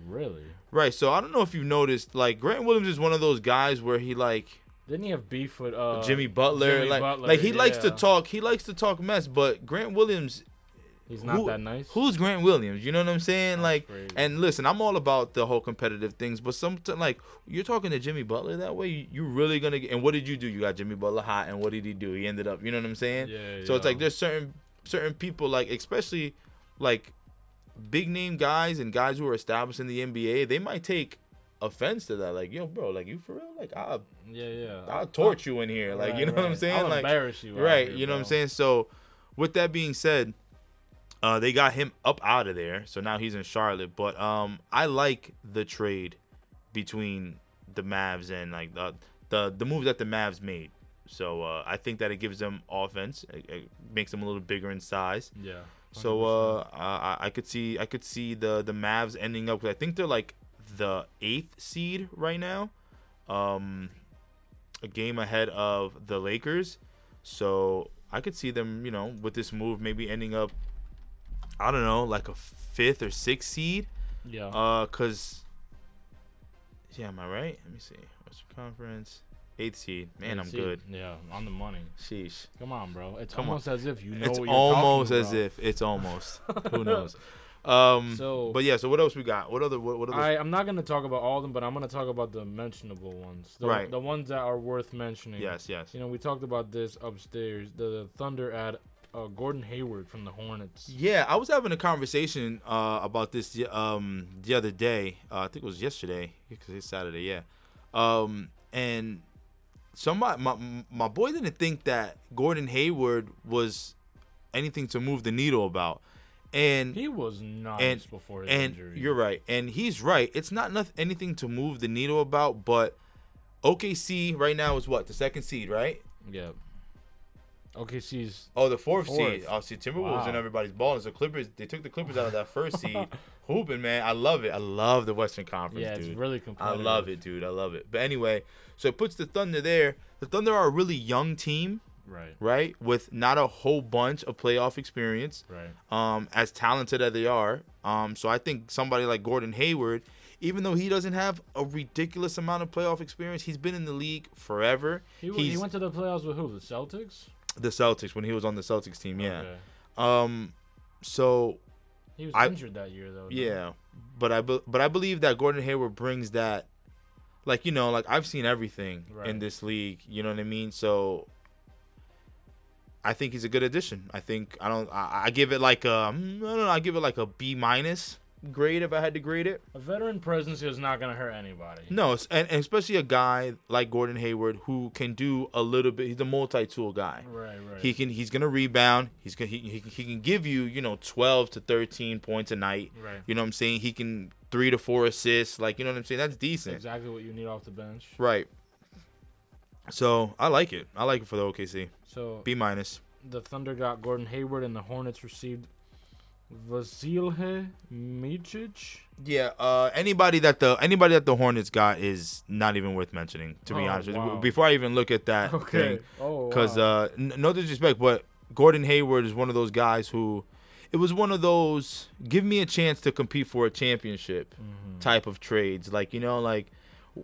[SPEAKER 1] Really?
[SPEAKER 3] Right. So I don't know if you've noticed, like Grant Williams is one of those guys where he like
[SPEAKER 1] Didn't he have beef with uh,
[SPEAKER 3] Jimmy Butler,
[SPEAKER 1] Jimmy
[SPEAKER 3] like
[SPEAKER 1] Butler,
[SPEAKER 3] like he likes to
[SPEAKER 1] yeah.
[SPEAKER 3] talk. He likes to talk mess, but Grant Williams,
[SPEAKER 1] He's not
[SPEAKER 3] who-
[SPEAKER 1] that nice.
[SPEAKER 3] who's Grant Williams? You know what I'm saying?
[SPEAKER 1] That's
[SPEAKER 3] like,
[SPEAKER 1] crazy.
[SPEAKER 3] and listen, I'm all about the whole competitive things, but something like you're talking to Jimmy Butler that way, you, you're really gonna get. And what did you do? You got Jimmy Butler hot, and what did he do? He ended up. You know what I'm saying?
[SPEAKER 1] Yeah,
[SPEAKER 3] So it's
[SPEAKER 1] yeah.
[SPEAKER 3] like there's certain certain people like especially like big name guys and guys who are established in the NBA, they might take offense to that. Like, yo, bro, like you for real? Like, I'll
[SPEAKER 1] Yeah, yeah.
[SPEAKER 3] I'll torch you in here. Like, you know what I'm saying?
[SPEAKER 1] I'll
[SPEAKER 3] like,
[SPEAKER 1] embarrass you. out
[SPEAKER 3] right
[SPEAKER 1] here,
[SPEAKER 3] you know what
[SPEAKER 1] bro.
[SPEAKER 3] i'm saying so with that being said uh they got him up out of there so now he's in charlotte but um i like the trade between the mavs and like the the, the move that the mavs made so uh, I think that it gives them offense. It, it makes them a little bigger in size.
[SPEAKER 1] Yeah.
[SPEAKER 3] So uh, I, I could see I could see the the Mavs ending up. 'cause I think they're like the eighth seed right now, um, a game ahead of the Lakers. So I could see them, you know, with this move maybe ending up, I don't know, like a fifth or sixth seed.
[SPEAKER 1] yeah.
[SPEAKER 3] Uh, cause yeah, am I right? Let me see. Western Conference, eighth seed. Man, I'm
[SPEAKER 1] That's it.
[SPEAKER 3] good.
[SPEAKER 1] Yeah, on the money.
[SPEAKER 3] Sheesh.
[SPEAKER 1] Come on, bro. It's
[SPEAKER 3] Come on.
[SPEAKER 1] almost as if you know
[SPEAKER 3] it's
[SPEAKER 1] what you're
[SPEAKER 3] almost
[SPEAKER 1] talking
[SPEAKER 3] as
[SPEAKER 1] about.
[SPEAKER 3] if it's almost who knows um
[SPEAKER 1] So-
[SPEAKER 3] but yeah so what else we got what other what, what other
[SPEAKER 1] I, I'm not gonna talk about all of them, but I'm gonna talk about the mentionable ones, the,
[SPEAKER 3] Right.
[SPEAKER 1] the ones that are worth mentioning.
[SPEAKER 3] yes yes
[SPEAKER 1] You know, we talked about this upstairs. The Thunder at uh, Gordon Hayward from the Hornets.
[SPEAKER 3] yeah i was having a conversation uh about this the- um the other day uh, i think it was yesterday because it's saturday yeah um and somebody my, my boy didn't think that gordon hayward was anything to move the needle about and
[SPEAKER 1] He was nice
[SPEAKER 3] and
[SPEAKER 1] before his
[SPEAKER 3] and
[SPEAKER 1] injury.
[SPEAKER 3] you're right, and he's right. It's not nothing, anything to move the needle about, but OKC right now is what the second seed, right?
[SPEAKER 1] Yeah. OKC's
[SPEAKER 3] Oh, the fourth,
[SPEAKER 1] Fourth.
[SPEAKER 3] seed. Oh, see, Timberwolves
[SPEAKER 1] Wow.
[SPEAKER 3] and everybody's balling. So Clippers, they took the Clippers out of that first seed. Hooping, man, I love it. I love the Western Conference,
[SPEAKER 1] yeah,
[SPEAKER 3] dude.
[SPEAKER 1] it's really
[SPEAKER 3] I
[SPEAKER 1] competitive.
[SPEAKER 3] love it, dude. I love it. But anyway, so it puts the Thunder there. The Thunder are a really young team,
[SPEAKER 1] Right.
[SPEAKER 3] right? With not a whole bunch of playoff experience.
[SPEAKER 1] Right.
[SPEAKER 3] um, as talented as they are. Um, so I think somebody like Gordon Hayward, even though he doesn't have a ridiculous amount of playoff experience, he's been in the league forever.
[SPEAKER 1] He, w-
[SPEAKER 3] he's
[SPEAKER 1] he went to the playoffs with who? The Celtics.
[SPEAKER 3] the Celtics when he was on the Celtics team, yeah.
[SPEAKER 1] Oh, Okay.
[SPEAKER 3] Um, so
[SPEAKER 1] He was
[SPEAKER 3] I-
[SPEAKER 1] injured that year though. no?
[SPEAKER 3] yeah, but I be- but I believe that Gordon Hayward brings that, like you know, like I've seen everything in
[SPEAKER 1] Right.
[SPEAKER 3] this league. You know what I mean? So I think he's a good addition. I think I don't. I, I give it like a mm, I don't know. I give it like a B minus grade if I had to grade it.
[SPEAKER 1] A veteran presence is not gonna hurt anybody.
[SPEAKER 3] No, it's- and, and especially a guy like Gordon Hayward who can do a little bit. He's a multi-tool guy.
[SPEAKER 1] Right. Right.
[SPEAKER 3] He can. He's gonna rebound. He's gonna. He, he, he can give you you know twelve to thirteen points a night.
[SPEAKER 1] Right.
[SPEAKER 3] You know what I'm saying? He can three to four assists. Like you know what I'm saying? That's decent.
[SPEAKER 1] Exactly what you need off the bench.
[SPEAKER 3] Right. So I like it. I like it for the OKC.
[SPEAKER 1] So
[SPEAKER 3] B minus.
[SPEAKER 1] the Thunder got Gordon Hayward, and the Hornets received Vasilje Micic.
[SPEAKER 3] Yeah. Uh, anybody that the anybody that the Hornets got is not even worth mentioning. To be
[SPEAKER 1] Oh,
[SPEAKER 3] honest, with you.
[SPEAKER 1] wow.
[SPEAKER 3] before I even look at that thing,
[SPEAKER 1] Oh.
[SPEAKER 3] Because
[SPEAKER 1] wow.
[SPEAKER 3] uh, n- no disrespect, but Gordon Hayward is one of those guys who, it was one of those give me a chance to compete for a championship
[SPEAKER 1] Mm-hmm.
[SPEAKER 3] type of trades. Like you know, like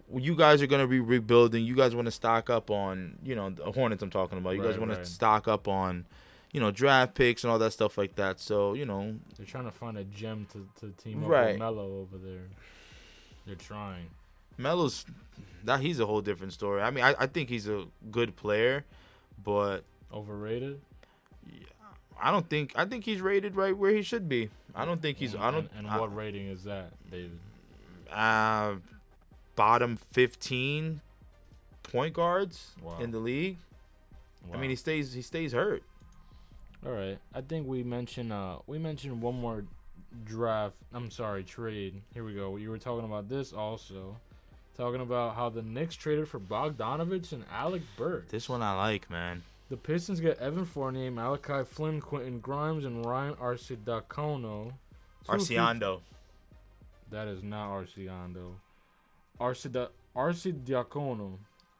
[SPEAKER 3] w- you guys are gonna be rebuilding. You guys want to stock up on you know the Hornets. I'm talking about. You guys
[SPEAKER 1] Right,
[SPEAKER 3] want
[SPEAKER 1] right.
[SPEAKER 3] to stock up on, you know, draft picks and all that stuff like that. So you know,
[SPEAKER 1] they're trying to find a gem to, to team up
[SPEAKER 3] Right.
[SPEAKER 1] with Melo over there. They're trying.
[SPEAKER 3] Melo's that he's a whole different story. I mean, I, I think he's a good player, but
[SPEAKER 1] Overrated.
[SPEAKER 3] I don't think I think he's rated right where he should be. I don't think he's.
[SPEAKER 1] And,
[SPEAKER 3] I don't.
[SPEAKER 1] And,
[SPEAKER 3] I-
[SPEAKER 1] what rating is that, David?
[SPEAKER 3] uh, bottom 15 point guards
[SPEAKER 1] Wow.
[SPEAKER 3] in the league. I
[SPEAKER 1] Wow.
[SPEAKER 3] mean, he stays he stays hurt.
[SPEAKER 1] All right. I think we mentioned uh we mentioned one more draft. I'm sorry, trade. Here we go. You were talking about this also. Talking about how the Knicks traded for Bogdanovich and Alec Burke.
[SPEAKER 3] This one I like, man.
[SPEAKER 1] The Pistons get Evan Fournier, Malachi Flynn, Quentin Grimes, and Ryan Arcidacono. Two free-
[SPEAKER 3] Arciando.
[SPEAKER 1] That is not Arciando. Arcida Arcidiacono.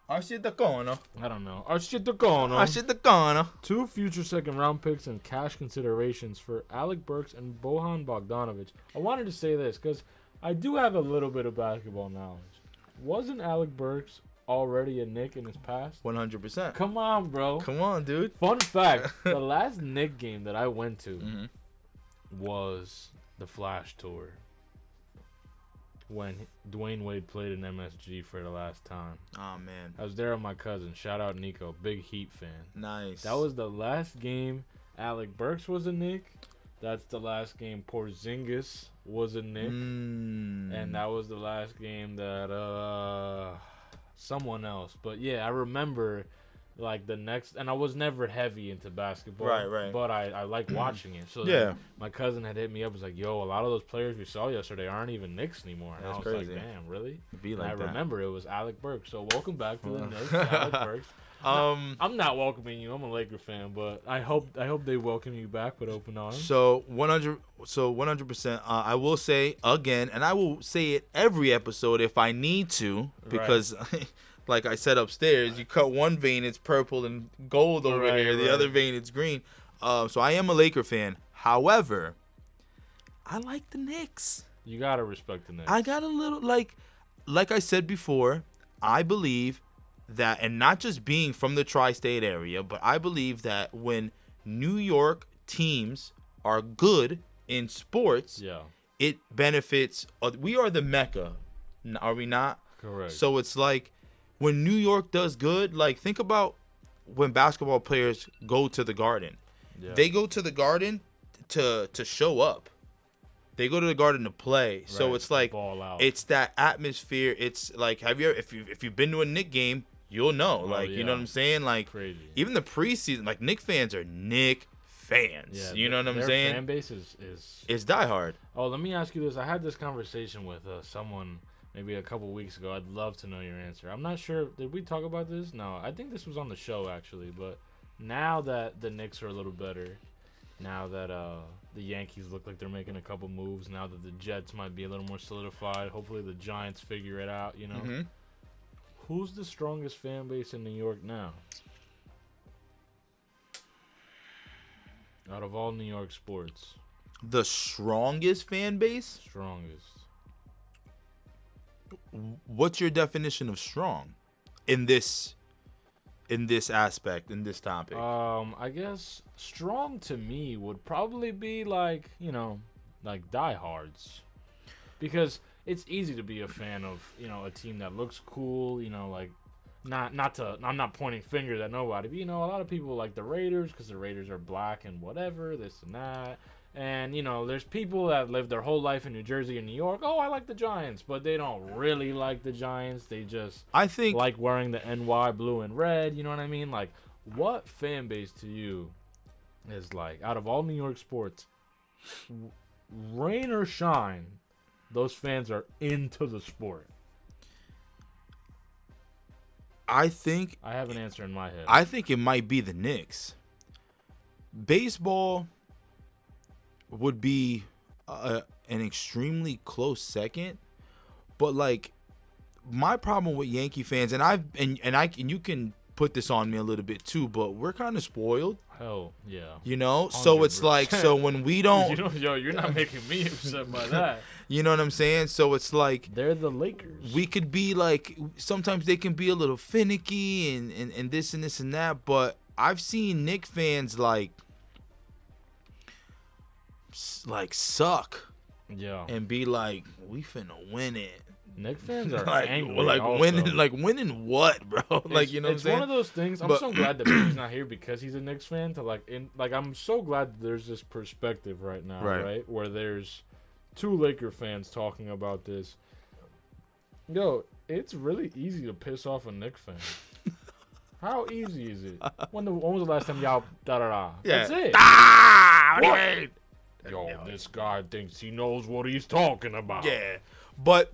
[SPEAKER 3] Arcidacono.
[SPEAKER 1] I don't know. Arcidiacono.
[SPEAKER 3] Arcidacono.
[SPEAKER 1] Two future second round picks and cash considerations for Alec Burks and Bohan Bogdanovich. I wanted to say this because I do have a little bit of basketball knowledge. Wasn't Alec Burks already a Nick in his past?
[SPEAKER 3] 100%.
[SPEAKER 1] Come on, bro.
[SPEAKER 3] Come on, dude.
[SPEAKER 1] Fun fact the last Nick game that I went to
[SPEAKER 3] Mhm.
[SPEAKER 1] was the Flash Tour when Dwayne Wade played in MSG for the last time.
[SPEAKER 3] Oh, man.
[SPEAKER 1] I was there with my cousin. Shout out Nico, big Heat fan.
[SPEAKER 3] Nice.
[SPEAKER 1] That was the last game Alec Burks was a Nick That's the last game Porzingis was a Nick,
[SPEAKER 3] Mm.
[SPEAKER 1] and that was the last game that uh someone else. But yeah, I remember like the next, and I was never heavy into basketball,
[SPEAKER 3] Right, right.
[SPEAKER 1] But I I like watching it. So
[SPEAKER 3] Yeah.
[SPEAKER 1] then my cousin had hit me up. Was like, "Yo, a lot of those players we saw yesterday aren't even Knicks anymore." And I
[SPEAKER 3] That's
[SPEAKER 1] was
[SPEAKER 3] crazy.
[SPEAKER 1] like, "Damn, really?"
[SPEAKER 3] be
[SPEAKER 1] And
[SPEAKER 3] like
[SPEAKER 1] I
[SPEAKER 3] that.
[SPEAKER 1] remember it was Alec Burks. So welcome back to the
[SPEAKER 3] Wow.
[SPEAKER 1] Knicks, Alec Burks.
[SPEAKER 3] Um,
[SPEAKER 1] I'm not welcoming you. I'm a Laker fan, but I hope I hope they welcome you back with open arms.
[SPEAKER 3] So 100 so 100% uh, I will say again and I will say it every episode if I need to because like I said upstairs you cut one vein it's purple and gold over
[SPEAKER 1] Right,
[SPEAKER 3] here the
[SPEAKER 1] right.
[SPEAKER 3] other vein it's green. Uh, so I am a Laker fan. However, I like the Knicks.
[SPEAKER 1] You gotta respect the Knicks.
[SPEAKER 3] I got a little like like I said before, I believe that and not just being from the tri-state area, but I believe that when New York teams are good in sports,
[SPEAKER 1] yeah,
[SPEAKER 3] it benefits uh, we are the mecca. n- Are we not?
[SPEAKER 1] correct.
[SPEAKER 3] So it's like when New York does good, like think about when basketball players go to the garden.
[SPEAKER 1] Yeah.
[SPEAKER 3] They go to the garden to to show up. They go to the garden to play. So
[SPEAKER 1] Right,
[SPEAKER 3] it's like
[SPEAKER 1] ball out.
[SPEAKER 3] it's that atmosphere. It's like have you ever, if you if you've been to a Nick game, you'll know. like you know
[SPEAKER 1] Oh, yeah.
[SPEAKER 3] what I'm saying? Like
[SPEAKER 1] Crazy.
[SPEAKER 3] even the preseason, like Nick fans are Nick fans.
[SPEAKER 1] Yeah,
[SPEAKER 3] you know what I'm
[SPEAKER 1] their
[SPEAKER 3] saying?
[SPEAKER 1] Fan base is, is
[SPEAKER 3] it's diehard.
[SPEAKER 1] Oh, let me ask you this. I had this conversation with uh, someone maybe a couple weeks ago. I'd love to know your answer. I'm not sure. Did we talk about this? No, I think this was on the show actually. But now that the Knicks are a little better, now that uh, the Yankees look like they're making a couple moves, now that the Jets might be a little more solidified, hopefully the Giants figure it out. You know,
[SPEAKER 3] Mhm.
[SPEAKER 1] who's the strongest fan base in New York now? Out of all New York sports,
[SPEAKER 3] The strongest fan base.
[SPEAKER 1] strongest.
[SPEAKER 3] What's your definition of strong in this in this aspect in this topic?
[SPEAKER 1] Um, I guess strong to me would probably be like you know, like diehards, because it's easy to be a fan of you know a team that looks cool. You know, like not not to I'm not pointing fingers at nobody, but you know a lot of people like the Raiders because the Raiders are black and whatever this and that. And you know, there's people that live their whole life in New Jersey and New York. Oh, I like the Giants, but they don't really like the Giants. They just
[SPEAKER 3] I think
[SPEAKER 1] like wearing the NY blue and red. You know what I mean? Like, what fan base to you is like out of all New York sports, w- rain or shine, those fans are into the sport.
[SPEAKER 3] I think
[SPEAKER 1] I have an answer in my head.
[SPEAKER 3] I think it might be the Knicks. Baseball would be uh an extremely close second, but like my problem with Yankee fans, and I've and and I and you can put this on me a little bit too, but we're kind of spoiled,
[SPEAKER 1] Hell yeah.
[SPEAKER 3] you know. So it's like so when we don't,
[SPEAKER 1] You know, yo, you're not making me upset by that.
[SPEAKER 3] you know what I'm saying. So it's like
[SPEAKER 1] They're the Lakers.
[SPEAKER 3] we could be like sometimes they can be a little finicky and, and, and this and this and that but i've seen nick fans like s- like suck
[SPEAKER 1] yeah.
[SPEAKER 3] and be like we finna win it
[SPEAKER 1] Knicks fans are
[SPEAKER 3] like
[SPEAKER 1] angry.
[SPEAKER 3] like
[SPEAKER 1] also.
[SPEAKER 3] winning like winning what bro like
[SPEAKER 1] It's-
[SPEAKER 3] you know what i'm
[SPEAKER 1] it's
[SPEAKER 3] saying
[SPEAKER 1] one of those things. I'm
[SPEAKER 3] But-
[SPEAKER 1] so glad that he's not here because he's a Knicks fan. To like, in like, I'm so glad that there's this perspective right now,
[SPEAKER 3] Right.
[SPEAKER 1] right. Where there's two Laker fans talking about this. Yo, it's really easy to piss off a Knicks fan. How easy is it? When the when was the last time y'all da da da?
[SPEAKER 3] yeah
[SPEAKER 1] That's it.
[SPEAKER 3] ah, what do you
[SPEAKER 1] What?
[SPEAKER 3] mean?
[SPEAKER 1] Yo, this guy thinks he knows what he's talking about.
[SPEAKER 3] Yeah, but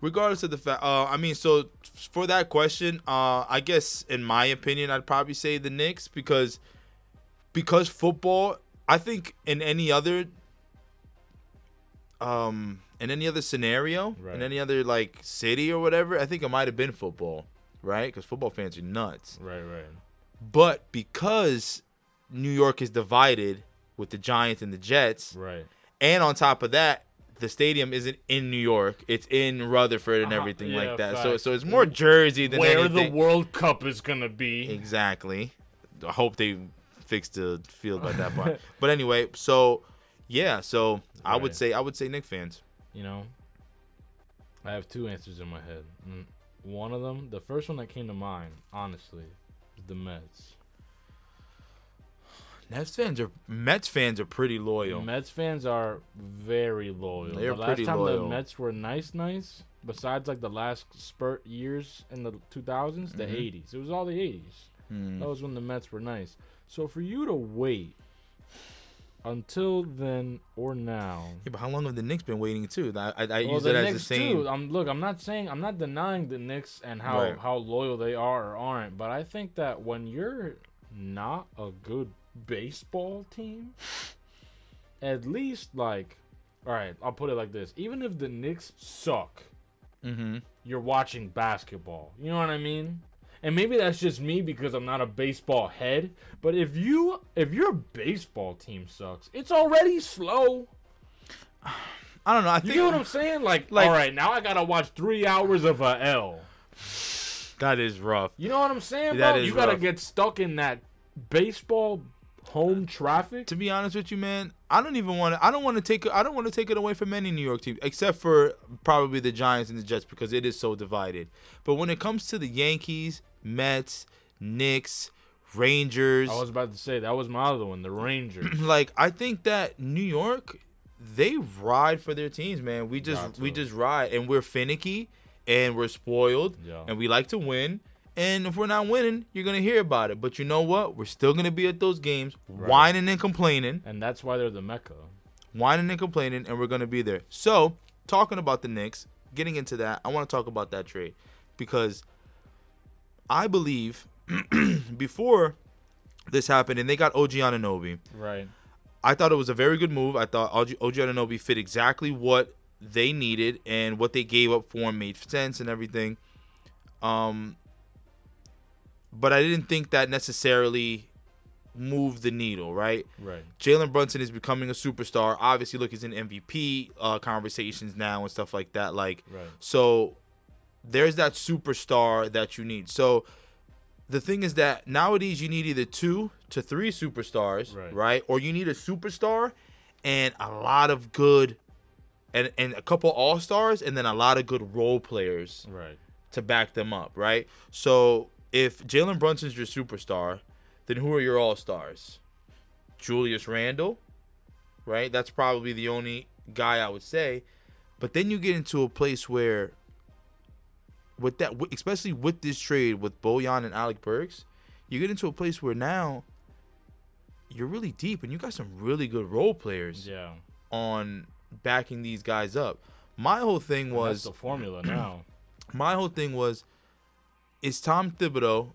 [SPEAKER 3] regardless of the fact, uh, I mean, so for that question, uh, I guess in my opinion, I'd probably say the Knicks because because football. I think in any other um in any other scenario,
[SPEAKER 1] Right.
[SPEAKER 3] in any other like city or whatever, I think it might have been football, right? Because football fans are nuts.
[SPEAKER 1] Right, right.
[SPEAKER 3] But because New York is divided with the Giants and the Jets,
[SPEAKER 1] Right.
[SPEAKER 3] and on top of that, the stadium isn't in New York; it's in Rutherford and
[SPEAKER 1] Uh-huh.
[SPEAKER 3] everything
[SPEAKER 1] Yeah,
[SPEAKER 3] like that. So,
[SPEAKER 1] facts.
[SPEAKER 3] so it's more Jersey than
[SPEAKER 1] Where
[SPEAKER 3] anything.
[SPEAKER 1] the World Cup is gonna be.
[SPEAKER 3] exactly. I hope they fix the field by that part. but anyway, so yeah, so I would
[SPEAKER 1] Right.
[SPEAKER 3] say I would say Nick fans.
[SPEAKER 1] you know i have two answers in my head Mm, one of them the first one that came to mind honestly is the mets
[SPEAKER 3] Nets fans are Mets fans are pretty loyal.
[SPEAKER 1] Mets fans are very loyal.
[SPEAKER 3] They're
[SPEAKER 1] the last
[SPEAKER 3] pretty
[SPEAKER 1] time
[SPEAKER 3] loyal.
[SPEAKER 1] the Mets were nice, nice, besides like the last spurt years in the 2000s, the
[SPEAKER 3] Mhm.
[SPEAKER 1] 80s. It was all the 80s.
[SPEAKER 3] Hmm.
[SPEAKER 1] That was when the Mets were nice. So for you to wait until then or now.
[SPEAKER 3] Yeah, but how long have the Knicks been waiting too? I, I, I
[SPEAKER 1] Well,
[SPEAKER 3] use
[SPEAKER 1] the
[SPEAKER 3] it as
[SPEAKER 1] Knicks
[SPEAKER 3] the same.
[SPEAKER 1] too. Uh, I'm look. I'm not saying. I'm not denying the Knicks and how
[SPEAKER 3] Right.
[SPEAKER 1] how loyal they are or aren't. But I think that when you're not a good baseball team, at least like, all right, I'll put it like this: even if the Knicks suck,
[SPEAKER 3] Mm-hmm.
[SPEAKER 1] you're watching basketball. You know what I mean? And maybe that's just me because I'm not a baseball head, but if you if your baseball team sucks, it's already slow.
[SPEAKER 3] I don't know. I
[SPEAKER 1] You
[SPEAKER 3] think
[SPEAKER 1] get what I'm saying? Like,
[SPEAKER 3] Like-
[SPEAKER 1] all right, now I gotta watch three hours of a L.
[SPEAKER 3] that is rough.
[SPEAKER 1] You know what I'm saying,
[SPEAKER 3] That
[SPEAKER 1] bro?
[SPEAKER 3] is
[SPEAKER 1] You gotta
[SPEAKER 3] rough.
[SPEAKER 1] get stuck in that baseball home traffic.
[SPEAKER 3] To be honest with you, man, I don't even want to. I don't want to take. I don't want to take it away from any New York team, except for probably the Giants and the Jets, because it is so divided. But when it comes to the Yankees, Mets, Knicks, Rangers,
[SPEAKER 1] I was about to say that was my other one, the Rangers.
[SPEAKER 3] like I think that New York, they ride for their teams, man. We
[SPEAKER 1] Got
[SPEAKER 3] just
[SPEAKER 1] to.
[SPEAKER 3] we just ride, and we're finicky, and we're spoiled,
[SPEAKER 1] Yeah.
[SPEAKER 3] and we like to win. And if we're not winning, you're gonna hear about it. But you know what? We're still gonna be at those games, whining and complaining,
[SPEAKER 1] and that's why they're the Mecca.
[SPEAKER 3] whining and complaining, and we're gonna be there. So talking about the Knicks, getting into that, I want to talk about that trade because I believe before this happened, and they got OG Ananobi.
[SPEAKER 1] Right.
[SPEAKER 3] I thought it was a very good move. I thought OG, OG Ananobi fit exactly what they needed and what they gave up for him made sense and everything. Um, but I didn't think that necessarily moved the needle, right?
[SPEAKER 1] Right.
[SPEAKER 3] Jalen Brunson is becoming a superstar. Obviously, look, he's in MVP uh, conversations now and stuff like that. Like,
[SPEAKER 1] Right.
[SPEAKER 3] so there's that superstar that you need. So the thing is that nowadays you need either two to three superstars,
[SPEAKER 1] Right.
[SPEAKER 3] right? Or you need a superstar and a lot of good and and a couple all stars and then a lot of good role players
[SPEAKER 1] Right.
[SPEAKER 3] to back them up, right? So if Jalen Brunson's your superstar, then who are your all stars? Julius Randle, right? That's probably the only guy I would say. But then you get into a place where, with that, wi- especially with this trade with Bojan and Alec Burks, you get into a place where now you're really deep and you got some really good role players
[SPEAKER 1] Yeah.
[SPEAKER 3] on backing these guys up. My whole thing was
[SPEAKER 1] that's the formula now.
[SPEAKER 3] my whole thing was is Tom Thibodeau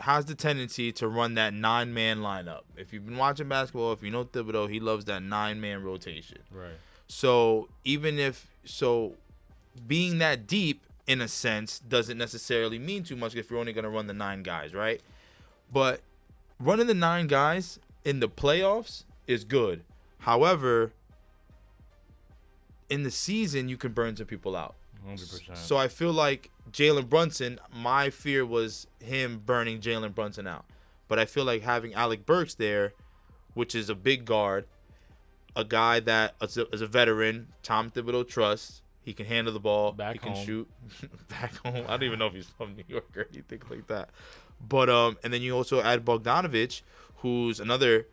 [SPEAKER 3] has the tendency to run that nine man lineup. If you've been watching basketball, if you know Thibodeau, he loves that nine man rotation.
[SPEAKER 1] Right.
[SPEAKER 3] So even if so being that deep in a sense doesn't necessarily mean too much if you're only gonna run the nine guys, right? But running the nine guys in the playoffs is good. However, in the season you can burn some people out.
[SPEAKER 1] 100%.
[SPEAKER 3] So I feel like Jalen Brunson, my fear was him burning Jalen Brunson out. But I feel like having Alec Burks there, which is a big guard, a guy that is a, is a veteran, Tom Thibodeau trusts. He can handle the ball.
[SPEAKER 1] Back
[SPEAKER 3] he can
[SPEAKER 1] home.
[SPEAKER 3] shoot. Back home. I don't even know if he's from New York or anything like that. But um, and then you also add Bogdanovich, who's another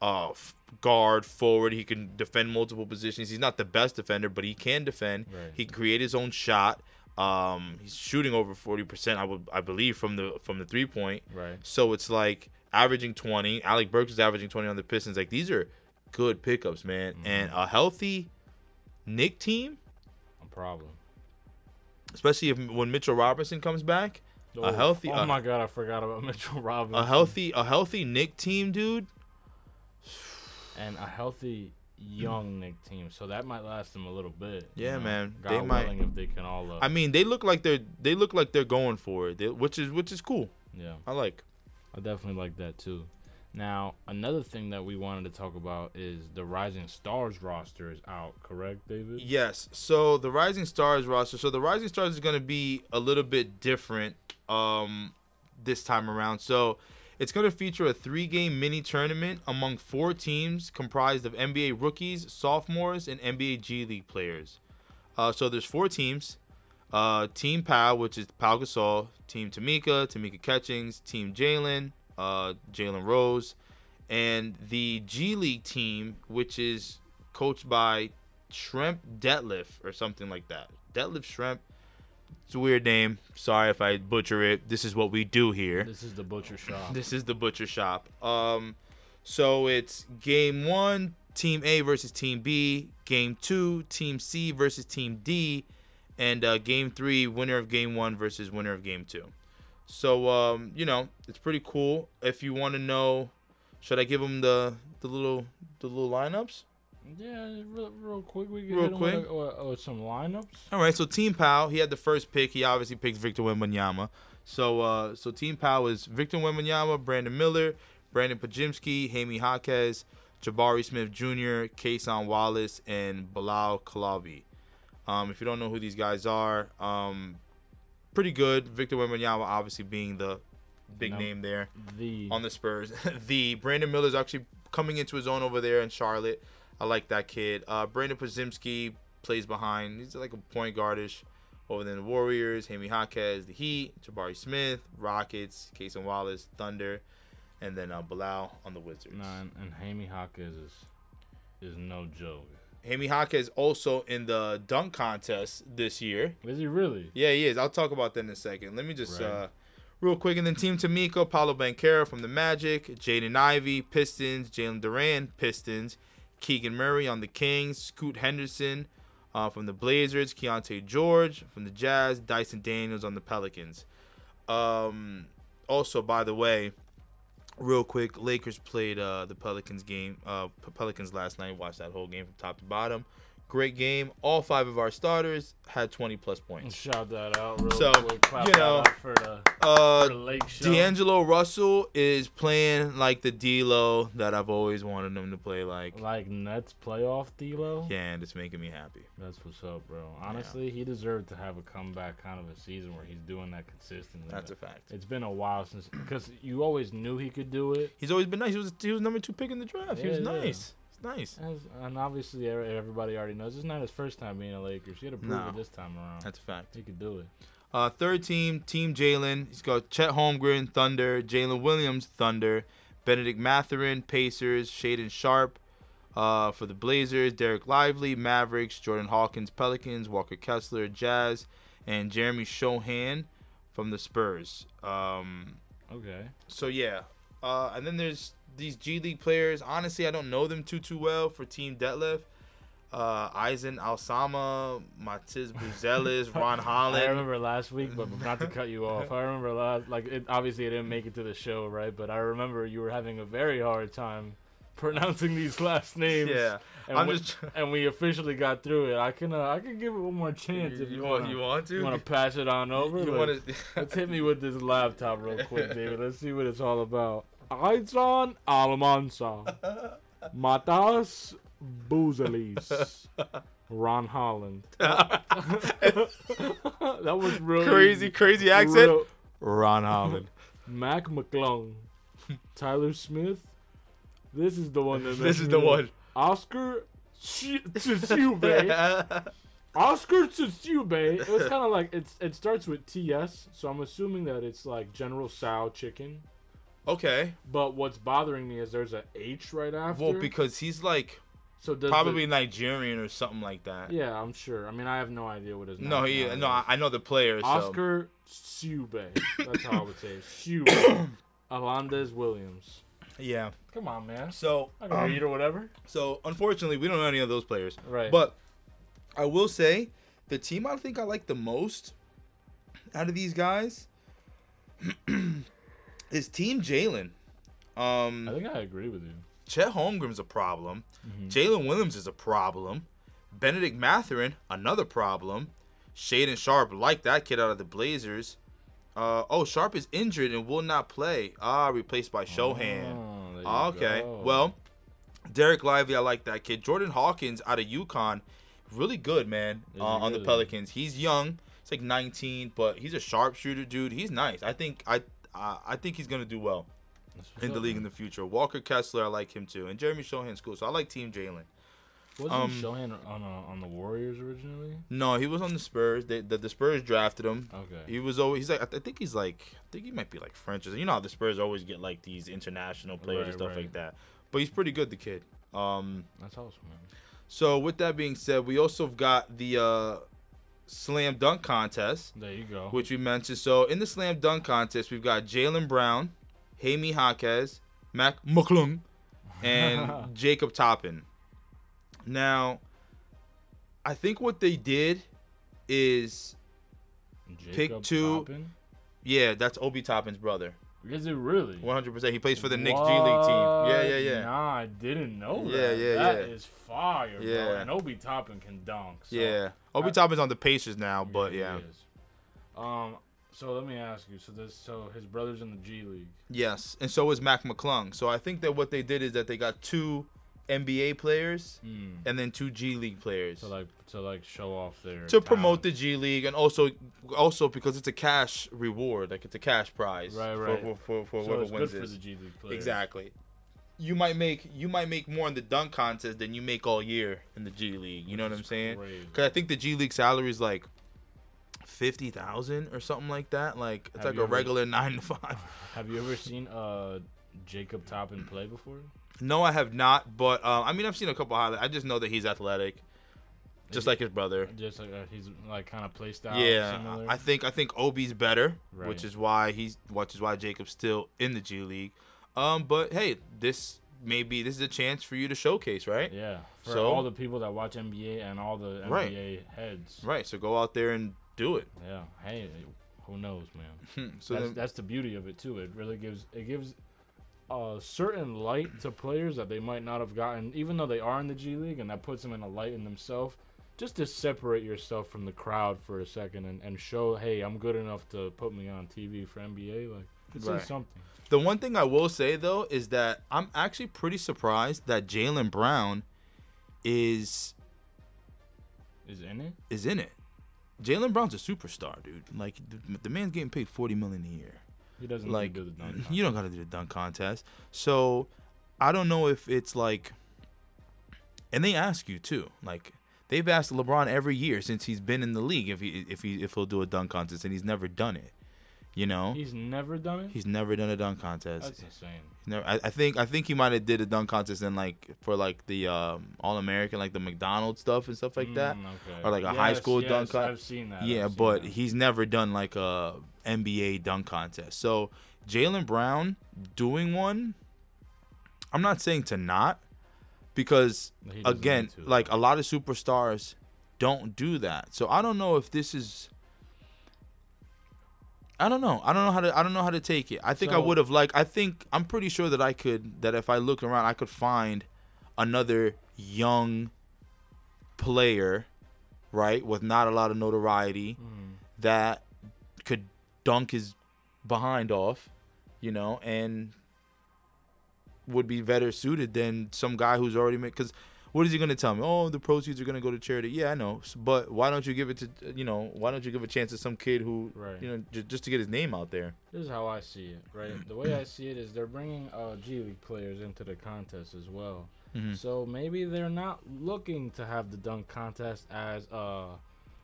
[SPEAKER 3] uh f- guard forward. He can defend multiple positions. He's not the best defender, but he can defend.
[SPEAKER 1] Right.
[SPEAKER 3] He can create his own shot. Um, he's shooting over forty percent. I would, I believe, from the from the three point.
[SPEAKER 1] right.
[SPEAKER 3] So it's like averaging twenty. Alec Burks is averaging twenty on the Pistons. Like these are good pickups, man. And a healthy Nick team,
[SPEAKER 1] A problem.
[SPEAKER 3] especially if when Mitchell Robinson comes back,
[SPEAKER 1] Oh,
[SPEAKER 3] a healthy,
[SPEAKER 1] Oh
[SPEAKER 3] a-
[SPEAKER 1] my God! I forgot about Mitchell Robinson.
[SPEAKER 3] a healthy, a healthy Nick team, dude.
[SPEAKER 1] and a healthy young Nick team, so that might last them a little bit. you
[SPEAKER 3] Yeah,
[SPEAKER 1] know?
[SPEAKER 3] man.
[SPEAKER 1] God
[SPEAKER 3] They might-
[SPEAKER 1] willing, if they can all. Uh,
[SPEAKER 3] I mean, they look like they're they look like they're going for it, they, which is which is cool.
[SPEAKER 1] yeah,
[SPEAKER 3] I like.
[SPEAKER 1] I definitely like that too. Now, another thing that we wanted to talk about is the Rising Stars roster is out, correct, David?
[SPEAKER 3] Yes. So the Rising Stars roster. So the Rising Stars is going to be a little bit different um, this time around. So it's going to feature a three-game mini tournament among four teams comprised of NBA rookies, sophomores, and NBA G League players. Uh, so there's four teams. Uh, team Pal, which is Pal Gasol, Team Tamika, Tamika Catchings, Team Jalen, uh, Jalen Rose, and the G League team, which is coached by Shrimp Detlef or something like that. Detlef Shrimp. It's a weird name. Sorry if I butcher it. This is what we do here.
[SPEAKER 1] This is the butcher shop.
[SPEAKER 3] This is the butcher shop. Um, so it's game one, team A versus team B. Game two, team C versus team D, and uh, game three, winner of game one versus winner of game two. So um, you know, it's pretty cool. If you want to know, should I give them the the little the little lineups?
[SPEAKER 1] Yeah, real, real quick. We can
[SPEAKER 3] Real
[SPEAKER 1] hit him with
[SPEAKER 3] quick.
[SPEAKER 1] a- or- or some lineups.
[SPEAKER 3] All right, so Team Pal, he had the first pick. He obviously picked Victor Wembanyama. So uh, so Team Pal is Victor Wembanyama, Brandon Miller, Brandon Pajimski, Jaime Jaquez, Jabari Smith Jr., Kason Wallace, and Bilal Kalabi. Um, if you don't know who these guys are, um, pretty good. Victor Wembanyama obviously being the big
[SPEAKER 1] Num-
[SPEAKER 3] name there
[SPEAKER 1] The
[SPEAKER 3] on the Spurs. the Brandon Miller's actually coming into his own over there in Charlotte. I like that kid. Uh, Brandon Pazimski plays behind. He's like a point guardish over there in the Warriors. Jaime Jaquez, the Heat, Jabari Smith, Rockets, Casey Wallace, Thunder, and then uh, Bilal on the Wizards.
[SPEAKER 1] nah, and, and Jaime Hawkins is is no joke.
[SPEAKER 3] Jaime Jaquez also in the dunk contest this year.
[SPEAKER 1] Is he really?
[SPEAKER 3] Yeah, he is. I'll talk about that in a second. Let me just
[SPEAKER 1] Right.
[SPEAKER 3] uh real quick and then Team Tamiko, Paolo Banquero from the Magic, Jaden Ivey, Pistons, Jalen Duran, Pistons, Keegan Murray on the Kings, Scoot Henderson uh, from the Blazers, Keontae George from the Jazz, Dyson Daniels on the Pelicans. Um also by the way, real quick, Lakers played uh the Pelicans game uh P- Pelicans last night, watched that whole game from top to bottom. Great game. All five of our starters had 20 plus points.
[SPEAKER 1] Shout that out real
[SPEAKER 3] So,
[SPEAKER 1] quick. Clap
[SPEAKER 3] you
[SPEAKER 1] that
[SPEAKER 3] know,
[SPEAKER 1] out for the,
[SPEAKER 3] Uh,
[SPEAKER 1] for the late show.
[SPEAKER 3] D'Angelo Russell is playing like the D'Lo that I've always wanted him to play like.
[SPEAKER 1] like Nets playoff D'Lo.
[SPEAKER 3] Yeah, and it's making me happy.
[SPEAKER 1] That's what's up, bro. Honestly, he deserved to have a comeback kind of a season where he's doing that consistently.
[SPEAKER 3] That's a fact.
[SPEAKER 1] it's been a while since because you always knew he could do it,
[SPEAKER 3] He's always been nice. He was he was number two pick in the draft. he
[SPEAKER 1] Yeah,
[SPEAKER 3] was
[SPEAKER 1] yeah.
[SPEAKER 3] nice. It's nice.
[SPEAKER 1] and, and obviously e- everybody already knows it's not his first time being a Lakers. He had to prove
[SPEAKER 3] No.
[SPEAKER 1] it this time around.
[SPEAKER 3] That's a fact.
[SPEAKER 1] He could do it.
[SPEAKER 3] Uh, third team, Team Jalen. He's got Chet Holmgren, Thunder. Jalen Williams, Thunder. Benedict Matherin, Pacers. Shaden Sharp uh, for the Blazers. Derek Lively, Mavericks. Jordan Hawkins, Pelicans. Walker Kessler, Jazz. And Jeremy Shohan from the Spurs. Um,
[SPEAKER 1] Okay,
[SPEAKER 3] So yeah, uh, and then there's these G League players. Honestly, I don't know them too too well for Team Detlef. Uh, Eisen Alsama, Matiz Buzelis, Ron
[SPEAKER 1] I
[SPEAKER 3] Holland.
[SPEAKER 1] remember last week, but not to cut you off. I remember last like it, obviously it didn't make it to the show, right? But I remember you were having a very hard time pronouncing these last names.
[SPEAKER 3] Yeah,
[SPEAKER 1] and
[SPEAKER 3] I'm
[SPEAKER 1] we,
[SPEAKER 3] just. tr-
[SPEAKER 1] and we officially got through it. I can uh, I can give it one more chance
[SPEAKER 3] You,
[SPEAKER 1] if you
[SPEAKER 3] want?
[SPEAKER 1] wanna-
[SPEAKER 3] You want to?
[SPEAKER 1] You want to pass it on over?
[SPEAKER 3] You
[SPEAKER 1] Like,
[SPEAKER 3] want
[SPEAKER 1] let's hit me with this laptop real quick, David. Let's see what it's all about. Aitzon Alamansa. Matas Buzelis. Ron Holland. that was really
[SPEAKER 3] crazy, crazy accent.
[SPEAKER 1] real-
[SPEAKER 3] Ron Holland.
[SPEAKER 1] Mac McClung. Tyler Smith. This is the one that
[SPEAKER 3] this
[SPEAKER 1] makes
[SPEAKER 3] is
[SPEAKER 1] me
[SPEAKER 3] the
[SPEAKER 1] laugh.
[SPEAKER 3] one.
[SPEAKER 1] Oscar Tsu- Tsube. Oscar Tsube. It was kind of like it's. It starts with TS, so I'm assuming that it's like General Sow chicken.
[SPEAKER 3] okay.
[SPEAKER 1] But what's bothering me is there's a H right after.
[SPEAKER 3] Well, because he's like
[SPEAKER 1] so does the-
[SPEAKER 3] probably Nigerian or something like that.
[SPEAKER 1] yeah, I'm sure. I mean, I have no idea what his
[SPEAKER 3] No, he.
[SPEAKER 1] nationality
[SPEAKER 3] No, I
[SPEAKER 1] is.
[SPEAKER 3] I know the player. So.
[SPEAKER 1] Oscar Tsube. That's how I would say it. Tsube. Alondes Williams.
[SPEAKER 3] Yeah.
[SPEAKER 1] Come on, man.
[SPEAKER 3] So.
[SPEAKER 1] I can
[SPEAKER 3] um,
[SPEAKER 1] read or whatever.
[SPEAKER 3] So unfortunately, we don't know any of those players.
[SPEAKER 1] Right.
[SPEAKER 3] But I will say, the team I think I like the most out of these guys is Team Jalen.
[SPEAKER 1] I
[SPEAKER 3] Um,
[SPEAKER 1] think I agree with you.
[SPEAKER 3] Chet Holmgren's a problem.
[SPEAKER 1] Mm-hmm.
[SPEAKER 3] Jalen Williams is a problem. Benedict Matherin, another problem. Shaden Sharp, like that kid out of the Blazers. Uh, oh, Sharp is injured and will not play. Ah, replaced by Shohan.
[SPEAKER 1] Oh, there you
[SPEAKER 3] Okay.
[SPEAKER 1] go.
[SPEAKER 3] Well, Derek Lively, I like that kid. Jordan Hawkins out of UConn, really good, man,
[SPEAKER 1] Is
[SPEAKER 3] uh,
[SPEAKER 1] he
[SPEAKER 3] on the
[SPEAKER 1] really?
[SPEAKER 3] Pelicans. He's young. He's like 19, but he's a sharpshooter, dude. He's nice. I think I I, I think he's gonna do well
[SPEAKER 1] That's what's
[SPEAKER 3] in the
[SPEAKER 1] up,
[SPEAKER 3] league in
[SPEAKER 1] man.
[SPEAKER 3] the future. Walker Kessler, I like him too, and Jeremy Shohan's cool. So I like Team Jalen.
[SPEAKER 1] Wasn't
[SPEAKER 3] Um,
[SPEAKER 1] Shohan on uh, on the Warriors originally?
[SPEAKER 3] No, he was on the Spurs. They, the, the Spurs drafted him.
[SPEAKER 1] Okay.
[SPEAKER 3] He was always. He's like. I, th- I think he's like. I think he might be like French. or something. You know how the Spurs always get like these international players and
[SPEAKER 1] Right,
[SPEAKER 3] stuff
[SPEAKER 1] right.
[SPEAKER 3] like that. But he's pretty good, the kid. Um.
[SPEAKER 1] That's awesome, man.
[SPEAKER 3] So with that being said, we also got the uh, slam dunk contest,
[SPEAKER 1] There you go.
[SPEAKER 3] which we mentioned. So in the slam dunk contest, we've got Jalen Brown, Jaime Jaquez, Mac McClung, and Jacob Toppin. Now, I think what they did is
[SPEAKER 1] Jacob
[SPEAKER 3] two-
[SPEAKER 1] Toppin?
[SPEAKER 3] Yeah, that's Obi Toppin's brother.
[SPEAKER 1] Is it really?
[SPEAKER 3] 100%. He plays for the Knicks G League team. Yeah, yeah,
[SPEAKER 1] What?
[SPEAKER 3] yeah.
[SPEAKER 1] Nah, I didn't know that.
[SPEAKER 3] Yeah, yeah,
[SPEAKER 1] That
[SPEAKER 3] yeah.
[SPEAKER 1] is fire, bro.
[SPEAKER 3] Yeah.
[SPEAKER 1] And Obi Toppin can dunk. So
[SPEAKER 3] yeah. Obi Toppin's on the Pacers now, but
[SPEAKER 1] he
[SPEAKER 3] yeah.
[SPEAKER 1] is. Um. So let me ask you. So this. So his brother's in the G League.
[SPEAKER 3] Yes. And so is Mac McClung. So I think that what they did is that they got two NBA players
[SPEAKER 1] Mm.
[SPEAKER 3] and then two G League players.
[SPEAKER 1] To like to like show off their
[SPEAKER 3] to promote the
[SPEAKER 1] talent.
[SPEAKER 3] G League and also also because it's a cash reward, like it's a cash prize
[SPEAKER 1] Right,
[SPEAKER 3] for-
[SPEAKER 1] right.
[SPEAKER 3] for, for, for
[SPEAKER 1] So
[SPEAKER 3] whoever
[SPEAKER 1] it's good
[SPEAKER 3] wins
[SPEAKER 1] for
[SPEAKER 3] this.
[SPEAKER 1] the G League players.
[SPEAKER 3] Exactly. You might make you might make more in the dunk contest than you make all year in the G League. You know what I'm saying?
[SPEAKER 1] crazy.
[SPEAKER 3] Because I think the G League salary is like fifty thousand or something like that. Like it's
[SPEAKER 1] Have you
[SPEAKER 3] like a
[SPEAKER 1] ever-
[SPEAKER 3] regular nine to five.
[SPEAKER 1] Have you ever seen uh Jacob Toppin play before?
[SPEAKER 3] No, I have not. But uh, I mean, I've seen a couple highlights. I just know that he's athletic, just like his brother.
[SPEAKER 1] Just like uh, he's like kind of play style.
[SPEAKER 3] yeah,
[SPEAKER 1] similar.
[SPEAKER 3] I think I think Obi's better,
[SPEAKER 1] Right.
[SPEAKER 3] which is why he's which is why Jacob's still in the G League. Um, but hey, this maybe this is a chance for you to showcase, right?
[SPEAKER 1] yeah. For
[SPEAKER 3] So-
[SPEAKER 1] all the people that watch NBA and all the NBA
[SPEAKER 3] Right.
[SPEAKER 1] heads.
[SPEAKER 3] Right. So go out there and do it.
[SPEAKER 1] Yeah. Hey, who knows, man?
[SPEAKER 3] So
[SPEAKER 1] that's,
[SPEAKER 3] then,
[SPEAKER 1] that's the beauty of it too. It really gives it gives a certain light to players that they might not have gotten, even though they are in the G League, and that puts them in a light in themselves. Just to separate yourself from the crowd for a second and, and show, hey, I'm good enough to put me on TV for NBA. Like, it says
[SPEAKER 3] Right.
[SPEAKER 1] something.
[SPEAKER 3] The one thing I will say though is that I'm actually pretty surprised that Jalen Brown is
[SPEAKER 1] Is in it?
[SPEAKER 3] is in it. Jalen Brown's a superstar, dude. Like the, the man's getting paid forty million a year.
[SPEAKER 1] He doesn't
[SPEAKER 3] Like
[SPEAKER 1] do the dunk.
[SPEAKER 3] you don't gotta do the dunk contest. So I don't know if it's like, and they ask you too. Like they've asked LeBron every year since he's been in the league if he if he if he'll do a dunk contest, and he's never done it. You know,
[SPEAKER 1] He's never done it.
[SPEAKER 3] he's never done a dunk contest.
[SPEAKER 1] That's insane.
[SPEAKER 3] No, I, I think I think he might have did a dunk contest in like for like the um, All American, like the McDonald's stuff and stuff like that,
[SPEAKER 1] Mm, okay.
[SPEAKER 3] or like a high
[SPEAKER 1] Yes,
[SPEAKER 3] school
[SPEAKER 1] yes,
[SPEAKER 3] dunk
[SPEAKER 1] I've
[SPEAKER 3] contest.
[SPEAKER 1] seen that.
[SPEAKER 3] Yeah,
[SPEAKER 1] I've seen
[SPEAKER 3] but
[SPEAKER 1] that.
[SPEAKER 3] he's never done like a NBA dunk contest. So Jalen Brown doing one, I'm not saying to not, because
[SPEAKER 1] He doesn't
[SPEAKER 3] again,
[SPEAKER 1] need to.
[SPEAKER 3] like a lot of superstars don't do that. So I don't know if this is. I don't know. I don't know how to. I don't know how to take it. I think I
[SPEAKER 1] So-
[SPEAKER 3] would have like. I think I'm pretty sure that I could. That if I looked around, I could find another young player, right, with not a lot of notoriety
[SPEAKER 1] Mm.
[SPEAKER 3] that could dunk his behind off, you know, and would be better suited than some guy who's already made. Because what is he going to tell me? Oh, the proceeds are going to go to charity. Yeah, I know. S- But why don't you give it to, you know, why don't you give a chance to some kid who,
[SPEAKER 1] Right.
[SPEAKER 3] you know, j- just to get his name out there?
[SPEAKER 1] This is how I see it, right? The way I see it is they're bringing uh, G League players into the contest as well.
[SPEAKER 3] Mhm.
[SPEAKER 1] So maybe they're not looking to have the dunk contest as uh,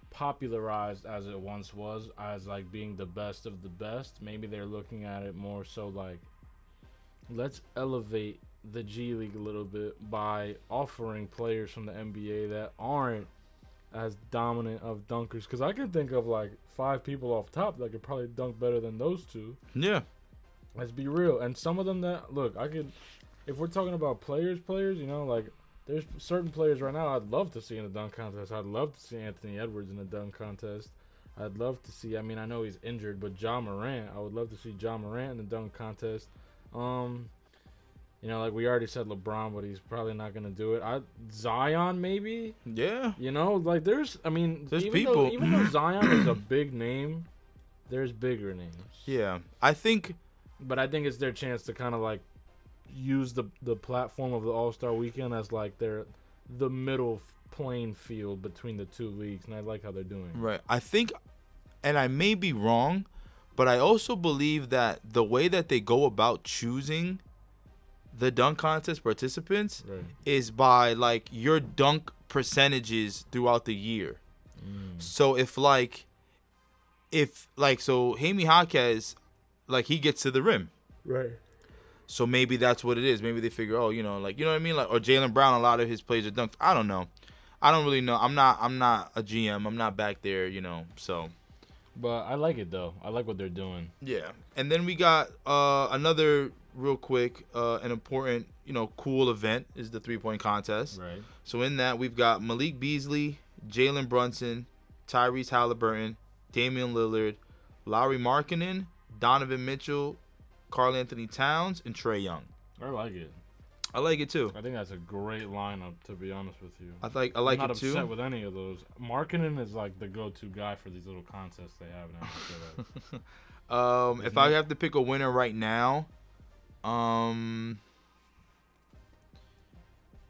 [SPEAKER 1] popularized as it once was, as like being the best of the best. Maybe they're looking at it more so like, let's elevate the G League a little bit by offering players from the NBA that aren't as dominant of dunkers. Because I can think of like five people off top that could probably dunk better than those two.
[SPEAKER 3] Yeah.
[SPEAKER 1] Let's be real. And some of them that look, I could, if we're talking about players, players, you know, like there's certain players right now I'd love to see in a dunk contest. I'd love to see Anthony Edwards in a dunk contest. I'd love to see. I mean, I know he's injured, but John Morant. I would love to see John Morant in the dunk contest. Um, you know, like we already said, LeBron, but he's probably not gonna do it. I Zion maybe.
[SPEAKER 3] Yeah.
[SPEAKER 1] You know, like there's, I mean,
[SPEAKER 3] There's
[SPEAKER 1] even Though,
[SPEAKER 3] people-
[SPEAKER 1] even though Zion is a big name, there's bigger names.
[SPEAKER 3] Yeah. I think,
[SPEAKER 1] But I think it's their chance to kind of like use the the platform of the All Star Weekend as like their the middle f- playing field between the two leagues, and I like how they're doing. it.
[SPEAKER 3] right. I think, and I may be wrong, but I also believe that the way that they go about choosing the dunk contest participants
[SPEAKER 1] Right.
[SPEAKER 3] is by like your dunk percentages throughout the year. So if like if like so Jaime Jaquez like he gets to the rim.
[SPEAKER 1] Right.
[SPEAKER 3] So maybe that's what it is. Maybe they figure, oh, you know, like you know what I mean, like or Jalen Brown. A lot of his plays are dunked. I don't know. I don't really know. I'm not. I'm not a GM. I'm not back there. You know. So
[SPEAKER 1] But I like it though. I like what they're doing.
[SPEAKER 3] yeah. And then we got uh, another real quick, uh, an important, you know, cool event is the three point contest.
[SPEAKER 1] Right.
[SPEAKER 3] So in that we've got Malik Beasley, Jalen Brunson, Tyrese Halliburton, Damian Lillard, Lowry Markinen, Donovan Mitchell, Carl Anthony Towns, and Trey Young.
[SPEAKER 1] I like it.
[SPEAKER 3] I like it too.
[SPEAKER 1] I think that's a great lineup. To be honest with you.
[SPEAKER 3] I like I like
[SPEAKER 1] I'm not
[SPEAKER 3] it too.
[SPEAKER 1] upset with any of those. Marketing is like the go-to guy for these little contests they have now. I feel like.
[SPEAKER 3] Um, if
[SPEAKER 1] Isn't
[SPEAKER 3] I
[SPEAKER 1] it?
[SPEAKER 3] have to pick a winner right now, um,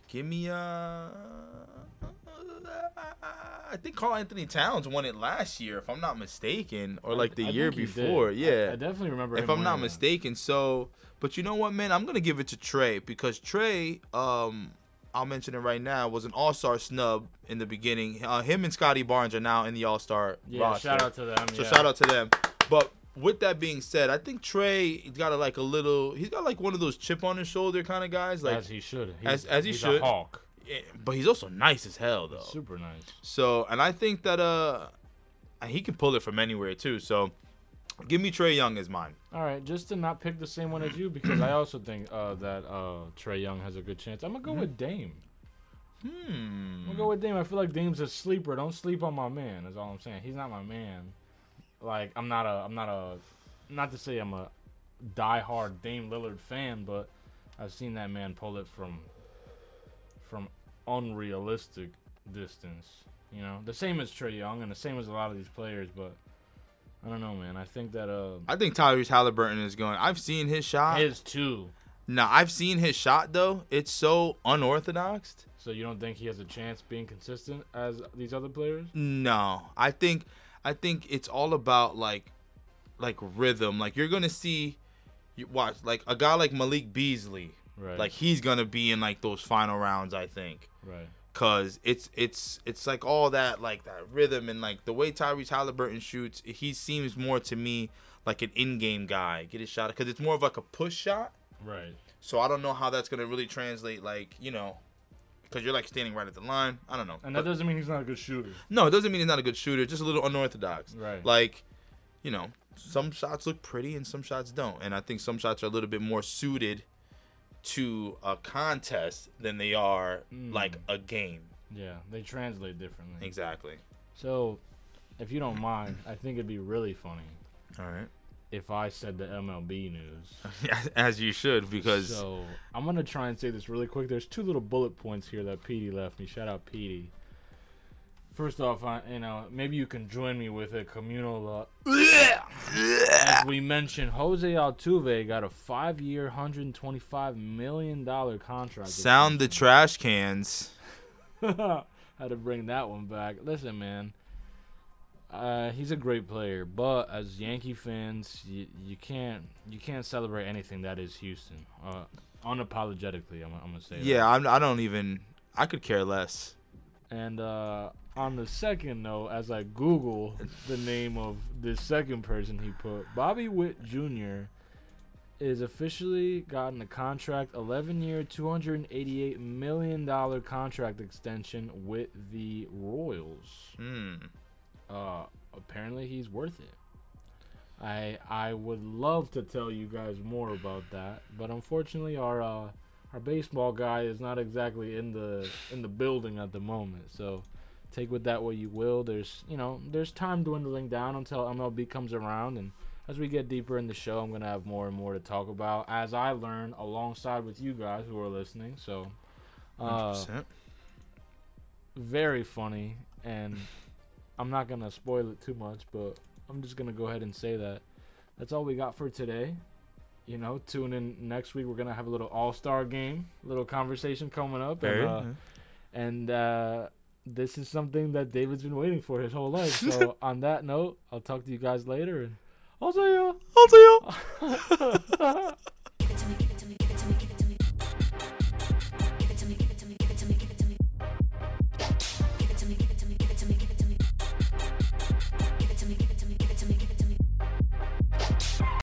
[SPEAKER 3] give me a. I think Carl Anthony Towns won it last year, if I'm not mistaken, or like the
[SPEAKER 1] I
[SPEAKER 3] year
[SPEAKER 1] think he did.
[SPEAKER 3] before.
[SPEAKER 1] I-
[SPEAKER 3] Yeah,
[SPEAKER 1] I, definitely remember.
[SPEAKER 3] if
[SPEAKER 1] him
[SPEAKER 3] I'm not
[SPEAKER 1] winning that.
[SPEAKER 3] mistaken. So, but you know what, man? I'm gonna give it to Trey because Trey, um, I'll mention it right now, was an All Star snub in the beginning. Uh, him and Scotty Barnes are now in the All Star
[SPEAKER 1] Yeah,
[SPEAKER 3] roster.
[SPEAKER 1] shout out to E them.
[SPEAKER 3] So
[SPEAKER 1] yeah.
[SPEAKER 3] shout out to them. But with that being said, I think Trey has got a, like a little. He's got like one of those chip on his shoulder kind of guys. Like,
[SPEAKER 1] as he should. He's,
[SPEAKER 3] as- as he
[SPEAKER 1] he's
[SPEAKER 3] should.
[SPEAKER 1] A
[SPEAKER 3] Oh.
[SPEAKER 1] hawk.
[SPEAKER 3] eh, but he's also nice as hell though.
[SPEAKER 1] Super nice.
[SPEAKER 3] So, and I think that uh, he can pull it from anywhere too. So, give me Trey Young as mine.
[SPEAKER 1] All right, just to not pick the same one as you because I also think uh, that uh, Trey Young has a good chance. I'm gonna
[SPEAKER 3] Mm-hmm.
[SPEAKER 1] go with Dame. I'm
[SPEAKER 3] Hmm.
[SPEAKER 1] gonna go with Dame. I feel like Dame's a sleeper. Don't sleep on my man. Is all I'm saying. He's not my man. Like I'm not a. I'm not a. Not to say I'm a diehard Dame Lillard fan, but I've seen that man pull it from from unrealistic distance. You know, the same as Trey Young and the same as a lot of these players, but I don't know, man. I think that uh,
[SPEAKER 3] I think Tyrese Halliburton is going. I've seen his shot.
[SPEAKER 1] his too.
[SPEAKER 3] now I've seen his shot though. It's so unorthodox.
[SPEAKER 1] So you don't think he has a chance being consistent as these other players?
[SPEAKER 3] No, I think I think it's all about like like rhythm. Like you're gonna see, you watch like a guy like Malik Beasley.
[SPEAKER 1] Right.
[SPEAKER 3] Like he's gonna be in like those final rounds, I think,
[SPEAKER 1] right.
[SPEAKER 3] cause it's it's it's like all that like that rhythm and like the way Tyrese Halliburton shoots. He seems more to me like an in-game guy. Get his shot, cause it's more of like a push shot.
[SPEAKER 1] Right.
[SPEAKER 3] So I don't know how that's gonna really translate. Like you know, cause you're like standing right at the line. I don't know.
[SPEAKER 1] And
[SPEAKER 3] But-
[SPEAKER 1] that doesn't mean he's not a good shooter.
[SPEAKER 3] no, it doesn't mean he's not a good shooter. Just a little unorthodox.
[SPEAKER 1] Right.
[SPEAKER 3] Like, you know, some shots look pretty and some shots don't. And I think some shots are a little bit more suited to a contest than they are
[SPEAKER 1] Mm.
[SPEAKER 3] like a game.
[SPEAKER 1] Yeah, they translate differently.
[SPEAKER 3] Exactly.
[SPEAKER 1] So, if you don't mind, I think it'd be really funny
[SPEAKER 3] All right.
[SPEAKER 1] if I said the MLB news.
[SPEAKER 3] As you should, because
[SPEAKER 1] So, I'm going to try and say this really quick. There's two little bullet points here that Petey left me. Shout out Petey. First off, I, you know, maybe you can join me with a communal. Uh, as we mentioned, Jose Altuve got a five-year, 125 million dollar contract.
[SPEAKER 3] sound the trash cans.
[SPEAKER 1] had to bring that one back. Listen, man, uh, he's a great player, but as Yankee fans, you, you can't you can't celebrate anything that is Houston. Uh, unapologetically, I'm, I'm gonna say. that.
[SPEAKER 3] Yeah, I'm, I don't even. I could care less.
[SPEAKER 1] And uh, on the second note, as I Google the name of this second person he put, Bobby Witt Jr. is officially gotten a contract, 11 year, $288 million contract extension with the Royals.
[SPEAKER 3] Mm.
[SPEAKER 1] Uh, apparently, he's worth it. I I would love to tell you guys more about that, but unfortunately, our uh, our baseball guy is not exactly in the in the building at the moment. So take with that what you will. There's you know there's time dwindling down until MLB comes around, and as we get deeper in the show, I'm gonna have more and more to talk about as I learn alongside with you guys who are listening. So. Uh,
[SPEAKER 3] 100%.
[SPEAKER 1] very funny and I'm not gonna spoil it too much, but I'm just gonna go ahead and say that that's all we got for today. You know, tune in next week. We're gonna have a little All Star game, little conversation coming up, and uh, and uh, this is something that David's been waiting for his whole life. So on that note, I'll talk to you guys later. And also,
[SPEAKER 3] I'll tell you.
[SPEAKER 1] you.